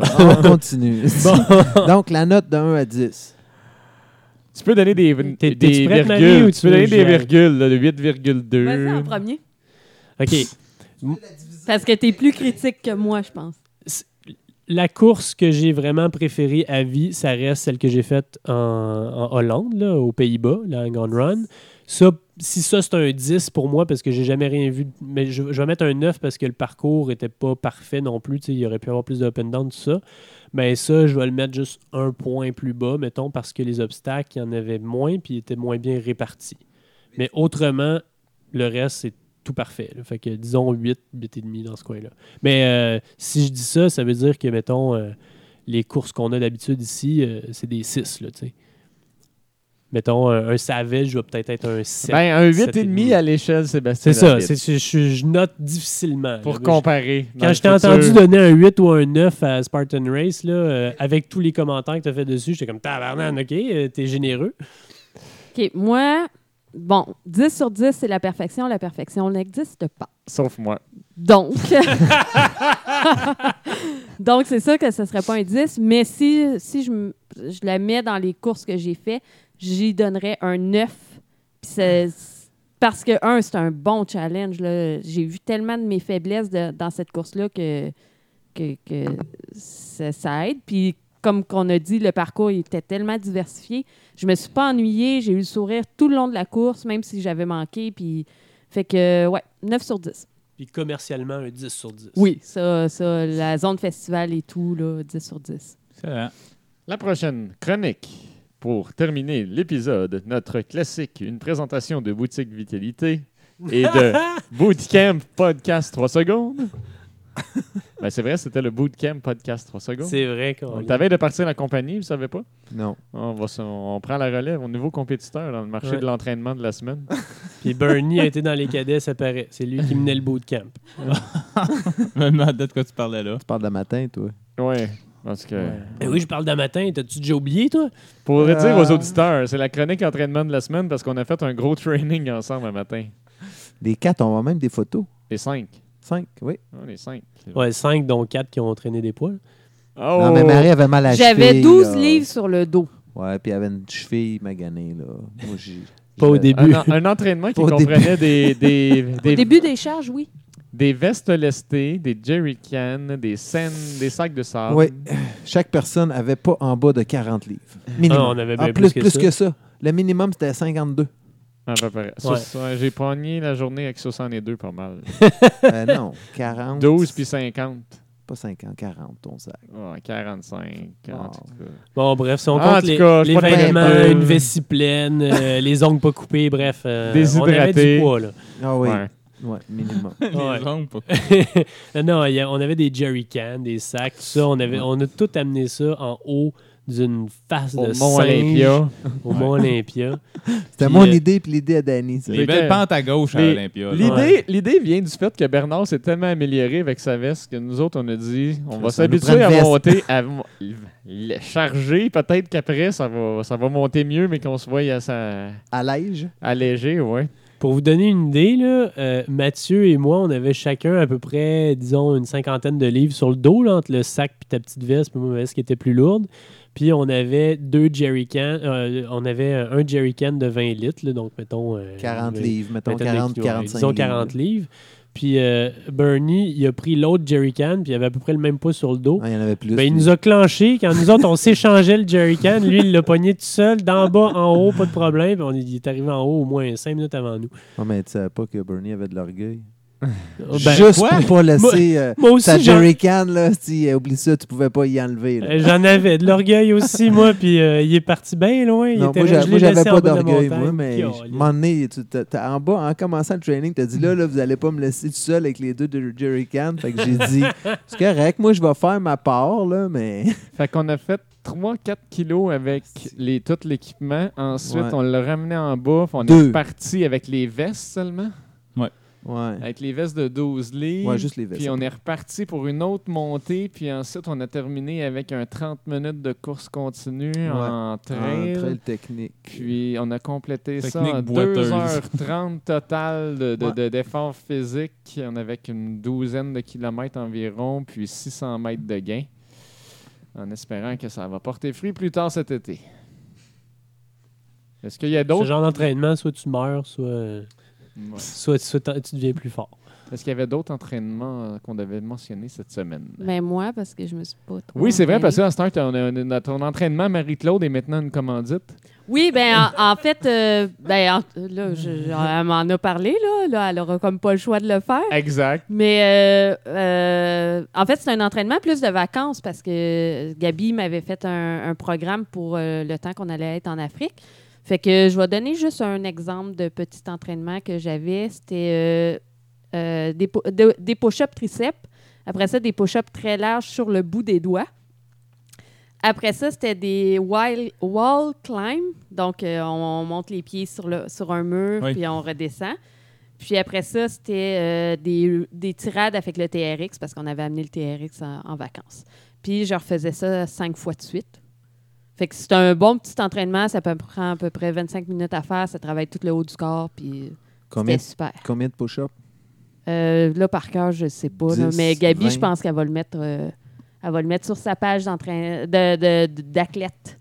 60.
On continue. Donc, la note de 1 à 10.
Tu peux donner des,
T'es-
des
t'es-tu prête, Marie, ou
virgules.
tu
tu peux donner
veux
des
gérer?
virgules, là, de
Vas-y en
8,2.
premier.
OK.
Parce que t'es plus critique que moi, je pense.
La course que j'ai vraiment préférée à vie, ça reste celle que j'ai faite en, en Hollande, là, aux Pays-Bas, la Hang On Run. Ça, si ça, c'est un 10 pour moi, parce que j'ai jamais rien vu. de- Mais je, je vais mettre un 9 parce que le parcours était pas parfait non plus. tu sais, Il aurait pu avoir plus d'up and down, tout ça. Mais Ben, ça, je vais le mettre juste un point plus bas, mettons, parce que les obstacles, il y en avait moins, puis ils étaient moins bien répartis. Mais autrement, le reste, c'est tout parfait. là. Fait que disons 8, 8,5 dans ce coin-là. Mais euh, si je dis ça, ça veut dire que, mettons, euh, les courses qu'on a d'habitude ici, euh, c'est des 6, là, tu sais. Mettons, un, un Savage va peut-être être un 7.
Ben, un
sept et
8,5
demi.
à l'échelle Sébastien.
c'est ça.
Lafitte,
c'est- c'est- je, je note difficilement.
Pour
là.
comparer. dans
Quand
le
je t'ai
futur.
entendu donner un 8 ou un 9 à Spartan Race, là, euh, avec tous les commentaires que tu as fait dessus, j'étais comme Tabarnan, ok, euh, t'es généreux.
OK, moi, bon, 10 sur 10, c'est la perfection. La perfection n'existe pas.
Sauf moi.
Donc, donc c'est sûr que ce serait pas un 10, mais si, si je, m- je la mets dans les courses que j'ai fait, j'y donnerais un 9. Puis c'est- parce que, un, c'est un bon challenge. là. J'ai vu tellement de mes faiblesses de- dans cette course-là que, que, que ça, ça aide. Puis, comme qu'on a dit, le parcours il était tellement diversifié. Je me suis pas ennuyée. J'ai eu le sourire tout le long de la course, même si j'avais manqué. Puis, fait que, ouais, 9 sur 10.
Puis commercialement, un 10 sur 10.
Oui, ça, ça, la zone festival et tout, là, 10 sur 10.
Excellent.
La prochaine chronique. Pour terminer l'épisode, notre classique, une présentation de Boutique Vitalité et de Bootcamp Podcast 3 secondes. Ben, c'est vrai, c'était le Bootcamp Podcast 3 secondes.
C'est vrai qu'on.
On t'avait de partir la compagnie, vous savez pas?
Non.
Ah, On, va se- on prend la relève au nouveau compétiteur dans le marché
Ouais.
de l'entraînement de la semaine.
Puis Bernie a été dans les cadets, ça paraît. C'est lui qui menait le bootcamp.
Je me demandais de quoi tu parlais là.
Tu parles de la matin, toi.
Ouais. Parce que.
Mais Ben oui, je parle d'un matin. T'as-tu déjà oublié, toi?
Pour le dire
Euh.
aux auditeurs, c'est la chronique entraînement de la semaine parce qu'on a fait un gros training ensemble un matin.
Les quatre, on voit même des photos.
Les cinq.
Cinq, oui.
On est cinq.
Ouais, 5, dont 4 qui ont traîné des poils.
Oh!
Non, mais Marie avait mal à la
J'avais
cheville,
12
là.
livres sur le dos.
Ouais, puis elle avait une cheville maganée, là. Moi, j'ai.
Pas au
j'ai-
début.
un, en- un entraînement qui
Au
comprenait des, des, des,
Début des charges, oui.
des vestes lestées, des jerry cans, des scènes, des sacs de sable.
Oui. Ah. Chaque personne avait pas en bas de 40 livres. Minimum.
Ah, on avait bien
Ah, plus,
plus que ça.
Le minimum, c'était 52.
À peu près. Ça,
Ouais.
ça, J'ai pogné la journée avec 62 pas mal.
Euh, non, 40.
12 puis 50.
Pas 50, 40, ton sac.
Oh, 45. En
Wow.
tout cas.
Bon, bref, si on
En
compte
tout
les,
cas,
les
pas de
vêtements,
problème.
une vessie pleine, euh, les ongles pas coupés, bref. euh, on
Déshydraté.
avait du poids, là.
Ah oui.
Ouais.
Ouais, minimum.
Les
Ouais.
ongles, pas-
non, il y a- on avait des jerry cans, des sacs, tout ça. On, avait, on a tout amené ça en haut d'une face
Au
de
Mont
singe
Olympia.
au Mont Olympia.
C'était
Puis,
mon
euh,
idée, puis l'idée à Danny. ça.
Les
que-
belles pentes à gauche à
les-
Olympia. là.
L'idée
Ouais.
l'idée vient du fait que Bernard s'est tellement amélioré avec sa veste que nous autres, on a dit on va
Ça nous
s'habituer
prend
à
une veste.
monter, à mo- le charger. Peut-être qu'après, ça va, ça va monter mieux, mais qu'on se voie à sa-
Allège.
allégé, ouais.
Pour vous donner une idée, là, euh, Mathieu et moi, on avait chacun à peu près, disons, une cinquantaine de livres sur le dos, là, entre le sac puis ta petite veste, puis ma veste qui était plus lourde. Puis on avait deux jerry cans, euh, on avait euh, un jerry can de 20 litres, là, donc mettons... euh,
40
20
livres, mettons
mettons
40,
des-
45
disons
livres.
40 livres. Puis euh, Bernie, il a pris l'autre jerry can, puis il avait à peu près le même poids sur le dos.
Ah, il y en avait plus.
Ben, il
lui.
nous a clenché. Quand nous autres, on s'échangeait le jerrycan, lui, il l'a pogné tout seul, d'en bas, en haut, pas de problème. Puis On est- il est arrivé en haut au moins cinq minutes avant nous.
Non, mais tu savais pas que Bernie avait de l'orgueil.
Ben,
Oh, Juste
quoi?
pour pas laisser euh,
Moi aussi,
ta
j'en-
jerry can, là. Si, euh, oublie ça, tu pouvais pas y enlever. là.
euh, J'en avais de l'orgueil aussi, moi, puis euh, il est parti bien loin. Il
Non,
était
moi, j'a-
je l'ai
moi, j'avais
laissé en
pas
bas de la
d'orgueil, moi,
montagne.
mais
Puis, oh,
je- un
il-
moment donné, tu- t'as- t'as- en bas, en commençant le training, t'as dit là, là, vous allez pas me laisser tout seul avec les deux de Jerry Can. Fait que j'ai dit, c'est correct, moi, je vais faire ma part, là, mais.
Fait qu'on a fait 3-4 kilos avec les, tout l'équipement. Ensuite,
Ouais.
on l'a ramené en bas. On
Deux.
est parti avec les vestes seulement.
Ouais.
Avec les vestes de 12 livres.
Ouais, juste les vestes.
Puis on est reparti pour une autre montée. Puis ensuite, on a terminé avec un 30 minutes de course continue en trail.
Un Ah, trail technique.
Puis on a complété
Technique
ça en
boiteuse.
2h30 total de- de-
Ouais.
de- d'efforts physiques. On avait une douzaine de kilomètres environ, puis 600 mètres de gain. En espérant que ça va porter fruit plus tard cet été. Est-ce qu'il y a
Ce
d'autres
genre d'entraînement, soit tu meurs, soit, euh,
Ouais.
soit, soit t'en- tu deviens plus fort.
Est-ce qu'il y avait d'autres entraînements euh, qu'on devait mentionner cette semaine?
Ben, moi, parce que je me suis pas trop
Oui, c'est vrai, parce
emballée.
que à Start, on a, on a- ton entraînement, Marie-Claude, est maintenant une commandite.
Oui, ben, en, en fait, euh, ben, en- là, je- je- elle m'en a parlé, là, là. Elle aura comme pas le choix de le faire.
Exact.
Mais euh, euh, en fait, c'est un entraînement plus de vacances parce que Gabi m'avait fait un, un programme pour euh, le temps qu'on allait être en Afrique. Fait que je vais donner juste un exemple de petit entraînement que j'avais. C'était euh, euh, des, po- de- des push-ups triceps. Après ça, des push-ups très larges sur le bout des doigts. Après ça, c'était des wall, wall climb. Donc, euh, on, on monte les pieds sur, le, sur un mur,
Oui.
puis on redescend. Puis après ça, c'était euh, des, des tirades avec le TRX, parce qu'on avait amené le TRX en, en vacances. Puis je refaisais ça cinq fois de suite. Fait que c'est un bon petit entraînement. Ça peut prend à peu près 25 minutes à faire. Ça travaille tout le haut du corps, puis
Combien,
c'était super.
combien de push-ups?
Euh, là, par cœur, je sais pas. là,
10,
mais Gabi,
20.
je pense qu'elle va le mettre. euh, elle va le mettre sur sa page d'entraîne- de- de- de- d'athlète.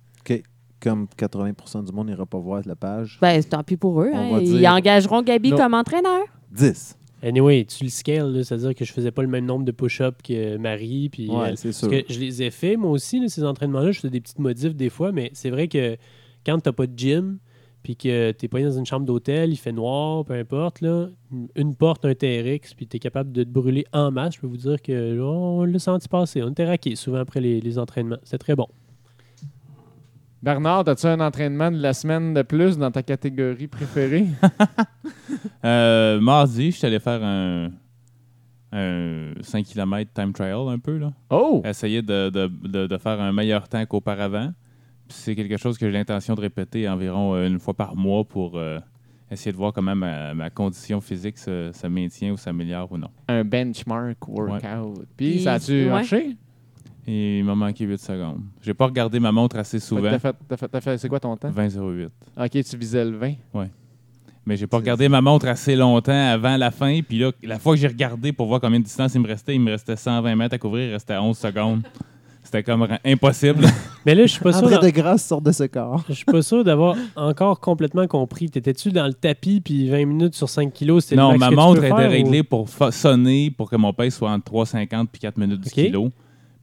Comme 80 du monde n'ira pas voir la page.
Ben, tant pis pour eux.
On
hein.
va
Ils
dire-
engageront Gabi
Non.
comme entraîneur.
10.
Anyway, tu le scales, là, c'est-à-dire que je faisais pas le même nombre de push-ups que Marie. Puis,
Ouais,
euh,
c'est sûr.
parce que je les ai faits, moi aussi, là, ces entraînements-là. Je faisais des petites modifs des fois, mais c'est vrai que quand t'as pas de gym, puis que t'es pas dans une chambre d'hôtel, il fait noir, peu importe, là, une porte, un TRX, puis t'es capable de te brûler en masse, je peux vous dire que là, on l'a senti passer. On était raqué souvent après les, les entraînements. C'était très bon.
Bernard, as-tu un entraînement de la semaine de plus dans ta catégorie préférée?
Euh, mardi, je suis allé faire un, un 5 km time trial un peu. Là.
Oh!
Essayer de, de- de- de faire un meilleur temps qu'auparavant. Puis C'est quelque chose que j'ai l'intention de répéter environ euh, une fois par mois pour euh, essayer de voir comment ma, ma condition physique se, se maintient ou s'améliore ou non.
Un benchmark workout. Puis,
Puis,
ça a-tu
ouais.
marché?
Et il m'a manqué 8 secondes. J'ai pas regardé ma montre assez
Fait que
souvent.
t'as fait- t'as fait- t'as fait- c'est quoi ton temps?
20.08.
Ok, tu visais le 20.
Mais j'ai pas regardé ma montre assez longtemps avant la fin. Puis là, la fois que j'ai regardé pour voir combien de distance il me restait, il me restait 120 mètres à couvrir, il restait 11 secondes. C'était comme ra- impossible.
Mais là, je suis pas sûr.
André
d'en-
de grâce sort de ce corps.
Je suis pas sûr d'avoir encore complètement compris. T'étais-tu dans le tapis, puis 20 minutes sur 5 kilos, c'était
non,
le max
ma
que tu
montre
peux
était
faire, ou-
réglée pour fa- sonner pour que mon pace soit entre 3,50 puis 4 minutes du
Ok.
kilo.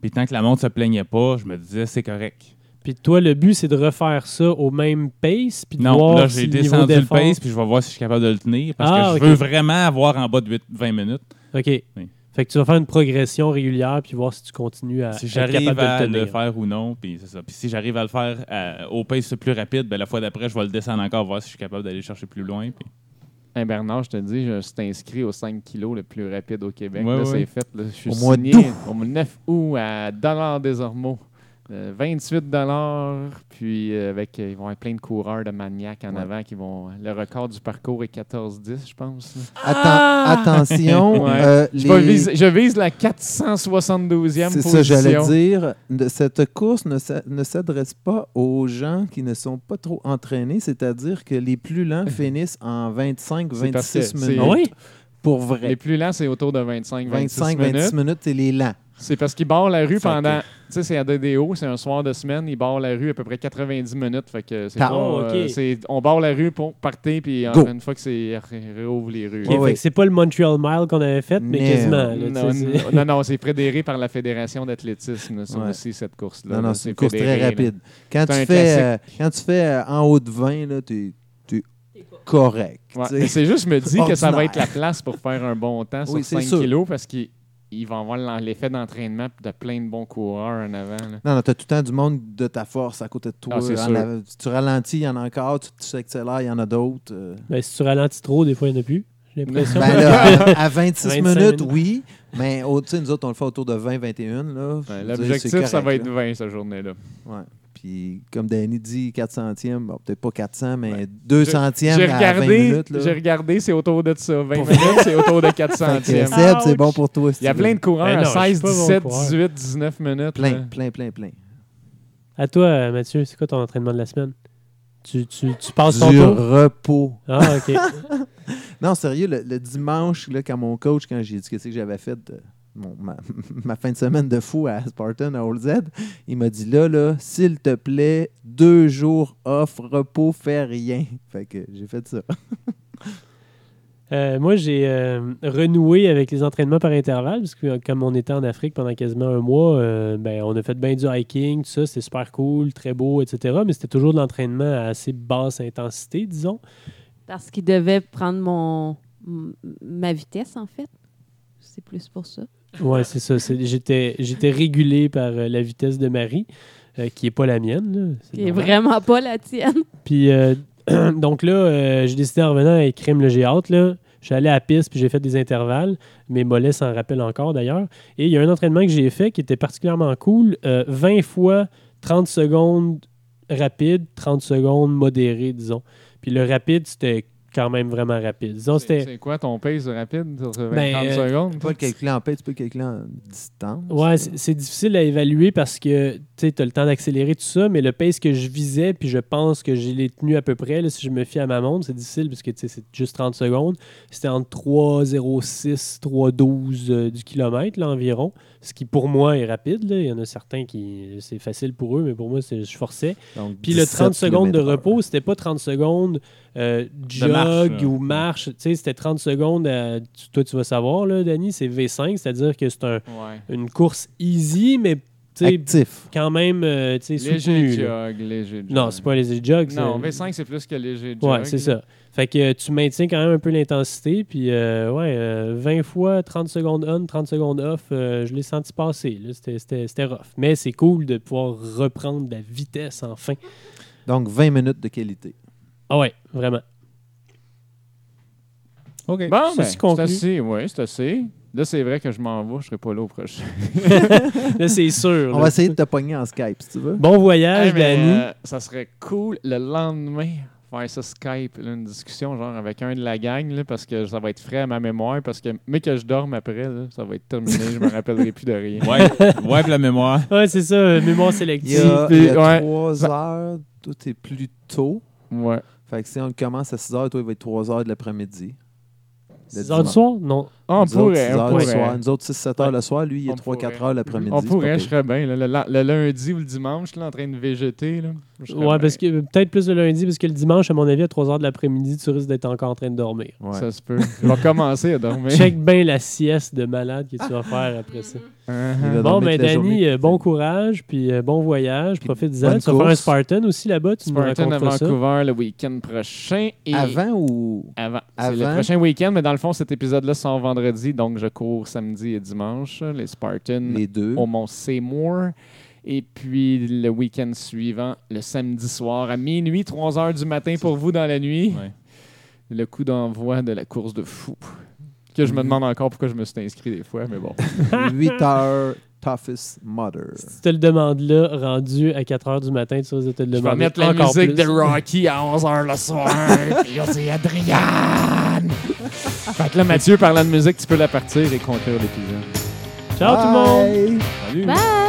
Puis tant que la montre se plaignait pas, je me disais c'est correct.
Puis toi, le but, c'est de refaire ça au même pace, puis de
Non,
voir
là,
si
j'ai
le niveau
descendu le
d'effort-
pace puis je vais voir si je suis capable de le tenir parce
Ah,
que je
ok.
veux vraiment avoir en bas de 8 20 minutes.
OK.
Oui.
Fait que tu vas faire une progression régulière, puis voir si tu continues à Ah,
si
être
j'arrive
capable de
à
le
le,
tenir.
faire ou non, puis c'est ça. Puis si j'arrive à le faire euh, au pace le plus rapide, ben, la fois d'après, je vais le descendre encore, voir si je suis capable d'aller chercher plus loin. puis-
Hey, Bernard, je te dis, je suis inscrit au 5 kilos le plus rapide au Québec.
Ouais,
là,
ouais.
c'est fait. là. Je suis
Au mois
signé
d'août.
au 9 août à Dollar des Ormeaux. Euh, 28 dollars, puis euh, avec, euh, ils vont avoir plein de coureurs de maniaques en
Ouais.
avant qui vont. euh, Le record du parcours est 14-10, je pense.
Atten- attention,
Ouais.
euh,
Je, vais
les-
viser- je vise la 472e
c'est
position.
ça j'allais dire. Ne- Cette course ne, s'a- ne s'adresse pas aux gens qui ne sont pas trop entraînés, c'est-à-dire que les plus lents finissent en
C'est parce que
25-26
c'est-
minutes.
Ah oui?
Pour
Les
vrai.
plus lents, c'est autour de 25-26
25-26
minutes.
minutes. c'est les lents.
C'est parce qu'ils barrent la rue
Ça,
pendant. Tu sais, c'est à DDO, c'est un soir de semaine, ils barrent la rue à peu près 90 minutes. Fait que c'est
Ta-
pas,
Oh,
euh,
ok.
c'est- on barre la rue pour partir, puis euh,
Ah, Go.
une fois que c'est. ré- réouvre les rues.
OK,
Ouais,
là.
fait
ouais.
que c'est pas le Montreal Mile qu'on avait fait, mais
Non.
quasiment. là, tu
Non,
sais, c'est-
non, non, non, c'est prédéré par la Fédération d'athlétisme, ça
Ouais.
aussi, cette course-là.
Non, non,
là,
c'est une course
fédéré,
très
là.
rapide. Quand
C'est
tu,
un
fais, euh, quand tu fais euh, en haut de 20, là, t'es, t'es correct.
Ouais,
tu sais.
mais C'est juste, je me dis que ça va
Ordinaire.
être la place pour faire un bon temps
Oui,
sur
c'est
5
sûr.
kilos parce qu'ils ils vont avoir l'en- l'effet d'entraînement de plein de bons coureurs en avant. là.
Non, non, t'as tout le temps du monde de ta force à côté de toi.
Ah, c'est
En
sûr.
av- tu ralentis, il y en a encore. Tu, tu accélères, il y en a d'autres. euh.
Ben, si tu ralentis trop, des fois, il n'y en a plus. J'ai l'impression.
Ben là, à, à 26
25
minutes,
minutes.
oui. Mais au, tu sais, nous autres, on le fait autour de 20-21. là. Je
Ouais,
veux dire,
L'objectif,
c'est
ça
correct,
va être
là.
20 cette journée-là.
Ouais. Puis, comme Danny dit, 400e, bon, peut-être pas 400, mais 200e
J'ai
à 20
regardé,
minutes. là.
j'ai regardé, c'est autour de ça. 20 minutes, c'est autour de
Fait que,
400e.
Seb, c'est bon pour toi. si
Il y a
tu veux.
plein de coureurs
Ben non,
à
je suis
16,
pas bon
17,
coureur.
18, 19 minutes. là.
Plein, plein, plein, plein.
À toi, euh, Mathieu, c'est quoi ton entraînement de la semaine? Tu, tu, tu passes ton
Du
tour?
repos.
Ah, OK.
Non, sérieux, le, le dimanche, là, quand mon coach, quand j'ai dit qu'est-ce que j'avais fait de mon- ma, ma fin de semaine de fou à Spartan, à Old Z, il m'a dit là, là, s'il te plaît, deux jours off, repos, fais rien. Fait que j'ai fait ça.
Euh, moi, j'ai euh, renoué avec les entraînements par intervalle, parce que euh, comme on était en Afrique pendant quasiment un mois, euh, ben, on a fait bien du hiking, tout ça, c'était super cool, très beau, etc. Mais c'était toujours de l'entraînement à assez basse intensité, disons.
Parce qu'il devait prendre mon m- ma vitesse, en fait. C'est plus pour ça.
Ouais, c'est ça. c'est- J'étais j'étais régulé par euh, la vitesse de Marie, euh, qui n'est pas la mienne. là, c'est
Qui est
normal.
vraiment pas la tienne.
Puis euh, donc là, euh, j'ai décidé en revenant à crime le j'ai hâte là. Je suis allé à la piste puis j'ai fait des intervalles. Mes mollets s'en rappellent encore d'ailleurs. Et il y a un entraînement que j'ai fait qui était particulièrement cool. Euh, 20 fois 30 secondes rapide, 30 secondes modérées, disons. Puis le rapide, c'était quand même vraiment rapide. Disons,
C'est
c'était.
c'est quoi ton pace rapide sur 20
Ben,
30
euh,
Tu
secondes?
peux pas le calculer en paix, tu peux le calculer en distance.
Ouais, c'est c'est difficile à évaluer parce que tu as le temps d'accélérer tout ça, mais le pace que je visais, puis je pense que je l'ai tenu à peu près, là, si je me fie à ma montre, c'est difficile parce que tu sais, c'est juste 30 secondes. C'était entre 3,06, 3,12 euh, du kilomètre là, environ, ce qui pour moi est rapide. là. Il y en a certains qui c'est facile pour eux, mais pour moi, c'est- je forçais.
Donc,
Puis le
17
30 secondes de
kilomètres heure.
repos, c'était pas 30 secondes euh, jog
marche, là.
ou marche. Tu sais, c'était 30 secondes. à- tu- toi, tu vas savoir, là, Danny, c'est V5, c'est-à-dire que c'est un
Ouais.
une course easy, mais tu sais,
Actif.
quand même euh, tu sais,
Léger
soutenue. là.
jog, léger jog.
Non, c'est pas les jogs.
Non,
c'est-
V5, c'est plus que léger jog.
Ouais, c'est ça. Fait que euh, tu maintiens quand même un peu l'intensité, puis euh, ouais, euh, 20 fois 30 secondes on, 30 secondes off, euh, je l'ai senti passer. là. C'était- C'était c'était rough. Mais c'est cool de pouvoir reprendre la vitesse enfin.
Donc 20 minutes de qualité.
Ah ouais, vraiment.
OK.
Bon,
Ceci
ben, c'est
conclut.
assez. Oui, c'est assez. Là, c'est vrai que je m'en vais, je serai pas là au prochain.
Là, c'est sûr.
On
là.
va essayer de te pogner en Skype, si tu veux.
Bon voyage,
Hey, mais,
Danny.
euh, ça serait cool le lendemain faire ça Skype, là, une discussion genre avec un de la gang, là, parce que ça va être frais à ma mémoire, parce que mais que je dorme après, là, ça va être terminé, je me rappellerai plus de rien.
Ouais, ouais, pour la mémoire.
Ouais, c'est ça, euh, mémoire
Il y
sélective.
a,
puis,
il y a
ouais.
trois
Ben-
Ça-
heures. Toi, t'es plus tôt.
Ouais.
Fait que si on le commence à 6 heures, toi, il va être 3 heures de l'après-midi. Le
6 heures du
dimanche.
soir? Non.
Ah, On
nous autres, 6
pourrait, on
heures le
pourrait.
soir. Nous autres, 6-7 heures le soir. Lui, il est
On
3-4
pourrait.
heures l'après-midi.
On
c'est
pourrait,
pas
je
pire.
serais bien. là, le, la- le lundi ou le dimanche, là, en train de végéter. Là, je serais
Ouais, parce
bien.
que euh, peut-être plus le lundi, parce que le dimanche, à mon avis, à 3 h de l'après-midi, tu risques d'être encore en train de dormir.
Ouais.
Ça se peut. Je vais commencer à dormir.
Check bien la sieste de malade que tu vas faire après ça.
Il
Uh-huh.
va
Bon,
dormir
mais
toute la
Danny,
journée.
euh, bon courage, puis euh, bon voyage.
Puis
Profite-en.
bonne
Tu vas faire un
course.
Spartan aussi là-bas, tu
Spartan
me
à
raconteras ça.
Vancouver le week-end prochain. Et
Avant ou.
Avant. C'est le
Avant.
prochain week-end, mais dans le fond, cet épisode-là sort vendredi, donc je cours samedi et dimanche, les Spartans
Les deux.
au Mont Seymour. Et puis le week-end suivant, le samedi soir à minuit, 3 heures du matin pour vous dans la nuit,
Ouais.
le coup d'envoi de la course de fou. Que je me demande encore pourquoi je me suis inscrit des fois, mais bon.
8 heures, toughest mother.
Si tu te le demandes là, rendu à 4 h du matin, tu risques de te le
Je vais
demander
mettre la
encore
musique
plus.
de Rocky à 11h le soir. Puis on dit Adrian! fait que là, Mathieu, parlant de musique, tu peux la partir et conclure l'épisode.
Ciao tout le
Bye.
monde!
Salut.
Bye!